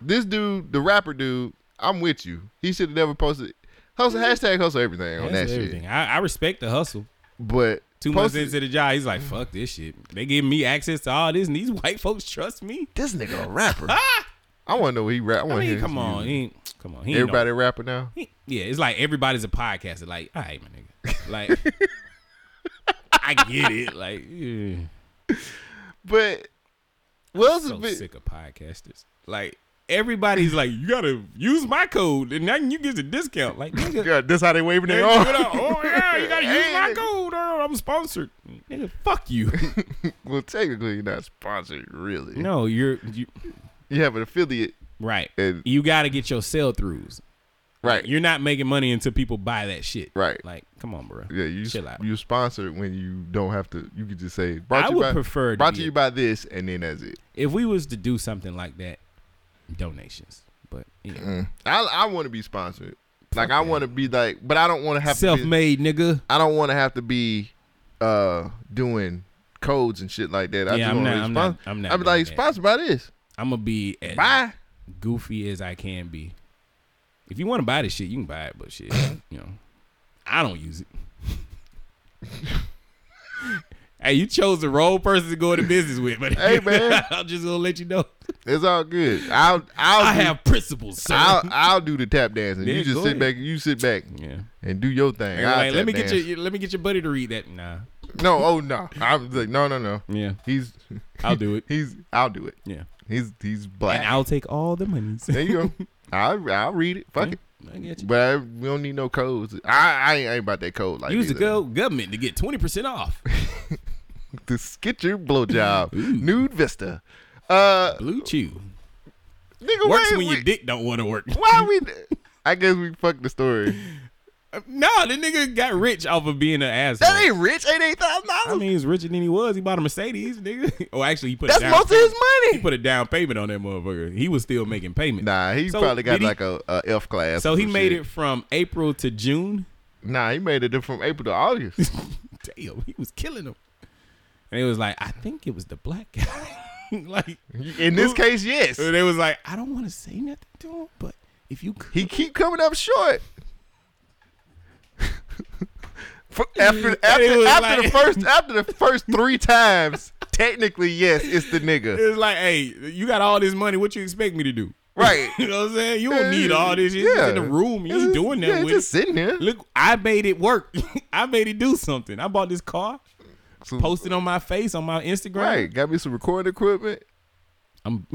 S2: this dude, the rapper dude, I'm with you. He should have never posted hustle hashtag hustle everything on that
S1: That's everything.
S2: shit.
S1: I, I respect the hustle.
S2: But
S1: two months
S2: posted-
S1: into the job, he's like, "Fuck this shit." They give me access to all this, and these white folks trust me.
S2: This nigga a rapper. I want to know what he rap. I
S1: I
S2: want to
S1: mean,
S2: hear.
S1: come
S2: his
S1: on,
S2: music.
S1: he ain't, come on. He ain't
S2: Everybody
S1: no-
S2: a rapper now.
S1: he- yeah, it's like everybody's a podcaster. Like, all right, my nigga. Like, I get it. Like, yeah.
S2: but Wells
S1: so sick of podcasters. Like, everybody's like, you gotta use my code, and then you get a discount. Like, nigga,
S2: God, that's how they waving
S1: Hey,
S2: their
S1: you
S2: arm.
S1: know, oh yeah, you gotta use my
S2: Hey.
S1: code. Or I'm sponsored. Nigga, fuck you.
S2: well, technically, you're not sponsored, really.
S1: No, you're you.
S2: You have an affiliate,
S1: right? you got to get your sell throughs,
S2: right?
S1: You're not making money until people buy that shit,
S2: Right.
S1: Like, come on, bro.
S2: Yeah, you
S1: chill out.
S2: you sponsored when you don't have to. You could just say, "Brought
S1: I
S2: you
S1: would
S2: by,
S1: prefer to
S2: brought
S1: be
S2: to
S1: a-
S2: you by this," and then that's it.
S1: If we was to do something like that, donations, but you know.
S2: Mm. I I want to be sponsored. Like I want to be like, but I don't want to have
S1: Self-made
S2: to
S1: nigga.
S2: I don't want to have to be uh doing codes and shit like that. I
S1: Yeah,
S2: just
S1: I'm
S2: want
S1: not-
S2: to
S1: I'm
S2: be
S1: not-
S2: spon-
S1: I'm not
S2: I'd be
S1: doing
S2: like
S1: that.
S2: sponsored by this.
S1: I'm gonna be as
S2: Bye.
S1: goofy as I can be. If you want to buy this shit, you can buy it, but shit, you know, I don't use it. hey, you chose the wrong person to go into business with, but
S2: Hey, man.
S1: I'm just gonna let you know.
S2: It's all good. I'll I'll
S1: I
S2: do-
S1: have principles, sir.
S2: I'll I'll do the tap dancing.
S1: Yeah,
S2: you just
S1: go
S2: sit
S1: ahead.
S2: back. You sit back.
S1: Yeah.
S2: And do your thing.
S1: Like,
S2: I'll
S1: let
S2: tap
S1: me
S2: dance.
S1: get your let me get your buddy to read that. Nah,
S2: No, oh no. I was like, no, no, no.
S1: Yeah.
S2: He's
S1: I'll do it.
S2: He's I'll do it.
S1: Yeah.
S2: He's he's black.
S1: and I'll take all the monies.
S2: there you go. I'll I'll read it. Fuck
S1: Yeah,
S2: it.
S1: I get you.
S2: But I, we don't need no codes. I I ain't, I ain't about that code like
S1: Use the
S2: either.
S1: go- government to get twenty percent off.
S2: This get your blowjob. Nude Vista. Uh
S1: Blue Chew.
S2: Nigga,
S1: Works
S2: why
S1: when
S2: we,
S1: your dick don't want to work.
S2: why we I guess we fucked the story.
S1: No, Uh, the nigga got rich off of being an asshole.
S2: That ain't rich, ain't eight thousand
S1: I
S2: dollars.
S1: mean, he's richer than he was. He bought a Mercedes, nigga. oh, actually, he put
S2: That's
S1: a down
S2: most of his money.
S1: He put a down payment on that motherfucker. He was still making payments.
S2: Nah, he
S1: So,
S2: probably got
S1: did he-
S2: like a a F class.
S1: So
S2: or
S1: he
S2: some
S1: made
S2: shit.
S1: it from April to June.
S2: Nah, he made it from April to August.
S1: Damn, he was killing him. And it was like, I think it was the black guy. like
S2: In this
S1: who-
S2: case, yes.
S1: And they was like, I don't want to say nothing to him, but if you could,
S2: He keep coming up short. For after after,
S1: it was
S2: after the
S1: like-
S2: first after the first three times, technically yes, it's the
S1: it
S2: nigga.
S1: was like, hey, you got all this money. What you expect me to do?
S2: Right.
S1: you know what I'm saying? You don't need all this shit It's in the room. You ain't doing nothing
S2: yeah,
S1: with
S2: just
S1: it.
S2: sitting there.
S1: Look, I made it work. I made it do something. I bought this car.
S2: some
S1: Post it on my face on my Instagram.
S2: Right. Got me some recording equipment.
S1: I'm.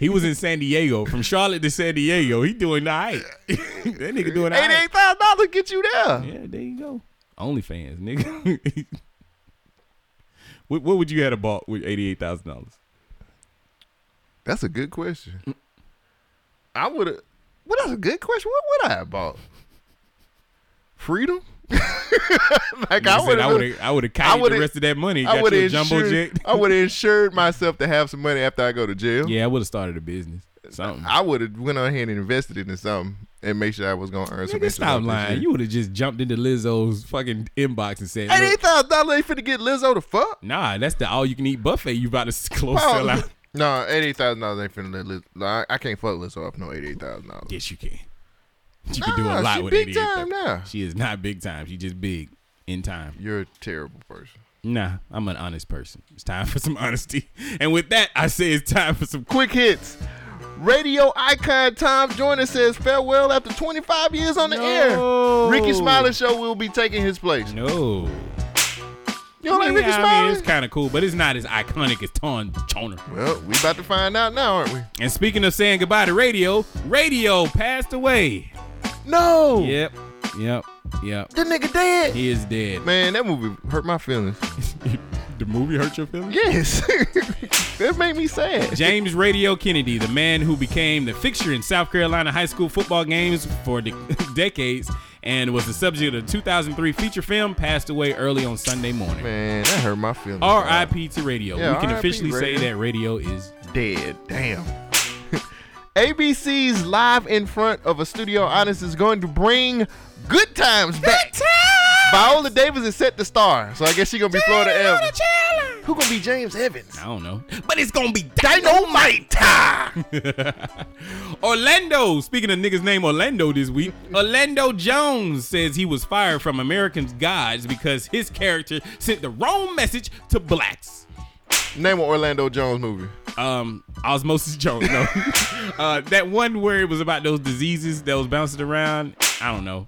S1: he was in San Diego, from Charlotte to San Diego. He doing all right. that nigga doing all right.
S2: Eighty-eight thousand dollars get you there.
S1: Yeah, there you go. OnlyFans, nigga. what, what would you have bought with eighty-eight thousand dollars?
S2: That's a good question. I would have. Well, that's a good question. What would I have bought? Freedom. like
S1: Nigga said,
S2: would've-
S1: I would've- I would've counted the
S2: would've-
S1: rest of that money,
S2: I
S1: got
S2: would've
S1: you a jumbo
S2: insured-
S1: jet.
S2: I would have insured myself to have some money after I go to jail.
S1: Yeah, I would have started a business. Something.
S2: I would have went on ahead and invested into something and make sure I was gonna earn some.
S1: Nigga,
S2: interest
S1: stop
S2: off this
S1: lying.
S2: shit.
S1: You would have just jumped into Lizzo's fucking inbox and said,
S2: Eighty
S1: "Look,
S2: eight thousand dollars ain't finna get Lizzo to fuck.
S1: "Nah, that's the all-you-can-eat buffet you about to s- close
S2: Fuck.
S1: sell out."
S2: No, eighty eight thousand dollars ain't finna let Liz. no, I, I can't fuck Lizzo up no eighty eight thousand dollars.
S1: Yes, you can. She can do
S2: Nah,
S1: a lot
S2: she
S1: with
S2: big
S1: 88.
S2: time now.
S1: She is not big time. She just big in time.
S2: You're a terrible person.
S1: Nah, I'm an honest person. It's time for some honesty. And with that, I say it's time for some
S2: quick hits. Radio icon Tom Joyner says farewell after 25 years on the air. Ricky Smiley show will be taking his place.
S1: No.
S2: You don't like Ricky
S1: Yeah, I mean,
S2: Smiley?
S1: it's kind of cool, but it's not as iconic as Ton Choner.
S2: Well, we about to find out now, aren't we?
S1: And speaking of saying goodbye to radio, radio passed away.
S2: No.
S1: Yep. Yep. Yep.
S2: That nigga dead.
S1: He is dead.
S2: Man, that movie hurt my feelings.
S1: the movie hurt your feelings?
S2: Yes. that made me sad.
S1: James Radio Kennedy, the man who became the fixture in South Carolina high school football games for de- decades and was the subject of the 2003 feature film, passed away early on Sunday morning.
S2: Man, that hurt my feelings.
S1: R.I.P. to radio.
S2: Yeah,
S1: we can
S2: RIP
S1: officially
S2: radio.
S1: say that radio is
S2: dead. Damn. ABC's live in front of a studio audience is going to bring good times back. Good times. Viola Davis is set to star, so I guess she gonna be Florida Evans. Who gonna be James Evans?
S1: I don't know.
S2: But it's gonna be dynamite time.
S1: Orlando. Speaking of niggas named Orlando this week, Orlando Jones says he was fired from American Gods because his character sent the wrong message to blacks.
S2: Name an Orlando Jones movie.
S1: Um, Osmosis Jones. No, uh, that one where it was about those diseases that was bouncing around. I don't know.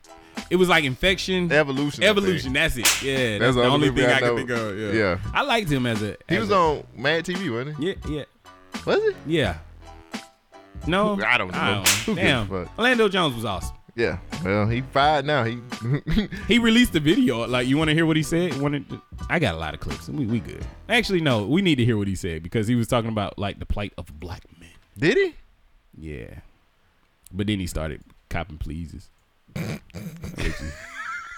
S1: It was like infection,
S2: evolution,
S1: evolution. That's it. Yeah,
S2: That's
S1: that's,
S2: the
S1: the
S2: only
S1: only
S2: movie
S1: thing
S2: I
S1: I,
S2: know.
S1: can think of. Yeah.
S2: Yeah.
S1: I liked him as a.
S2: He
S1: as
S2: was
S1: a-
S2: on Mad TV, wasn't he?
S1: Yeah, yeah.
S2: Was it?
S1: Yeah. No,
S2: I don't know. Who gives a
S1: Damn,
S2: fuck?
S1: Orlando Jones was awesome.
S2: Yeah. Well, he fired now. He
S1: He released the video. Like, you want to hear what he said? Wanted to- I got a lot of clips. We we good. Actually, no, we need to hear what he said because he was talking about like the plight of black men.
S2: Did he?
S1: Yeah, but then he started copping pleases. I'll let you-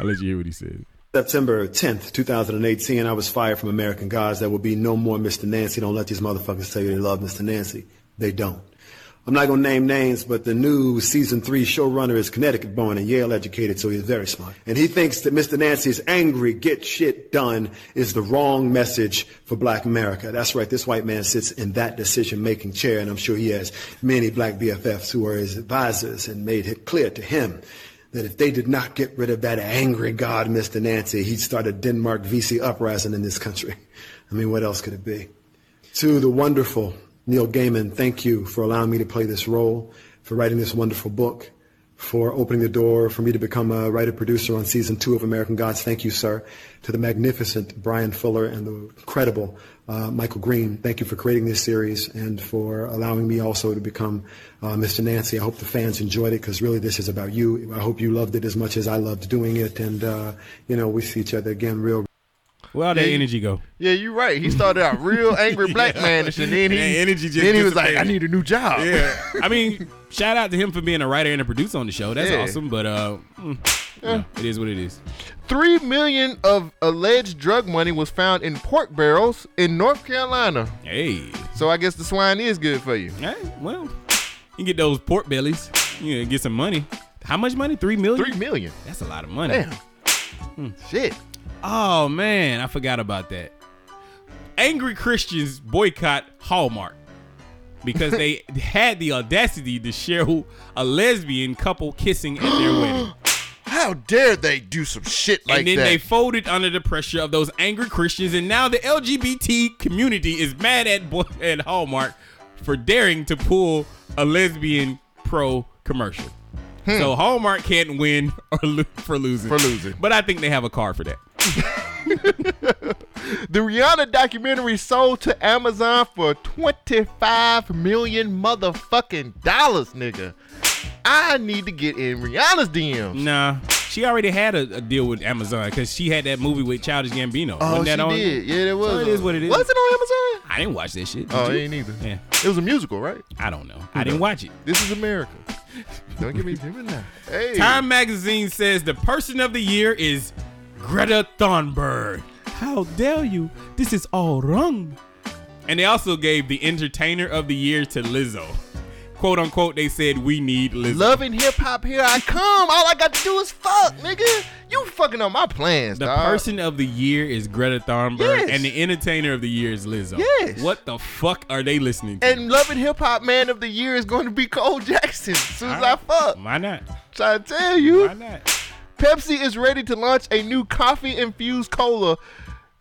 S1: I'll let you hear what he said.
S7: September 10th, 2018, I was fired from American Gods. There will be no more Mr. Nancy. Don't let these motherfuckers tell you they love Mr. Nancy. They don't. I'm not going to name names, but the new season three showrunner is Connecticut born and Yale educated, so he's very smart. And he thinks that Mr. Nancy's angry, get shit done is the wrong message for black America. That's right. This white man sits in that decision making chair, and I'm sure he has many black BFFs who are his advisors and made it clear to him that if they did not get rid of that angry god, Mr. Nancy, he'd start a Denmark VC uprising in this country. I mean, what else could it be? To the wonderful Neil Gaiman, thank you for allowing me to play this role, for writing this wonderful book, for opening the door for me to become a writer producer on season two of American Gods. Thank you, sir. To the magnificent Brian Fuller and the incredible uh, Michael Green, thank you for creating this series and for allowing me also to become uh, Mr. Nancy. I hope the fans enjoyed it because really this is about you. I hope you loved it as much as I loved doing it. And, uh, you know, we see each other again real.
S1: Where'd
S2: Yeah,
S1: that
S2: you-
S1: energy go?
S2: Yeah, you're right. He started out real angry black
S1: Yeah.
S2: man and shit. Then he,
S1: And that energy just
S2: then he was like, I
S1: dissipated.
S2: need a new job.
S1: Yeah, I mean, shout out to him for being a writer and a producer on the show. That's
S2: Yeah. Eh.
S1: awesome. But uh, mm, you know, it is what it is.
S2: Three million of alleged drug money was found in pork barrels in North Carolina.
S1: Hey.
S2: So I guess the swine is good for you.
S1: Hey, well, you get those pork bellies. You know, get some money. How much money? Three million. Three
S2: million.
S1: That's a lot of money. Hmm.
S2: Damn. Shit.
S1: Oh man, I forgot about that. Angry Christians boycott Hallmark because they had the audacity to show a lesbian couple kissing at their wedding.
S2: How dare they do some shit like
S1: and then
S2: that?
S1: they folded under the pressure of those angry Christians, and now the LGBT community is mad at boy- at Hallmark for daring to pull a lesbian pro commercial. So Hallmark can't win or lo- for losing.
S2: Hmm. For losing.
S1: but I think they have a card for that.
S2: The Rihanna documentary sold to Amazon for 25 million motherfucking dollars, nigga. I need to get in Rihanna's DMs.
S1: Nah, she already had a, a deal with Amazon because she had that movie with Childish Gambino.
S2: Oh,
S1: Wasn't that
S2: she
S1: on?
S2: did. Yeah, that was.
S1: So it is what it is.
S2: Was it on Amazon?
S1: I didn't watch that shit. Did
S2: Oh, I
S1: you?
S2: ain't either.
S1: Yeah.
S2: It was a musical, right?
S1: I don't know. I didn't watch it.
S2: This is America. Don't give me doing that. Hey.
S1: Time magazine says the person of the year is Greta Thunberg. How dare you? This is all wrong. And they also gave the entertainer of the year to Lizzo. Quote unquote, they said we need Lizzo.
S2: Loving hip hop, here I come. All I got to do is fuck, nigga. You fucking up my plans,
S1: the
S2: dog.
S1: person of the year is Greta Thunberg,
S2: Yes.
S1: and the entertainer of the year is Lizzo.
S2: Yes.
S1: What the fuck are they listening to?
S2: and loving hip hop man of the year is going to be Cole Jackson. As soon as I fuck,
S1: why not?
S2: Try to tell you. Why
S1: not?
S2: Pepsi is ready to launch a new coffee infused cola.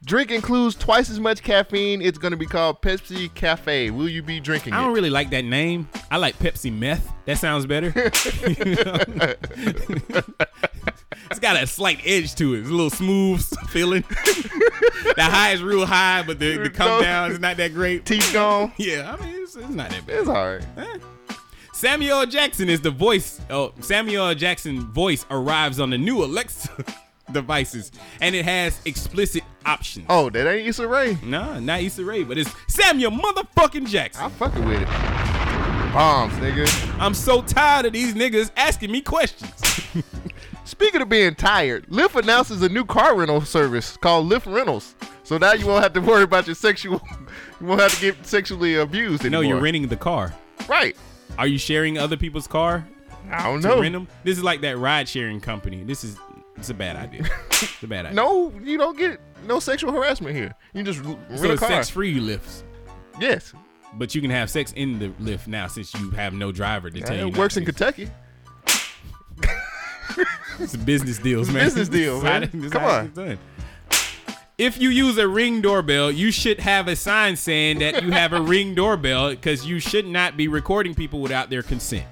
S2: Drink includes twice as much caffeine. It's going to be called Pepsi Cafe. Will you be drinking
S1: I
S2: it?
S1: don't really like that name. I like Pepsi Meth. That sounds better. it's got a slight edge to it. It's a little smooth feeling. the high is real high, but the, the come
S2: No.
S1: down is not that great.
S2: Teeth gone.
S1: Yeah, I mean, it's, it's not that bad. Eh.
S2: It's all right.
S1: Samuel Jackson is the voice. Oh, Samuel Jackson voice arrives on the new Alexa devices, and it has explicit options.
S2: Oh, that ain't Issa Rae.
S1: Nah, not Issa Rae, but it's Samuel motherfucking Jackson. I'm
S2: fucking with it. Bombs, nigga.
S1: I'm so tired of these niggas asking me questions.
S2: Speaking of being tired, Lyft announces a new car rental service called Lyft Rentals. So now you won't have to worry about your sexual. You won't have to get sexually abused
S1: No,
S2: anymore.
S1: you're renting the car.
S2: Right.
S1: Are you sharing other people's car?
S2: I don't
S1: to
S2: know.
S1: Rent 'em? This is like that ride sharing company. This is it's a bad idea. It's a bad idea.
S2: No, you don't get no sexual harassment here. You just r- rent
S1: so
S2: a
S1: it's
S2: car.
S1: sex free lifts.
S2: Yes.
S1: But you can have sex in the lift now since you have no driver to
S2: Yeah,
S1: tell you.
S2: it
S1: not
S2: works
S1: to.
S2: in Kentucky.
S1: It's business deals,
S2: It's
S1: man.
S2: business deal,
S1: This is how
S2: man.
S1: this is
S2: Come
S1: how
S2: on.
S1: it's done. If you use a ring doorbell, you should have a sign saying that you have a ring doorbell because you should not be recording people without their consent.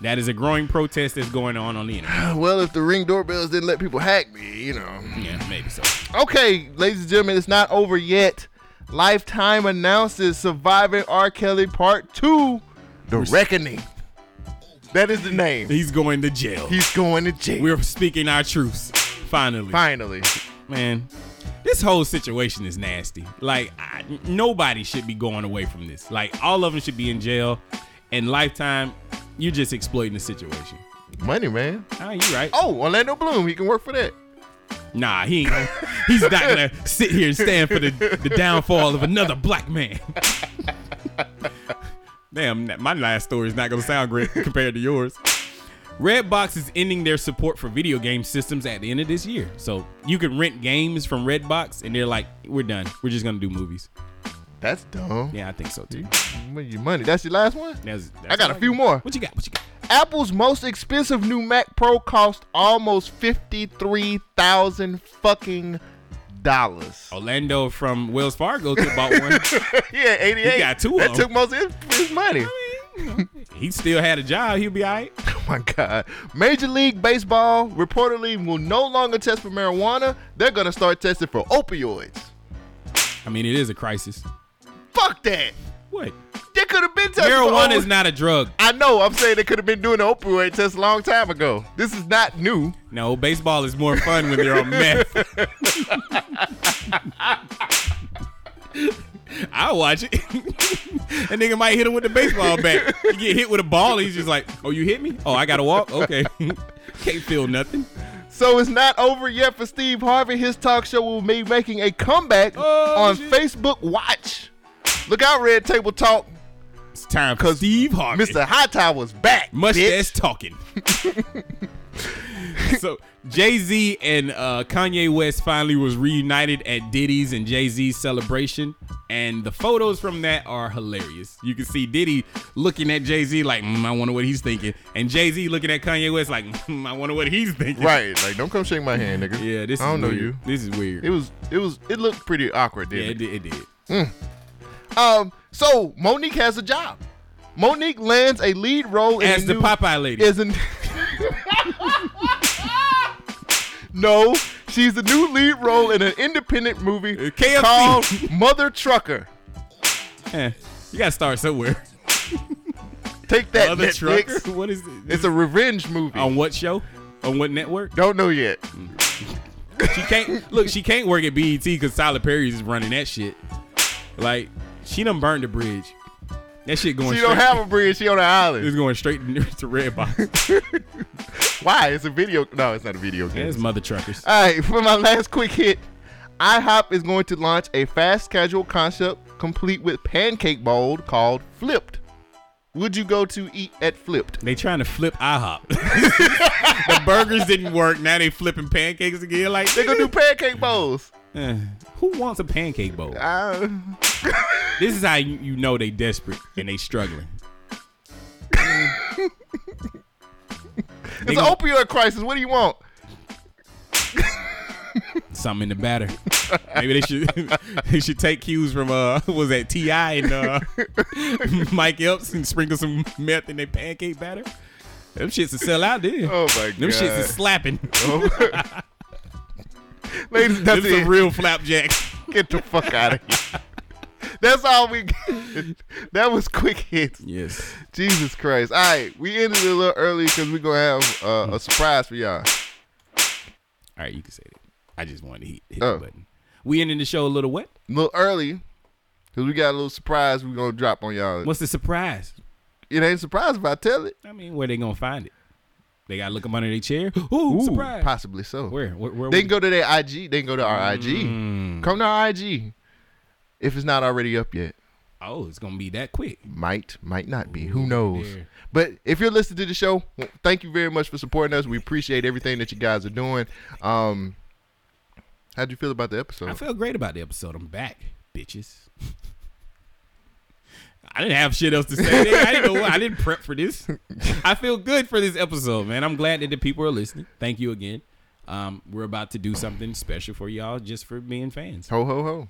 S1: That is a growing protest that's going on on the internet.
S2: Well, if the ring doorbells didn't let people hack me, you know.
S1: Yeah, maybe so.
S2: Okay, ladies and gentlemen, it's not over yet. Lifetime announces Surviving R. Kelly Part 2 The Reckoning. That is the name.
S1: He's going to jail.
S2: He's going to jail.
S1: We're speaking our truths. Finally.
S2: Finally.
S1: Man, this whole situation is nasty. Like, I, nobody should be going away from this. Like, all of them should be in jail. And lifetime, you're just exploiting the situation.
S2: Money, man.
S1: Oh, you right.
S2: Oh, Orlando Bloom, he can work for that.
S1: Nah, he ain't gonna, he's not gonna sit here and stand for the, the downfall of another black man. Damn, my last story is not gonna sound great compared to yours. Redbox is ending their support for video game systems at the end of this year. So you can rent games from Redbox and they're like, we're done. We're just gonna do movies.
S2: That's dumb.
S1: Yeah, I think so too.
S2: Where's your money? That's your last one?
S1: That's-
S2: I
S1: that's
S2: got a
S1: all
S2: few
S1: good.
S2: more.
S1: What you got? What you got?
S2: Apple's most expensive new Mac Pro cost almost fifty-three thousand fucking dollars.
S1: Orlando from Wells Fargo took bought one.
S2: yeah, eighty-eight.
S1: He got two
S2: That
S1: of 'em.
S2: took most of his, his money.
S1: he still had a job. He'll be all right.
S2: Oh my god! Major League Baseball reportedly will no longer test for marijuana. They're gonna start testing for opioids.
S1: I mean, it is a crisis.
S2: Fuck that!
S1: What?
S2: They could have been testing.
S1: Marijuana
S2: for
S1: is
S2: opi-
S1: not a drug.
S2: I know. I'm saying they could have been doing the opioid test a long time ago. This is not new.
S1: No, baseball is more fun when they're on meth. I watch it. that nigga might hit him with the baseball bat. You get hit with a ball, he's just like, "Oh, you hit me? Oh, I gotta walk. Okay, can't feel nothing."
S2: So it's not over yet for Steve Harvey. His talk show will be making a comeback
S1: Oh,
S2: on Facebook Watch. Look out, Red Table Talk.
S1: It's time for Steve Harvey.
S2: Mr. Hightower's back. bitch.
S1: Mustache talking. so Jay Z and uh, Kanye West finally was reunited at Diddy's and Jay Z's celebration, and the photos from that are hilarious. You can see Diddy looking at Jay Z like, mm, "I wonder what he's thinking," and Jay Z looking at Kanye West like, mm, "I wonder what he's thinking."
S2: Right, like don't come shake my hand, nigga.
S1: Yeah, this
S2: I don't
S1: is
S2: know
S1: weird.
S2: you.
S1: This is weird.
S2: It was, it was, it looked pretty awkward,
S1: yeah, it
S2: didn't
S1: did. It did.
S2: it? Mm. Um, so Monique has a job. Monique lands a lead role in
S1: As the
S2: new-
S1: Popeye lady.
S2: Is in, no, She's the new lead role in an independent movie
S1: Uh,
S2: called Mother Trucker.
S1: Eh, you gotta start somewhere.
S2: Take that,
S1: Mother
S2: Netflix.
S1: Trucker? What is it?
S2: It's a revenge movie.
S1: On what show? On what network?
S2: Don't know yet.
S1: She can't look. She can't work at BET because Tyler Perry is running that shit. Like she done burned the bridge. That shit going.
S2: She don't
S1: straight-
S2: have a bridge. She on an island.
S1: It's going straight to Redbox.
S2: Why? It's a video. No, it's not a video game.
S1: It's mother truckers.
S2: All right, for my last quick hit, IHOP is going to launch a fast casual concept complete with pancake bowl called Flipped. Would you go to eat at Flipped?
S1: They trying to flip IHOP. the burgers didn't work. Now they flipping pancakes again. Like they
S2: gonna do pancake bowls.
S1: Who wants a pancake bowl? this is how you, you know they desperate and they struggling.
S2: It's an opioid crisis. What do you want?
S1: Something in the batter. Maybe they should they should take cues from uh what was that Ti and uh Mike Epps and sprinkle some meth in their pancake batter. Them shits to sell out there.
S2: Oh my
S1: Them shits
S2: God. Oh,
S1: is slapping.
S2: Ladies, that's
S1: Them some
S2: it.
S1: real flapjacks.
S2: Get the fuck out of here. That's all we got. That was quick hits.
S1: Yes.
S2: Jesus Christ. All right, we ended it a little early because we're going to have uh, a surprise for y'all.
S1: All right, you can say it. I just wanted to hit, hit
S2: Oh.
S1: the button. We ending the show a little what?
S2: A little early because we got a little surprise we're going to drop on y'all.
S1: What's the surprise?
S2: It ain't a surprise if I tell it.
S1: I mean, where they gonna find it? They gotta look them under their chair. Ooh, surprise!
S2: Possibly so.
S1: Where? Where? where
S2: They
S1: we-
S2: can go to their IG. They can go to our
S1: Mm.
S2: IG. Come to our IG if it's not already up yet.
S1: Oh, it's gonna be that quick.
S2: Might, might not be. Who knows?
S1: there.
S2: But if you're listening to the show, well, thank you very much for supporting us. We appreciate everything that you guys are doing. Um, how'd you feel about the episode?
S1: I felt great about the episode. I'm back, bitches. I didn't have shit else to say. I didn't know. I didn't prep for this. I feel good for this episode, man. I'm glad that the people are listening. Thank you again. Um, we're about to do something special for y'all just for being fans.
S2: Ho ho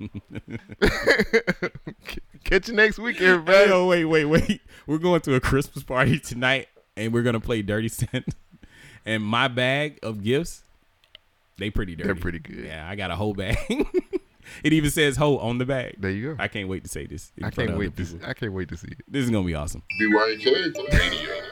S2: ho. Catch you next week, everybody.
S1: Oh, wait, wait, wait. We're going to a Christmas party tonight, and we're gonna play Dirty Santa. And my bag of gifts, they pretty dirty.
S2: They're pretty good.
S1: Yeah, I got a whole bag. it even says "ho" on the bag. There
S2: you go.
S1: I can't wait to say this. in
S2: I can't
S1: front of other
S2: wait to.
S1: people.
S2: I can't wait to see it.
S1: This is gonna be awesome.
S2: BYK Radio.